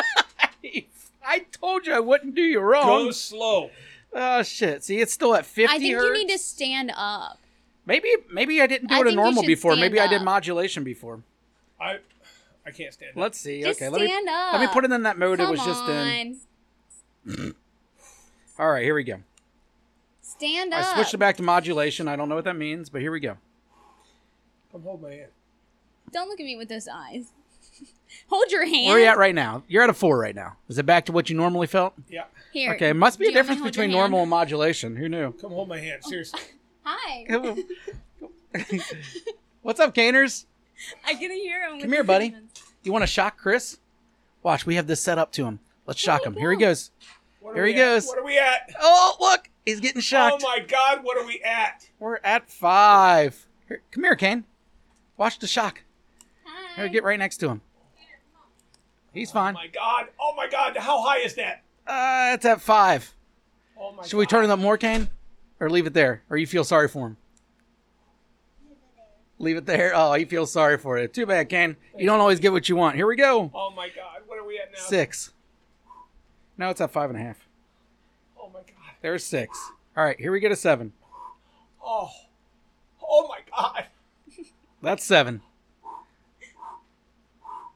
Speaker 1: I told you I wouldn't do you wrong.
Speaker 2: Go slow.
Speaker 1: Oh shit! See, it's still at fifty.
Speaker 3: I think
Speaker 1: hertz.
Speaker 3: you need to stand up.
Speaker 1: Maybe maybe I didn't do
Speaker 3: I
Speaker 1: it a
Speaker 3: think you
Speaker 1: normal
Speaker 3: should
Speaker 1: before.
Speaker 3: stand
Speaker 1: Maybe I did
Speaker 3: up.
Speaker 1: modulation before.
Speaker 2: I, I can't stand it.
Speaker 1: Let's see.
Speaker 3: Just
Speaker 1: okay, let me
Speaker 3: stand up.
Speaker 1: let me put it in that mode
Speaker 3: Come
Speaker 1: it was just in.
Speaker 3: on.
Speaker 1: All right, here we go.
Speaker 3: Stand
Speaker 1: I
Speaker 3: up.
Speaker 1: switched it back to modulation. I don't know what that means, but here we go.
Speaker 2: Come hold my hand.
Speaker 3: Don't look at me with those eyes. Hold your hand.
Speaker 1: Where are you at right now? You're at a four right now. Is it back to what you normally felt?
Speaker 2: Yeah,
Speaker 3: Here.
Speaker 1: Okay, it must be
Speaker 3: do
Speaker 1: a
Speaker 3: you want me
Speaker 1: difference
Speaker 3: to hold your
Speaker 1: between
Speaker 3: hand?
Speaker 1: normal and modulation. Who knew?
Speaker 2: come hold my hand. Seriously.
Speaker 3: Hi.
Speaker 1: What's up, Caners?
Speaker 3: I can hear him. with
Speaker 1: Come here,
Speaker 3: the
Speaker 1: buddy.
Speaker 3: headphones.
Speaker 1: You want to shock Chris? Watch, we have this set up to him. Let's shock him. Here he
Speaker 3: go.
Speaker 1: goes.
Speaker 2: What are
Speaker 1: Here he
Speaker 2: we at?
Speaker 1: goes.
Speaker 2: What are we at?
Speaker 1: Oh, look, he's getting
Speaker 2: Oh
Speaker 1: shocked.
Speaker 2: my God! What are we at?
Speaker 1: We're at five. Here, come here, Kane. Watch the shock.
Speaker 3: Hi.
Speaker 1: Here, get right next to him. He's
Speaker 2: Oh
Speaker 1: fine.
Speaker 2: my God! Oh my God! How high is that?
Speaker 1: Uh, it's at five.
Speaker 2: Oh my.
Speaker 1: Should we turn it up more, Kane, or leave it there? Or you feel sorry for him? Leave it there. Oh, he feels sorry for it. Too bad, Kane. You don't always get what you want. Here we go.
Speaker 2: Oh my God! What are we at now?
Speaker 1: Six. Now it's at five and a half.
Speaker 2: Oh my God!
Speaker 1: There's six. All right, here we get a seven.
Speaker 2: Oh. Oh my God!
Speaker 1: That's seven.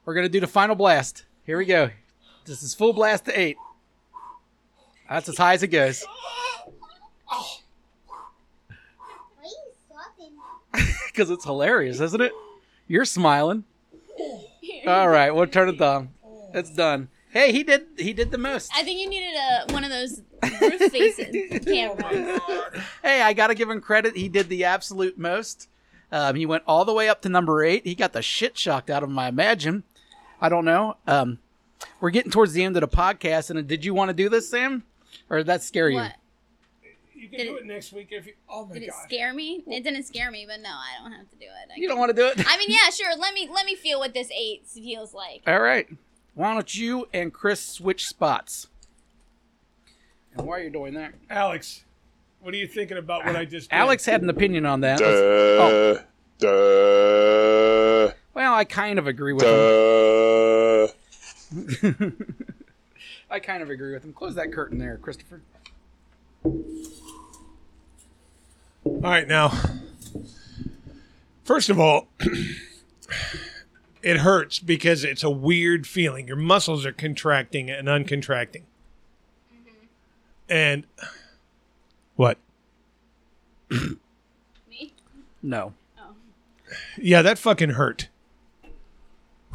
Speaker 1: We're gonna do the final blast. Here we go. This is full blast to eight. That's as high as it goes. Because it's hilarious, isn't it? You're smiling. All right, we'll turn it down. It's done. Hey, he did. He did the most.
Speaker 3: I think you needed a one of those roof faces cameras.
Speaker 1: Hey, I gotta give him credit. He did the absolute most. Um, he went all the way up to number eight. He got the shit shocked out of him. I imagine. I don't know. Um, we're getting towards the end of the podcast, and did you want to do this, Sam, or did that scare you?
Speaker 3: What?
Speaker 2: You can
Speaker 3: Did
Speaker 2: do
Speaker 3: it-
Speaker 2: it next week if you. Oh my
Speaker 3: Did it
Speaker 2: God!
Speaker 3: scare me? It didn't scare me, but no, I don't have to do it. I
Speaker 1: You
Speaker 3: can-
Speaker 1: don't want to do it.
Speaker 3: I mean, yeah, sure. Let me let me feel what this eight feels like.
Speaker 1: All right. Why don't you and Chris switch spots? And while you're doing that,
Speaker 2: Alex, what are you thinking about what I just? did?
Speaker 1: Ah, Alex had an opinion on that. Let's- Oh.
Speaker 5: duh, duh,
Speaker 1: Well, I kind of agree with him.
Speaker 5: duh.
Speaker 1: I kind of agree with him. Close that curtain there, Christopher.
Speaker 2: All right, now, first of all, it hurts because it's a weird feeling. Your muscles are contracting and uncontracting. And what?
Speaker 3: Me?
Speaker 1: No.
Speaker 2: Yeah, that fucking hurt.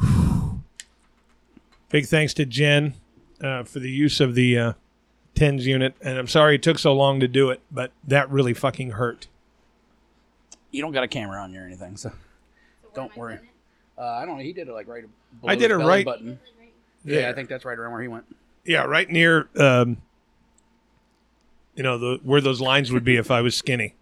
Speaker 2: Big thanks to Jen uh, for the use of the uh, tens unit, and I'm sorry it took so long to do it, but that really fucking hurt.
Speaker 1: You don't got a camera on you or anything, so don't worry. Uh, I don't know. He did it like right. Below
Speaker 2: I did
Speaker 1: his
Speaker 2: it
Speaker 1: belly
Speaker 2: right-
Speaker 1: Button. Yeah,
Speaker 2: Yeah.
Speaker 1: I think that's right around where he went.
Speaker 2: Yeah, right near, um, you know, the where those lines would be if I was skinny.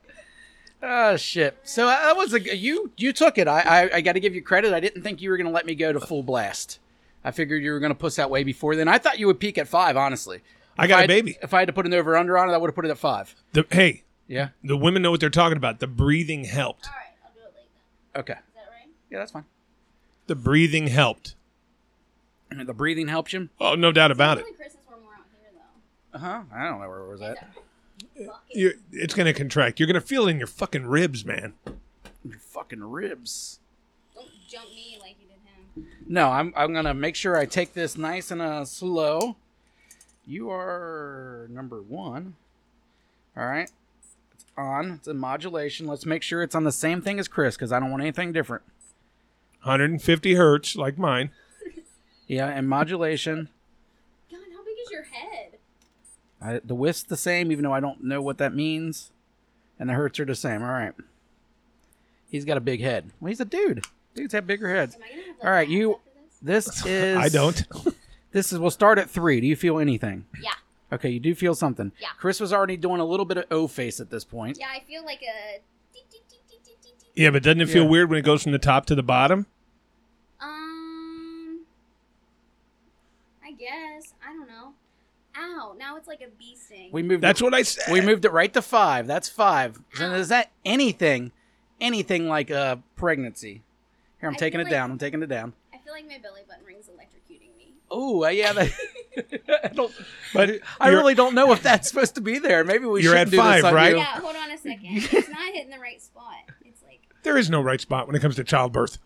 Speaker 1: Oh shit! So I I was a g- you. You took it. I I, I got to give you credit. I didn't think you were gonna let me go to full blast. I figured you were gonna push that way before then. I thought you would peak at five. Honestly,
Speaker 2: I got
Speaker 1: If
Speaker 2: a baby.
Speaker 1: If I had to put an over under on it, I would have put it at five.
Speaker 2: The, hey,
Speaker 1: Yeah.
Speaker 2: the women know what they're talking about. The breathing helped.
Speaker 3: All right, I'll do it like that.
Speaker 1: Okay.
Speaker 3: Is that right?
Speaker 1: Yeah, that's fine.
Speaker 2: The breathing helped.
Speaker 1: The breathing helps you.
Speaker 2: Oh, no doubt about it.
Speaker 3: Only Christmas were more out here
Speaker 1: Uh
Speaker 3: though.
Speaker 1: huh. I don't know where it was at.
Speaker 2: You're, it's going to contract. You're going to feel it in your fucking ribs, man.
Speaker 1: Your fucking ribs.
Speaker 3: Don't jump me like you did him.
Speaker 1: No, I'm I'm gonna make sure I take this nice and uh, slow. You are number one. All right, it's on. It's in modulation. Let's make sure it's on the same thing as Chris because I don't want anything different.
Speaker 2: 150 hertz, like mine.
Speaker 1: Yeah, and modulation.
Speaker 3: God, how big is your head?
Speaker 1: I, the width's the same, even though I don't know what that means, and the hertz are the same. All right. He's got a big head. Well, he's a dude. Dudes have bigger heads.
Speaker 3: Am I gonna have like
Speaker 1: All right, you-
Speaker 3: abs after this?
Speaker 1: This is.
Speaker 2: I don't.
Speaker 1: This is. We'll start at three. Do you feel anything?
Speaker 3: Yeah,
Speaker 1: Okay, you do feel something.
Speaker 3: Yeah.
Speaker 1: Chris was already doing a little bit of O face at this point.
Speaker 3: yeah, I feel like a. deet, deet, deet, deet, deet, deet, deet.
Speaker 2: Yeah, but doesn't it feel
Speaker 1: Yeah.
Speaker 2: weird when it goes from the top to the bottom?
Speaker 3: Um, I guess I don't know. Ow! Now it's like a bee sting.
Speaker 1: We moved.
Speaker 2: That's
Speaker 1: it,
Speaker 2: what I said.
Speaker 1: we moved it right to five. That's five. So is that anything, anything like uh, pregnancy? Here, I'm
Speaker 3: I
Speaker 1: taking it
Speaker 3: feel like-
Speaker 1: down. I'm taking it down.
Speaker 3: I feel like my belly button ring's electrocuting me.
Speaker 1: Oh, yeah. That, I, don't,
Speaker 2: But
Speaker 1: I
Speaker 2: you're-
Speaker 1: really don't know if that's supposed to be there. Maybe we
Speaker 2: You're
Speaker 1: shouldn't do
Speaker 2: at
Speaker 1: this
Speaker 2: five,
Speaker 1: on
Speaker 2: right?
Speaker 1: you.
Speaker 3: Yeah, hold on a second. It's not hitting the right spot. It's like
Speaker 2: there is no right spot when it comes to childbirth.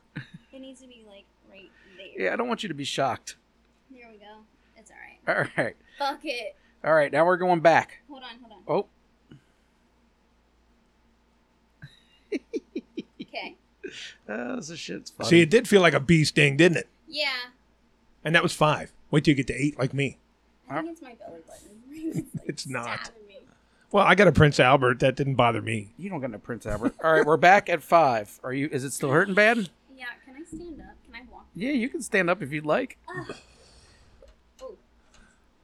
Speaker 3: it needs to be like right there.
Speaker 1: Yeah, I don't want you to be shocked.
Speaker 3: There we go. It's all right.
Speaker 1: All right.
Speaker 3: Fuck it.
Speaker 1: All right, now we're going back.
Speaker 3: Hold on, hold on.
Speaker 1: Oh,
Speaker 3: Okay.
Speaker 1: uh, this shit's funny.
Speaker 2: See, it did feel like a bee sting, didn't it?
Speaker 3: Yeah.
Speaker 2: And that was five. Wait till you get to eight, like me.
Speaker 3: I think it's my belly button.
Speaker 2: It's not.
Speaker 3: Stabbing me.
Speaker 2: Well, I got a Prince Albert. That didn't bother me.
Speaker 1: you don't get no Prince Albert. All right, we're back at five. Are you? Is it still hurting bad?
Speaker 3: Yeah, can I stand up? Can I walk?
Speaker 1: Yeah, you can stand up if you'd like.
Speaker 3: Oh,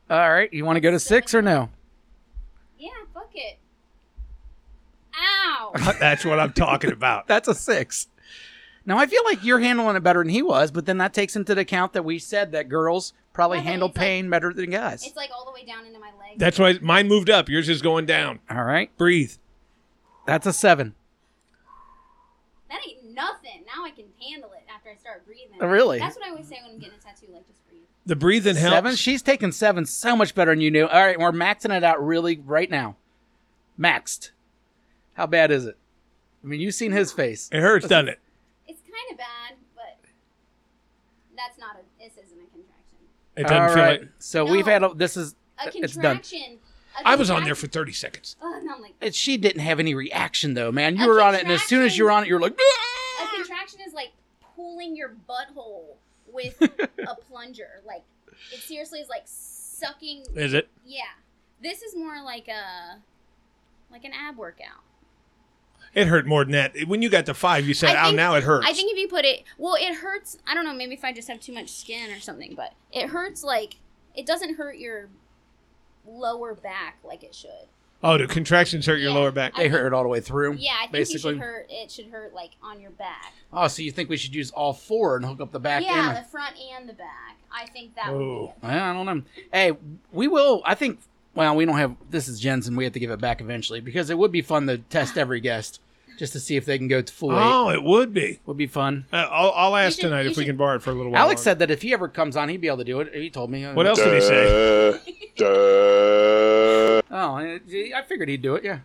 Speaker 1: All right, you want to go to six or no?
Speaker 3: yeah, fuck it. Ow!
Speaker 2: That's what I'm talking about.
Speaker 1: That's a six. Now I feel like you're handling it better than he was, but then that takes into account that we said that girls probably
Speaker 3: Right,
Speaker 1: handle
Speaker 3: it's like-
Speaker 1: pain better than guys.
Speaker 3: It's like all the way down into my leg.
Speaker 2: That's why mine moved up. Yours is going down.
Speaker 1: All right,
Speaker 2: Breathe.
Speaker 1: that's a seven.
Speaker 3: That ain't nothing. Now I can handle it after I start breathing.
Speaker 1: Oh, really?
Speaker 3: That's what I always say when I'm getting a tattoo, like just breathe.
Speaker 2: The breathing helps.
Speaker 1: Seven. She's taking seven so much better than you knew. All right, we're maxing it out really right now. Maxed. How bad is it? I mean, you've seen his face.
Speaker 2: it hurts, doesn't it?
Speaker 3: It's kind of bad, but that's not a. This isn't a contraction.
Speaker 2: It doesn't
Speaker 1: All
Speaker 2: feel
Speaker 1: right.
Speaker 2: like.
Speaker 1: So
Speaker 3: No.
Speaker 1: we've had a, this is
Speaker 3: A
Speaker 1: it's done.
Speaker 3: contraction. a
Speaker 2: I was on there for
Speaker 3: contraction-
Speaker 2: 30 seconds.
Speaker 3: Ugh, and I'm like,
Speaker 1: It, she didn't have any reaction though, man. You
Speaker 3: A
Speaker 1: were on it, and as soon as you were on it, you were like,
Speaker 3: a contraction is like pulling your butthole with a plunger. Like it seriously is like sucking.
Speaker 2: Is it?
Speaker 3: Yeah, this is more like a like an ab workout.
Speaker 2: It hurt more than that. When you got to five, you said,
Speaker 3: I
Speaker 2: "Oh,
Speaker 3: think-
Speaker 2: now it hurts."
Speaker 3: I think if you put it, well, it hurts. I don't know. Maybe if I just have too much skin or something, but it hurts like it doesn't hurt your lower back like it should.
Speaker 2: oh, do contractions hurt your
Speaker 3: Yeah.
Speaker 2: lower back?
Speaker 1: "Ah!" they hurt it all the way through.
Speaker 3: Yeah, I think
Speaker 1: basically.
Speaker 3: you should hurt. It should hurt like on your back.
Speaker 1: Oh, so you think we should use all four and hook up the back
Speaker 3: yeah,
Speaker 1: end?
Speaker 3: the front and the back. I think that would
Speaker 2: Oh.
Speaker 3: be it.
Speaker 1: Well, I don't know. Hey, we will. I think. Well, we don't have. This is Jensen. We have to give it back eventually because it would be fun to test every guest just to see if they can go to full eight.
Speaker 2: Oh, it would be.
Speaker 1: Would be fun.
Speaker 2: Uh, I'll, I'll ask
Speaker 3: should-
Speaker 2: tonight
Speaker 3: you
Speaker 2: if we
Speaker 3: should-
Speaker 2: can borrow it for a little while.
Speaker 1: Alex
Speaker 2: longer.
Speaker 1: said that if he ever comes on, he'd be able to do it. He told me.
Speaker 2: What else did he say?
Speaker 5: Duh. Duh.
Speaker 1: Oh, I I figured he'd do it. Yeah.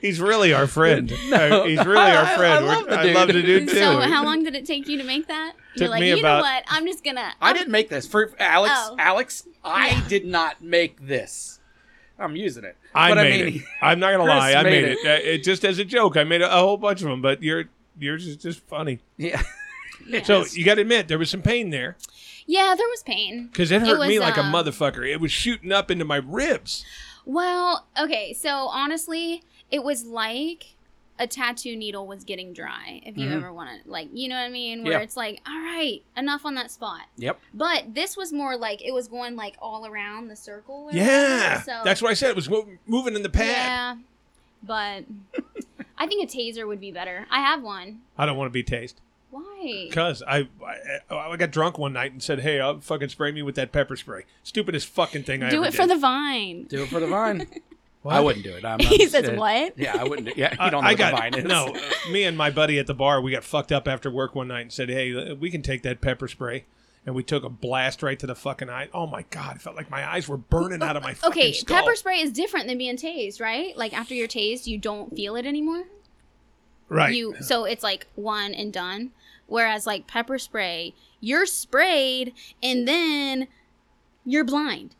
Speaker 2: He's really our friend. Uh, He's really our
Speaker 1: I- I
Speaker 2: friend.
Speaker 1: love
Speaker 2: We're-
Speaker 1: the
Speaker 2: I love the
Speaker 1: dude.
Speaker 2: dude too.
Speaker 3: So, how long did it take you to make that? You're
Speaker 2: Took
Speaker 3: like,
Speaker 2: me
Speaker 3: you
Speaker 2: about-
Speaker 3: know what? I'm just gonna.
Speaker 1: I didn't make this for Alex.
Speaker 3: Um, Oh.
Speaker 1: Alex, I
Speaker 3: Yeah.
Speaker 1: did not make this. I'm using it.
Speaker 2: I
Speaker 1: But
Speaker 2: made it. I'm not gonna
Speaker 1: Chris
Speaker 2: lie. I
Speaker 1: made
Speaker 2: made it. Uh, it just as a joke. I made a, a whole bunch of them, but your yours is just funny.
Speaker 1: Yeah.
Speaker 2: So you got to admit there was some pain there
Speaker 3: Yeah, there was pain.
Speaker 2: because it hurt
Speaker 3: was,
Speaker 2: me like a
Speaker 3: um,
Speaker 2: motherfucker. It was shooting up into my ribs.
Speaker 3: Well, okay, so honestly, it was like a tattoo needle was getting dry, if you
Speaker 1: Mhm.
Speaker 3: ever want to, like, you know what I mean? Where
Speaker 1: Yeah.
Speaker 3: it's like, all right, enough on that spot.
Speaker 1: Yep.
Speaker 3: But this was more like it was going like all around the circle. or
Speaker 2: Yeah,
Speaker 3: whatever, so,
Speaker 2: that's what I said. It was mo- moving in the pad.
Speaker 3: Yeah, but I think a taser would be better. I have one.
Speaker 2: I don't want to be tased
Speaker 3: Why?
Speaker 2: because I, I I got drunk one night and said, "Hey, I'll fucking spray me with that pepper spray." Stupidest fucking thing I
Speaker 3: Do
Speaker 2: ever
Speaker 3: it for
Speaker 2: did.
Speaker 3: the vine.
Speaker 1: Do it for the vine.
Speaker 2: What?
Speaker 1: I wouldn't do it. I'm,
Speaker 3: He
Speaker 1: I'm-
Speaker 3: says,
Speaker 1: uh,
Speaker 3: "What?"
Speaker 1: Yeah, I wouldn't. Do, yeah, you
Speaker 2: I-
Speaker 1: don't know
Speaker 2: I
Speaker 1: what
Speaker 2: got,
Speaker 1: the vine is.
Speaker 2: No, uh, me and my buddy at the bar, we got fucked up after work one night and said, "Hey, uh, we can take that pepper spray." And we took a blast right to the fucking eye. Oh my god, it felt like my eyes were burning out of my fucking
Speaker 3: Okay,
Speaker 2: skull.
Speaker 3: pepper spray is different than being tased, right? Like after you're tased, you don't feel it anymore.
Speaker 2: right.
Speaker 3: you so it's like one and done whereas like pepper spray you're sprayed and then you're blind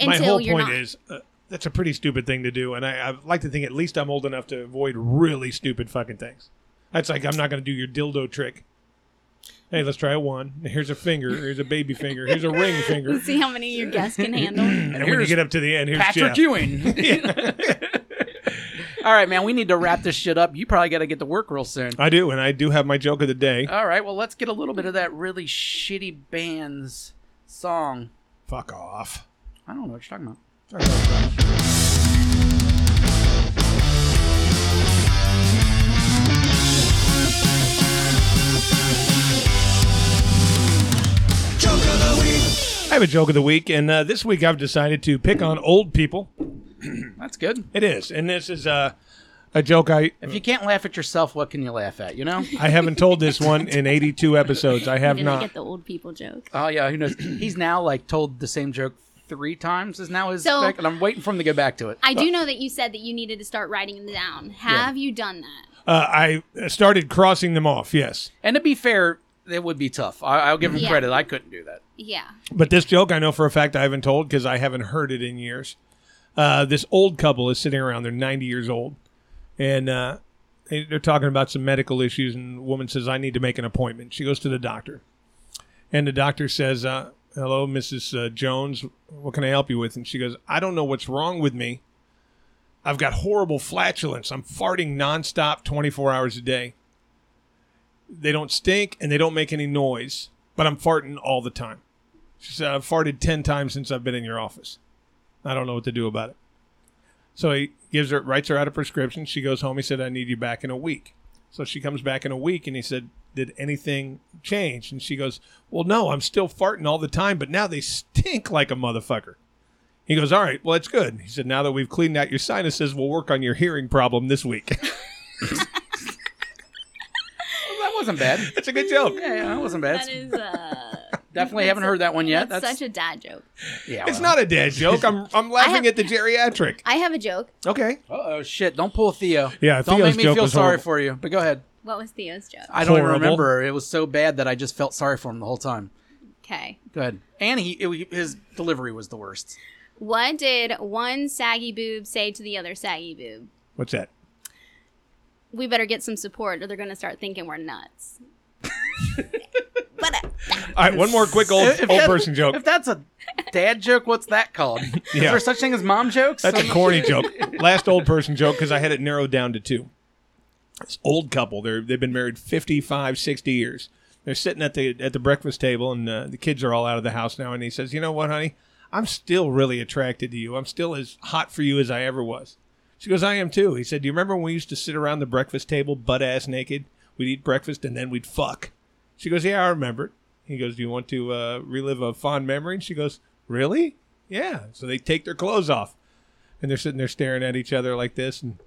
Speaker 2: my
Speaker 3: until
Speaker 2: whole
Speaker 3: you're
Speaker 2: point
Speaker 3: not
Speaker 2: is uh, that's a pretty stupid thing to do and I, I like to think at least i'm old enough to avoid really stupid fucking things that's like i'm not going to do your dildo trick hey let's try one here's a finger here's a baby finger here's a ring finger
Speaker 3: see how many your guests can handle
Speaker 2: and when you
Speaker 1: Here's
Speaker 2: get up to the end here's
Speaker 1: Patrick
Speaker 2: Jeff.
Speaker 1: Ewing. All right, man. We need to wrap this shit up. You probably got to get to work real soon.
Speaker 2: i do and i do have my joke of the day
Speaker 1: All right. Well, let's get a little bit of that really shitty band's song.
Speaker 2: fuck off
Speaker 1: I don't know what you're talking about.
Speaker 2: i have a joke of the week and uh, this week i've decided to pick on old people
Speaker 1: That's good.
Speaker 2: it is and this is uh, a joke i
Speaker 1: If you can't laugh at yourself, what can you laugh at? You know?
Speaker 2: I haven't told this one in 82 episodes. I have
Speaker 3: didn't
Speaker 2: not.
Speaker 3: get the old people joke
Speaker 2: Uh,
Speaker 1: Oh yeah, who knows? He's now like told the same joke three times. Is now his
Speaker 3: So-
Speaker 1: back, and I'm waiting for him to go back to it.
Speaker 3: i do know that you said that you needed to start writing them down have you done that
Speaker 2: Uh, I started crossing them off. Yes,
Speaker 1: And to be fair, it would be tough. I, I'll give him
Speaker 3: Yeah.
Speaker 1: credit. I couldn't do that.
Speaker 3: Yeah.
Speaker 2: But this joke I know for a fact I haven't told because I haven't heard it in years. Uh, this old couple is sitting around; they're ninety years old, and uh, they- they're talking about some medical issues. And the woman says, "I need to make an appointment." She goes to the doctor, and the doctor says, uh, "Hello, Mrs. Uh, Jones. What can I help you with?" And she goes, "I don't know what's wrong with me. I've got horrible flatulence. I'm farting nonstop, twenty-four hours a day. They don't stink and they don't make any noise, but I'm farting all the time." She said, I've farted 10 times since I've been in your office. I don't know what to do about it. So he gives her, writes her out a prescription. She goes home. He said, I need you back in a week. So she comes back in a week and he said, Did anything change? And she goes, Well, no, I'm still farting all the time, but now they stink like a motherfucker. He goes, All right, well, that's good. He said, Now that we've cleaned out your sinuses, we'll work on your hearing problem this week.
Speaker 1: Well, that wasn't bad.
Speaker 2: that's a good joke.
Speaker 1: Yeah, yeah, that wasn't bad.
Speaker 6: That is uh,
Speaker 1: Definitely haven't heard that one yet.
Speaker 3: That's,
Speaker 1: That's,
Speaker 3: such a dad joke.
Speaker 1: yeah.
Speaker 2: It's not a dad joke. I'm, I'm laughing
Speaker 3: have-
Speaker 2: at the geriatric.
Speaker 3: I have a joke.
Speaker 2: Okay.
Speaker 1: Oh shit! Don't pull Theo.
Speaker 2: Yeah,
Speaker 1: Don't
Speaker 2: Theo's
Speaker 1: make me
Speaker 2: joke
Speaker 1: feel
Speaker 2: was
Speaker 1: sorry
Speaker 2: horrible.
Speaker 1: for you. But go ahead.
Speaker 3: What was Theo's joke?
Speaker 1: I don't even
Speaker 2: Horrible.
Speaker 1: remember. It was so bad that I just felt sorry for him the whole time.
Speaker 3: Okay.
Speaker 1: Go ahead. And he it, his delivery was the worst.
Speaker 3: What did one saggy boob say to the other saggy boob?
Speaker 2: What's that?
Speaker 3: We better get some support or they're going to start thinking we're nuts. but uh,
Speaker 2: All right, one more quick old,
Speaker 1: If
Speaker 2: old
Speaker 1: that-
Speaker 2: person joke.
Speaker 1: If that's a dad joke, what's that called? Is
Speaker 2: Yeah.
Speaker 1: there such thing as mom jokes?
Speaker 2: That's
Speaker 1: I'm
Speaker 2: a
Speaker 1: not
Speaker 2: corny
Speaker 1: sure.
Speaker 2: joke. Last old person joke because I had it narrowed down to two. This old couple, they're, they've been married 55, 60 years. They're sitting at the at the breakfast table, and uh, the kids are all out of the house now. And he says, "You know what, honey? I'm still really attracted to you. I'm still as hot for you as I ever was." She goes, "I am too." He said, "Do you remember when we used to sit around the breakfast table, butt ass naked? We'd eat breakfast and then we'd fuck." She goes, "Yeah, I remember it." He goes, "Do you want to uh, relive a fond memory?" And she goes, "Really? Yeah." So they take their clothes off and they're sitting there staring at each other like this and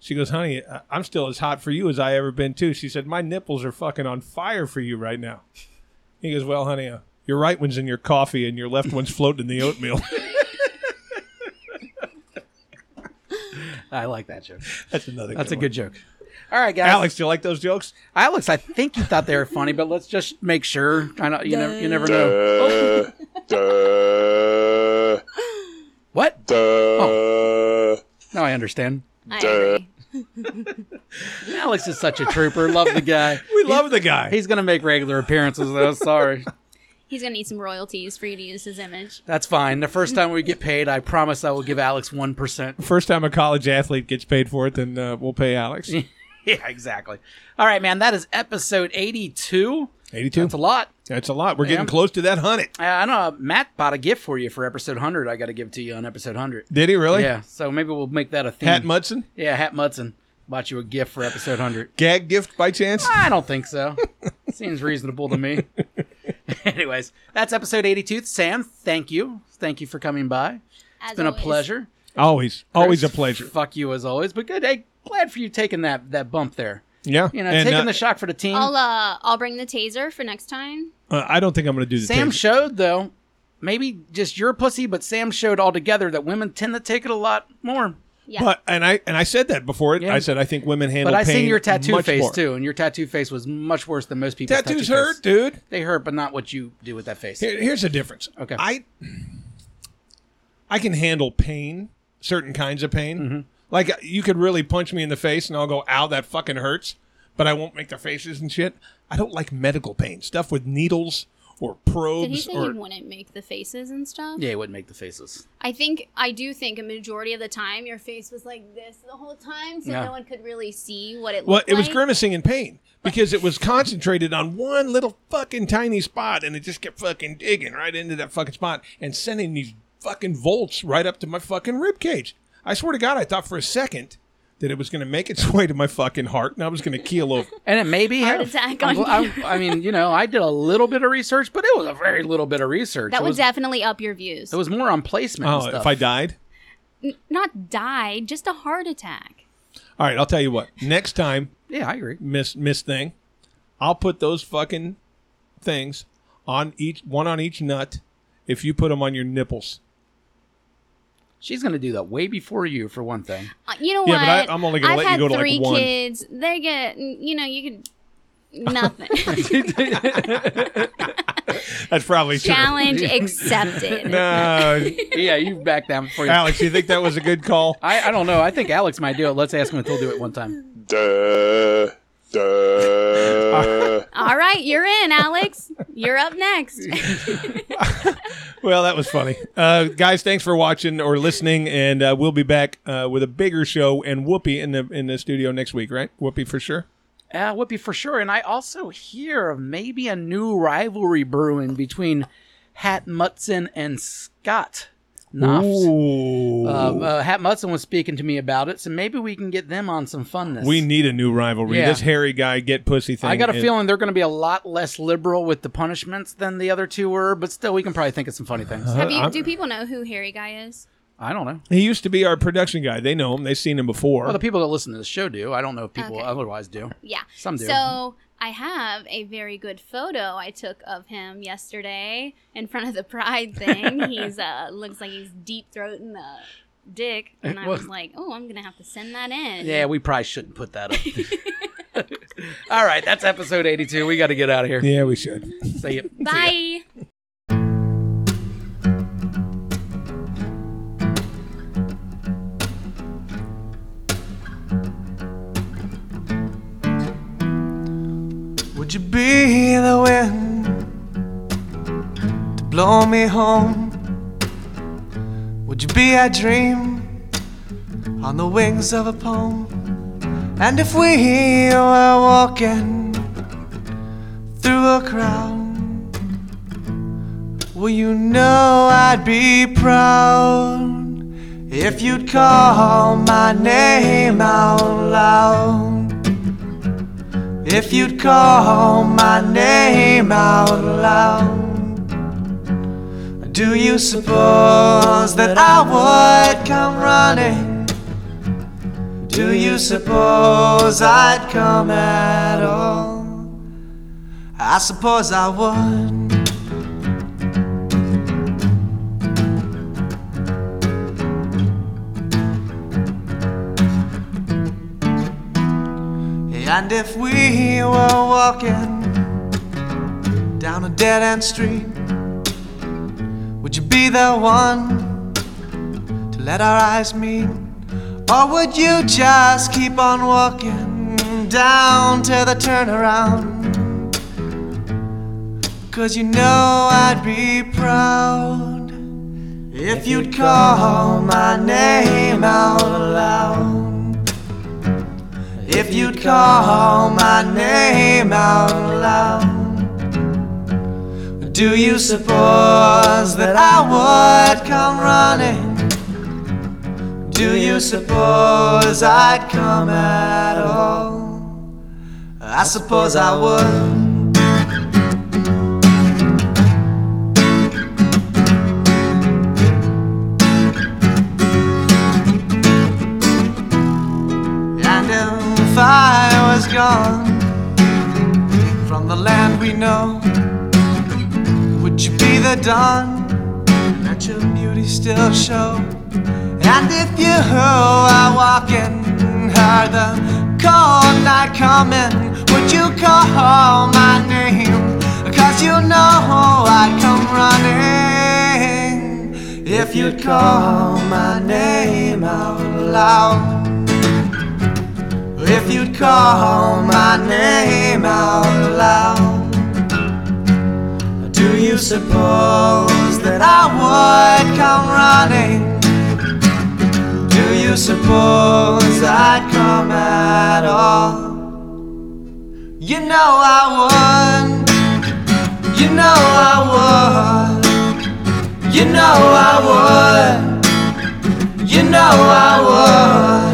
Speaker 2: she goes honey I- i'm still as hot for you as i ever been too she said my nipples are fucking on fire for you right now he goes well honey uh, your right one's in your coffee and your left one's floating in the oatmeal
Speaker 1: I like that joke.
Speaker 2: that's another
Speaker 1: That's a
Speaker 2: one.
Speaker 1: good joke. All right, guys.
Speaker 2: alex do you like those jokes
Speaker 1: Alex, I think you thought they were funny, but let's just make sure. I know, you, never, you never know. Oh.
Speaker 5: Duh. Duh.
Speaker 1: What? Oh.
Speaker 5: Duh.
Speaker 1: Now I understand.
Speaker 3: I
Speaker 5: Duh.
Speaker 3: agree.
Speaker 1: Alex is such a trooper. Love the guy.
Speaker 2: we love the guy
Speaker 1: He's gonna make regular appearances though. Sorry,
Speaker 3: He's going to need some royalties for you to use his image.
Speaker 1: that's fine. The first time we get paid, I promise I will give Alex one percent.
Speaker 2: first time a college athlete gets paid for it then uh, we'll pay alex
Speaker 1: Yeah, exactly. All right, man. That is episode eighty-two.
Speaker 2: 82
Speaker 1: That's a lot.
Speaker 2: that's a lot we're getting
Speaker 1: Yeah.
Speaker 2: close to that hundred
Speaker 1: Uh, I know Matt bought a gift for you for episode hundred. I got to give to you on episode hundred.
Speaker 2: did he really
Speaker 1: Yeah, so maybe we'll make that a theme.
Speaker 2: pat Mudson?
Speaker 1: yeah, Hat Mudson bought you a gift for episode hundred.
Speaker 2: gag gift by chance
Speaker 1: I don't think so. Seems reasonable to me. Anyways, that's episode eighty-two. Sam, thank you. Thank you for coming by.
Speaker 3: As
Speaker 1: It's been
Speaker 3: always.
Speaker 1: a pleasure.
Speaker 2: always always a
Speaker 1: Chris,
Speaker 2: pleasure
Speaker 1: Fuck you as always, but good. Hey, glad for you taking that that bump there.
Speaker 2: yeah
Speaker 1: You know,
Speaker 2: And,
Speaker 1: taking
Speaker 2: uh,
Speaker 1: the shot for the team.
Speaker 3: I'll uh, I'll bring the taser for next time.
Speaker 2: uh, i don't think i'm gonna do the
Speaker 1: Sam
Speaker 2: taser.
Speaker 1: showed though, maybe just your pussy, but Sam showed altogether that women tend to take it a lot more.
Speaker 3: Yeah.
Speaker 2: But and I and I said that before.
Speaker 1: Yeah.
Speaker 2: I said I think women handle
Speaker 1: But I
Speaker 2: pain
Speaker 1: seen your tattoo
Speaker 2: much
Speaker 1: face
Speaker 2: more.
Speaker 1: too, and your tattoo face was much worse than most people's
Speaker 2: Tattoos
Speaker 1: tattoo face.
Speaker 2: hurt, dude.
Speaker 1: They hurt, but not what you do with that face.
Speaker 2: Here- here's the difference.
Speaker 1: Okay.
Speaker 2: I I can handle pain, certain kinds of pain.
Speaker 1: Mm-hmm.
Speaker 2: Like you could really punch me in the face, and I'll go, "Ow, that fucking hurts," but I won't make the faces and shit. I don't like medical pain, stuff with needles or
Speaker 3: Did he
Speaker 2: probes
Speaker 3: say
Speaker 2: or
Speaker 3: he wouldn't make the faces and stuff?
Speaker 1: Yeah, it wouldn't make the faces.
Speaker 3: I think I do think a majority of the time your face was like this the whole time, so
Speaker 1: Yeah.
Speaker 3: no one could really see what it looked
Speaker 2: Well, it was
Speaker 3: like.
Speaker 2: grimacing in pain because it was concentrated on one little fucking tiny spot, and it just kept fucking digging right into that fucking spot and sending these fucking volts right up to my fucking rib cage. I swear to God, I thought for a second that it was going to make its way to my fucking heart, and I was going to keel over.
Speaker 1: And it maybe
Speaker 3: Heart
Speaker 1: have.
Speaker 3: attack
Speaker 1: I'm
Speaker 3: on
Speaker 1: gl-
Speaker 3: you.
Speaker 1: I, I mean, you know, I did a little bit of research, but it was a very little bit of research.
Speaker 3: That
Speaker 1: it
Speaker 3: would
Speaker 1: was,
Speaker 3: definitely up your views.
Speaker 1: it was more on placement. and
Speaker 2: Oh,
Speaker 1: stuff.
Speaker 2: if I died.
Speaker 3: N- not died, just a heart attack.
Speaker 2: All right, I'll tell you what. Next time,
Speaker 1: yeah, I agree.
Speaker 2: Miss Miss Thing, I'll put those fucking things on each one on each nut. If you put them on your nipples,
Speaker 1: She's gonna do that way before you, for one thing.
Speaker 3: Uh, you know
Speaker 2: Yeah,
Speaker 3: what?
Speaker 2: but I- I'm only gonna
Speaker 3: I've
Speaker 2: let you
Speaker 3: had
Speaker 2: go to, like,
Speaker 3: three
Speaker 2: one.
Speaker 3: kids. They get you know you could Nothing.
Speaker 2: That's probably true.
Speaker 3: Challenge accepted.
Speaker 2: No,
Speaker 1: yeah, you back down before you.
Speaker 2: Alex, you think that was a good call?
Speaker 1: I, I don't know. I think Alex might do it. Let's ask him if he'll do it one time.
Speaker 5: Duh. Duh.
Speaker 3: All right, you're in, Alex. You're up next.
Speaker 2: Well, that was funny. Uh, guys, thanks for watching or listening, and uh, we'll be back uh, with a bigger show and Whoopi in the in the studio next week, right? Whoopi for sure.
Speaker 1: Uh, would be for sure. And I also hear of maybe a new rivalry brewing between Hat Mutson and Scott Knopf.
Speaker 2: Ooh.
Speaker 1: Um, uh, Hat Mutson was speaking to me about it, so maybe we can get them on some funness.
Speaker 2: we need a new rivalry.
Speaker 1: Yeah.
Speaker 2: This hairy guy get pussy thing.
Speaker 1: I got a
Speaker 2: is-
Speaker 1: feeling they're going to be a lot less liberal with the punishments than the other two were, but still, we can probably think of some funny things.
Speaker 3: Have you,
Speaker 2: I'm-
Speaker 3: do people know who Harry Guy is?
Speaker 1: I don't know.
Speaker 2: He used to be our production guy. They know him. They've seen him before.
Speaker 1: Well, the people that listen to the show do. I don't know if people
Speaker 3: Okay.
Speaker 1: otherwise do.
Speaker 3: Yeah.
Speaker 1: Some do.
Speaker 3: So I have a very good photo I took of him yesterday in front of the pride thing. he's uh looks like he's deep throating the dick, and I
Speaker 1: Well-
Speaker 3: was like, oh, I'm gonna have to send that in.
Speaker 1: Yeah, we probably shouldn't put that up. All right, that's episode 82. We got to get out of here.
Speaker 2: yeah, we should.
Speaker 1: See ya.
Speaker 3: Bye.
Speaker 7: Would you be the wind to blow me home? Would you be a dream on the wings of a poem? And if we were walking through a crowd, well, you know I'd be proud if you'd call my name out loud. If you'd call my name out loud, do you suppose that I would come running? Do you suppose I'd come at all? I suppose I would. And if we were walking down a dead end street, would you be the one to let our eyes meet? Or would you just keep on walking down to the turnaround? Cause you know I'd be proud if you'd call my name out loud. If you'd call my name out loud, do you suppose that I would come running? Do you suppose I'd come at all? I suppose I would. And if I was gone from the land we know, would you be the dawn? Let your beauty still show. And if you were walking, heard the cold night coming, would you call my name? Cause you know I'd come running if you'd call my name out loud. If you'd call my name out loud, do you suppose that I would come running? Do you suppose I'd come at all? You know I would. You know I would. You know I would. You know I would.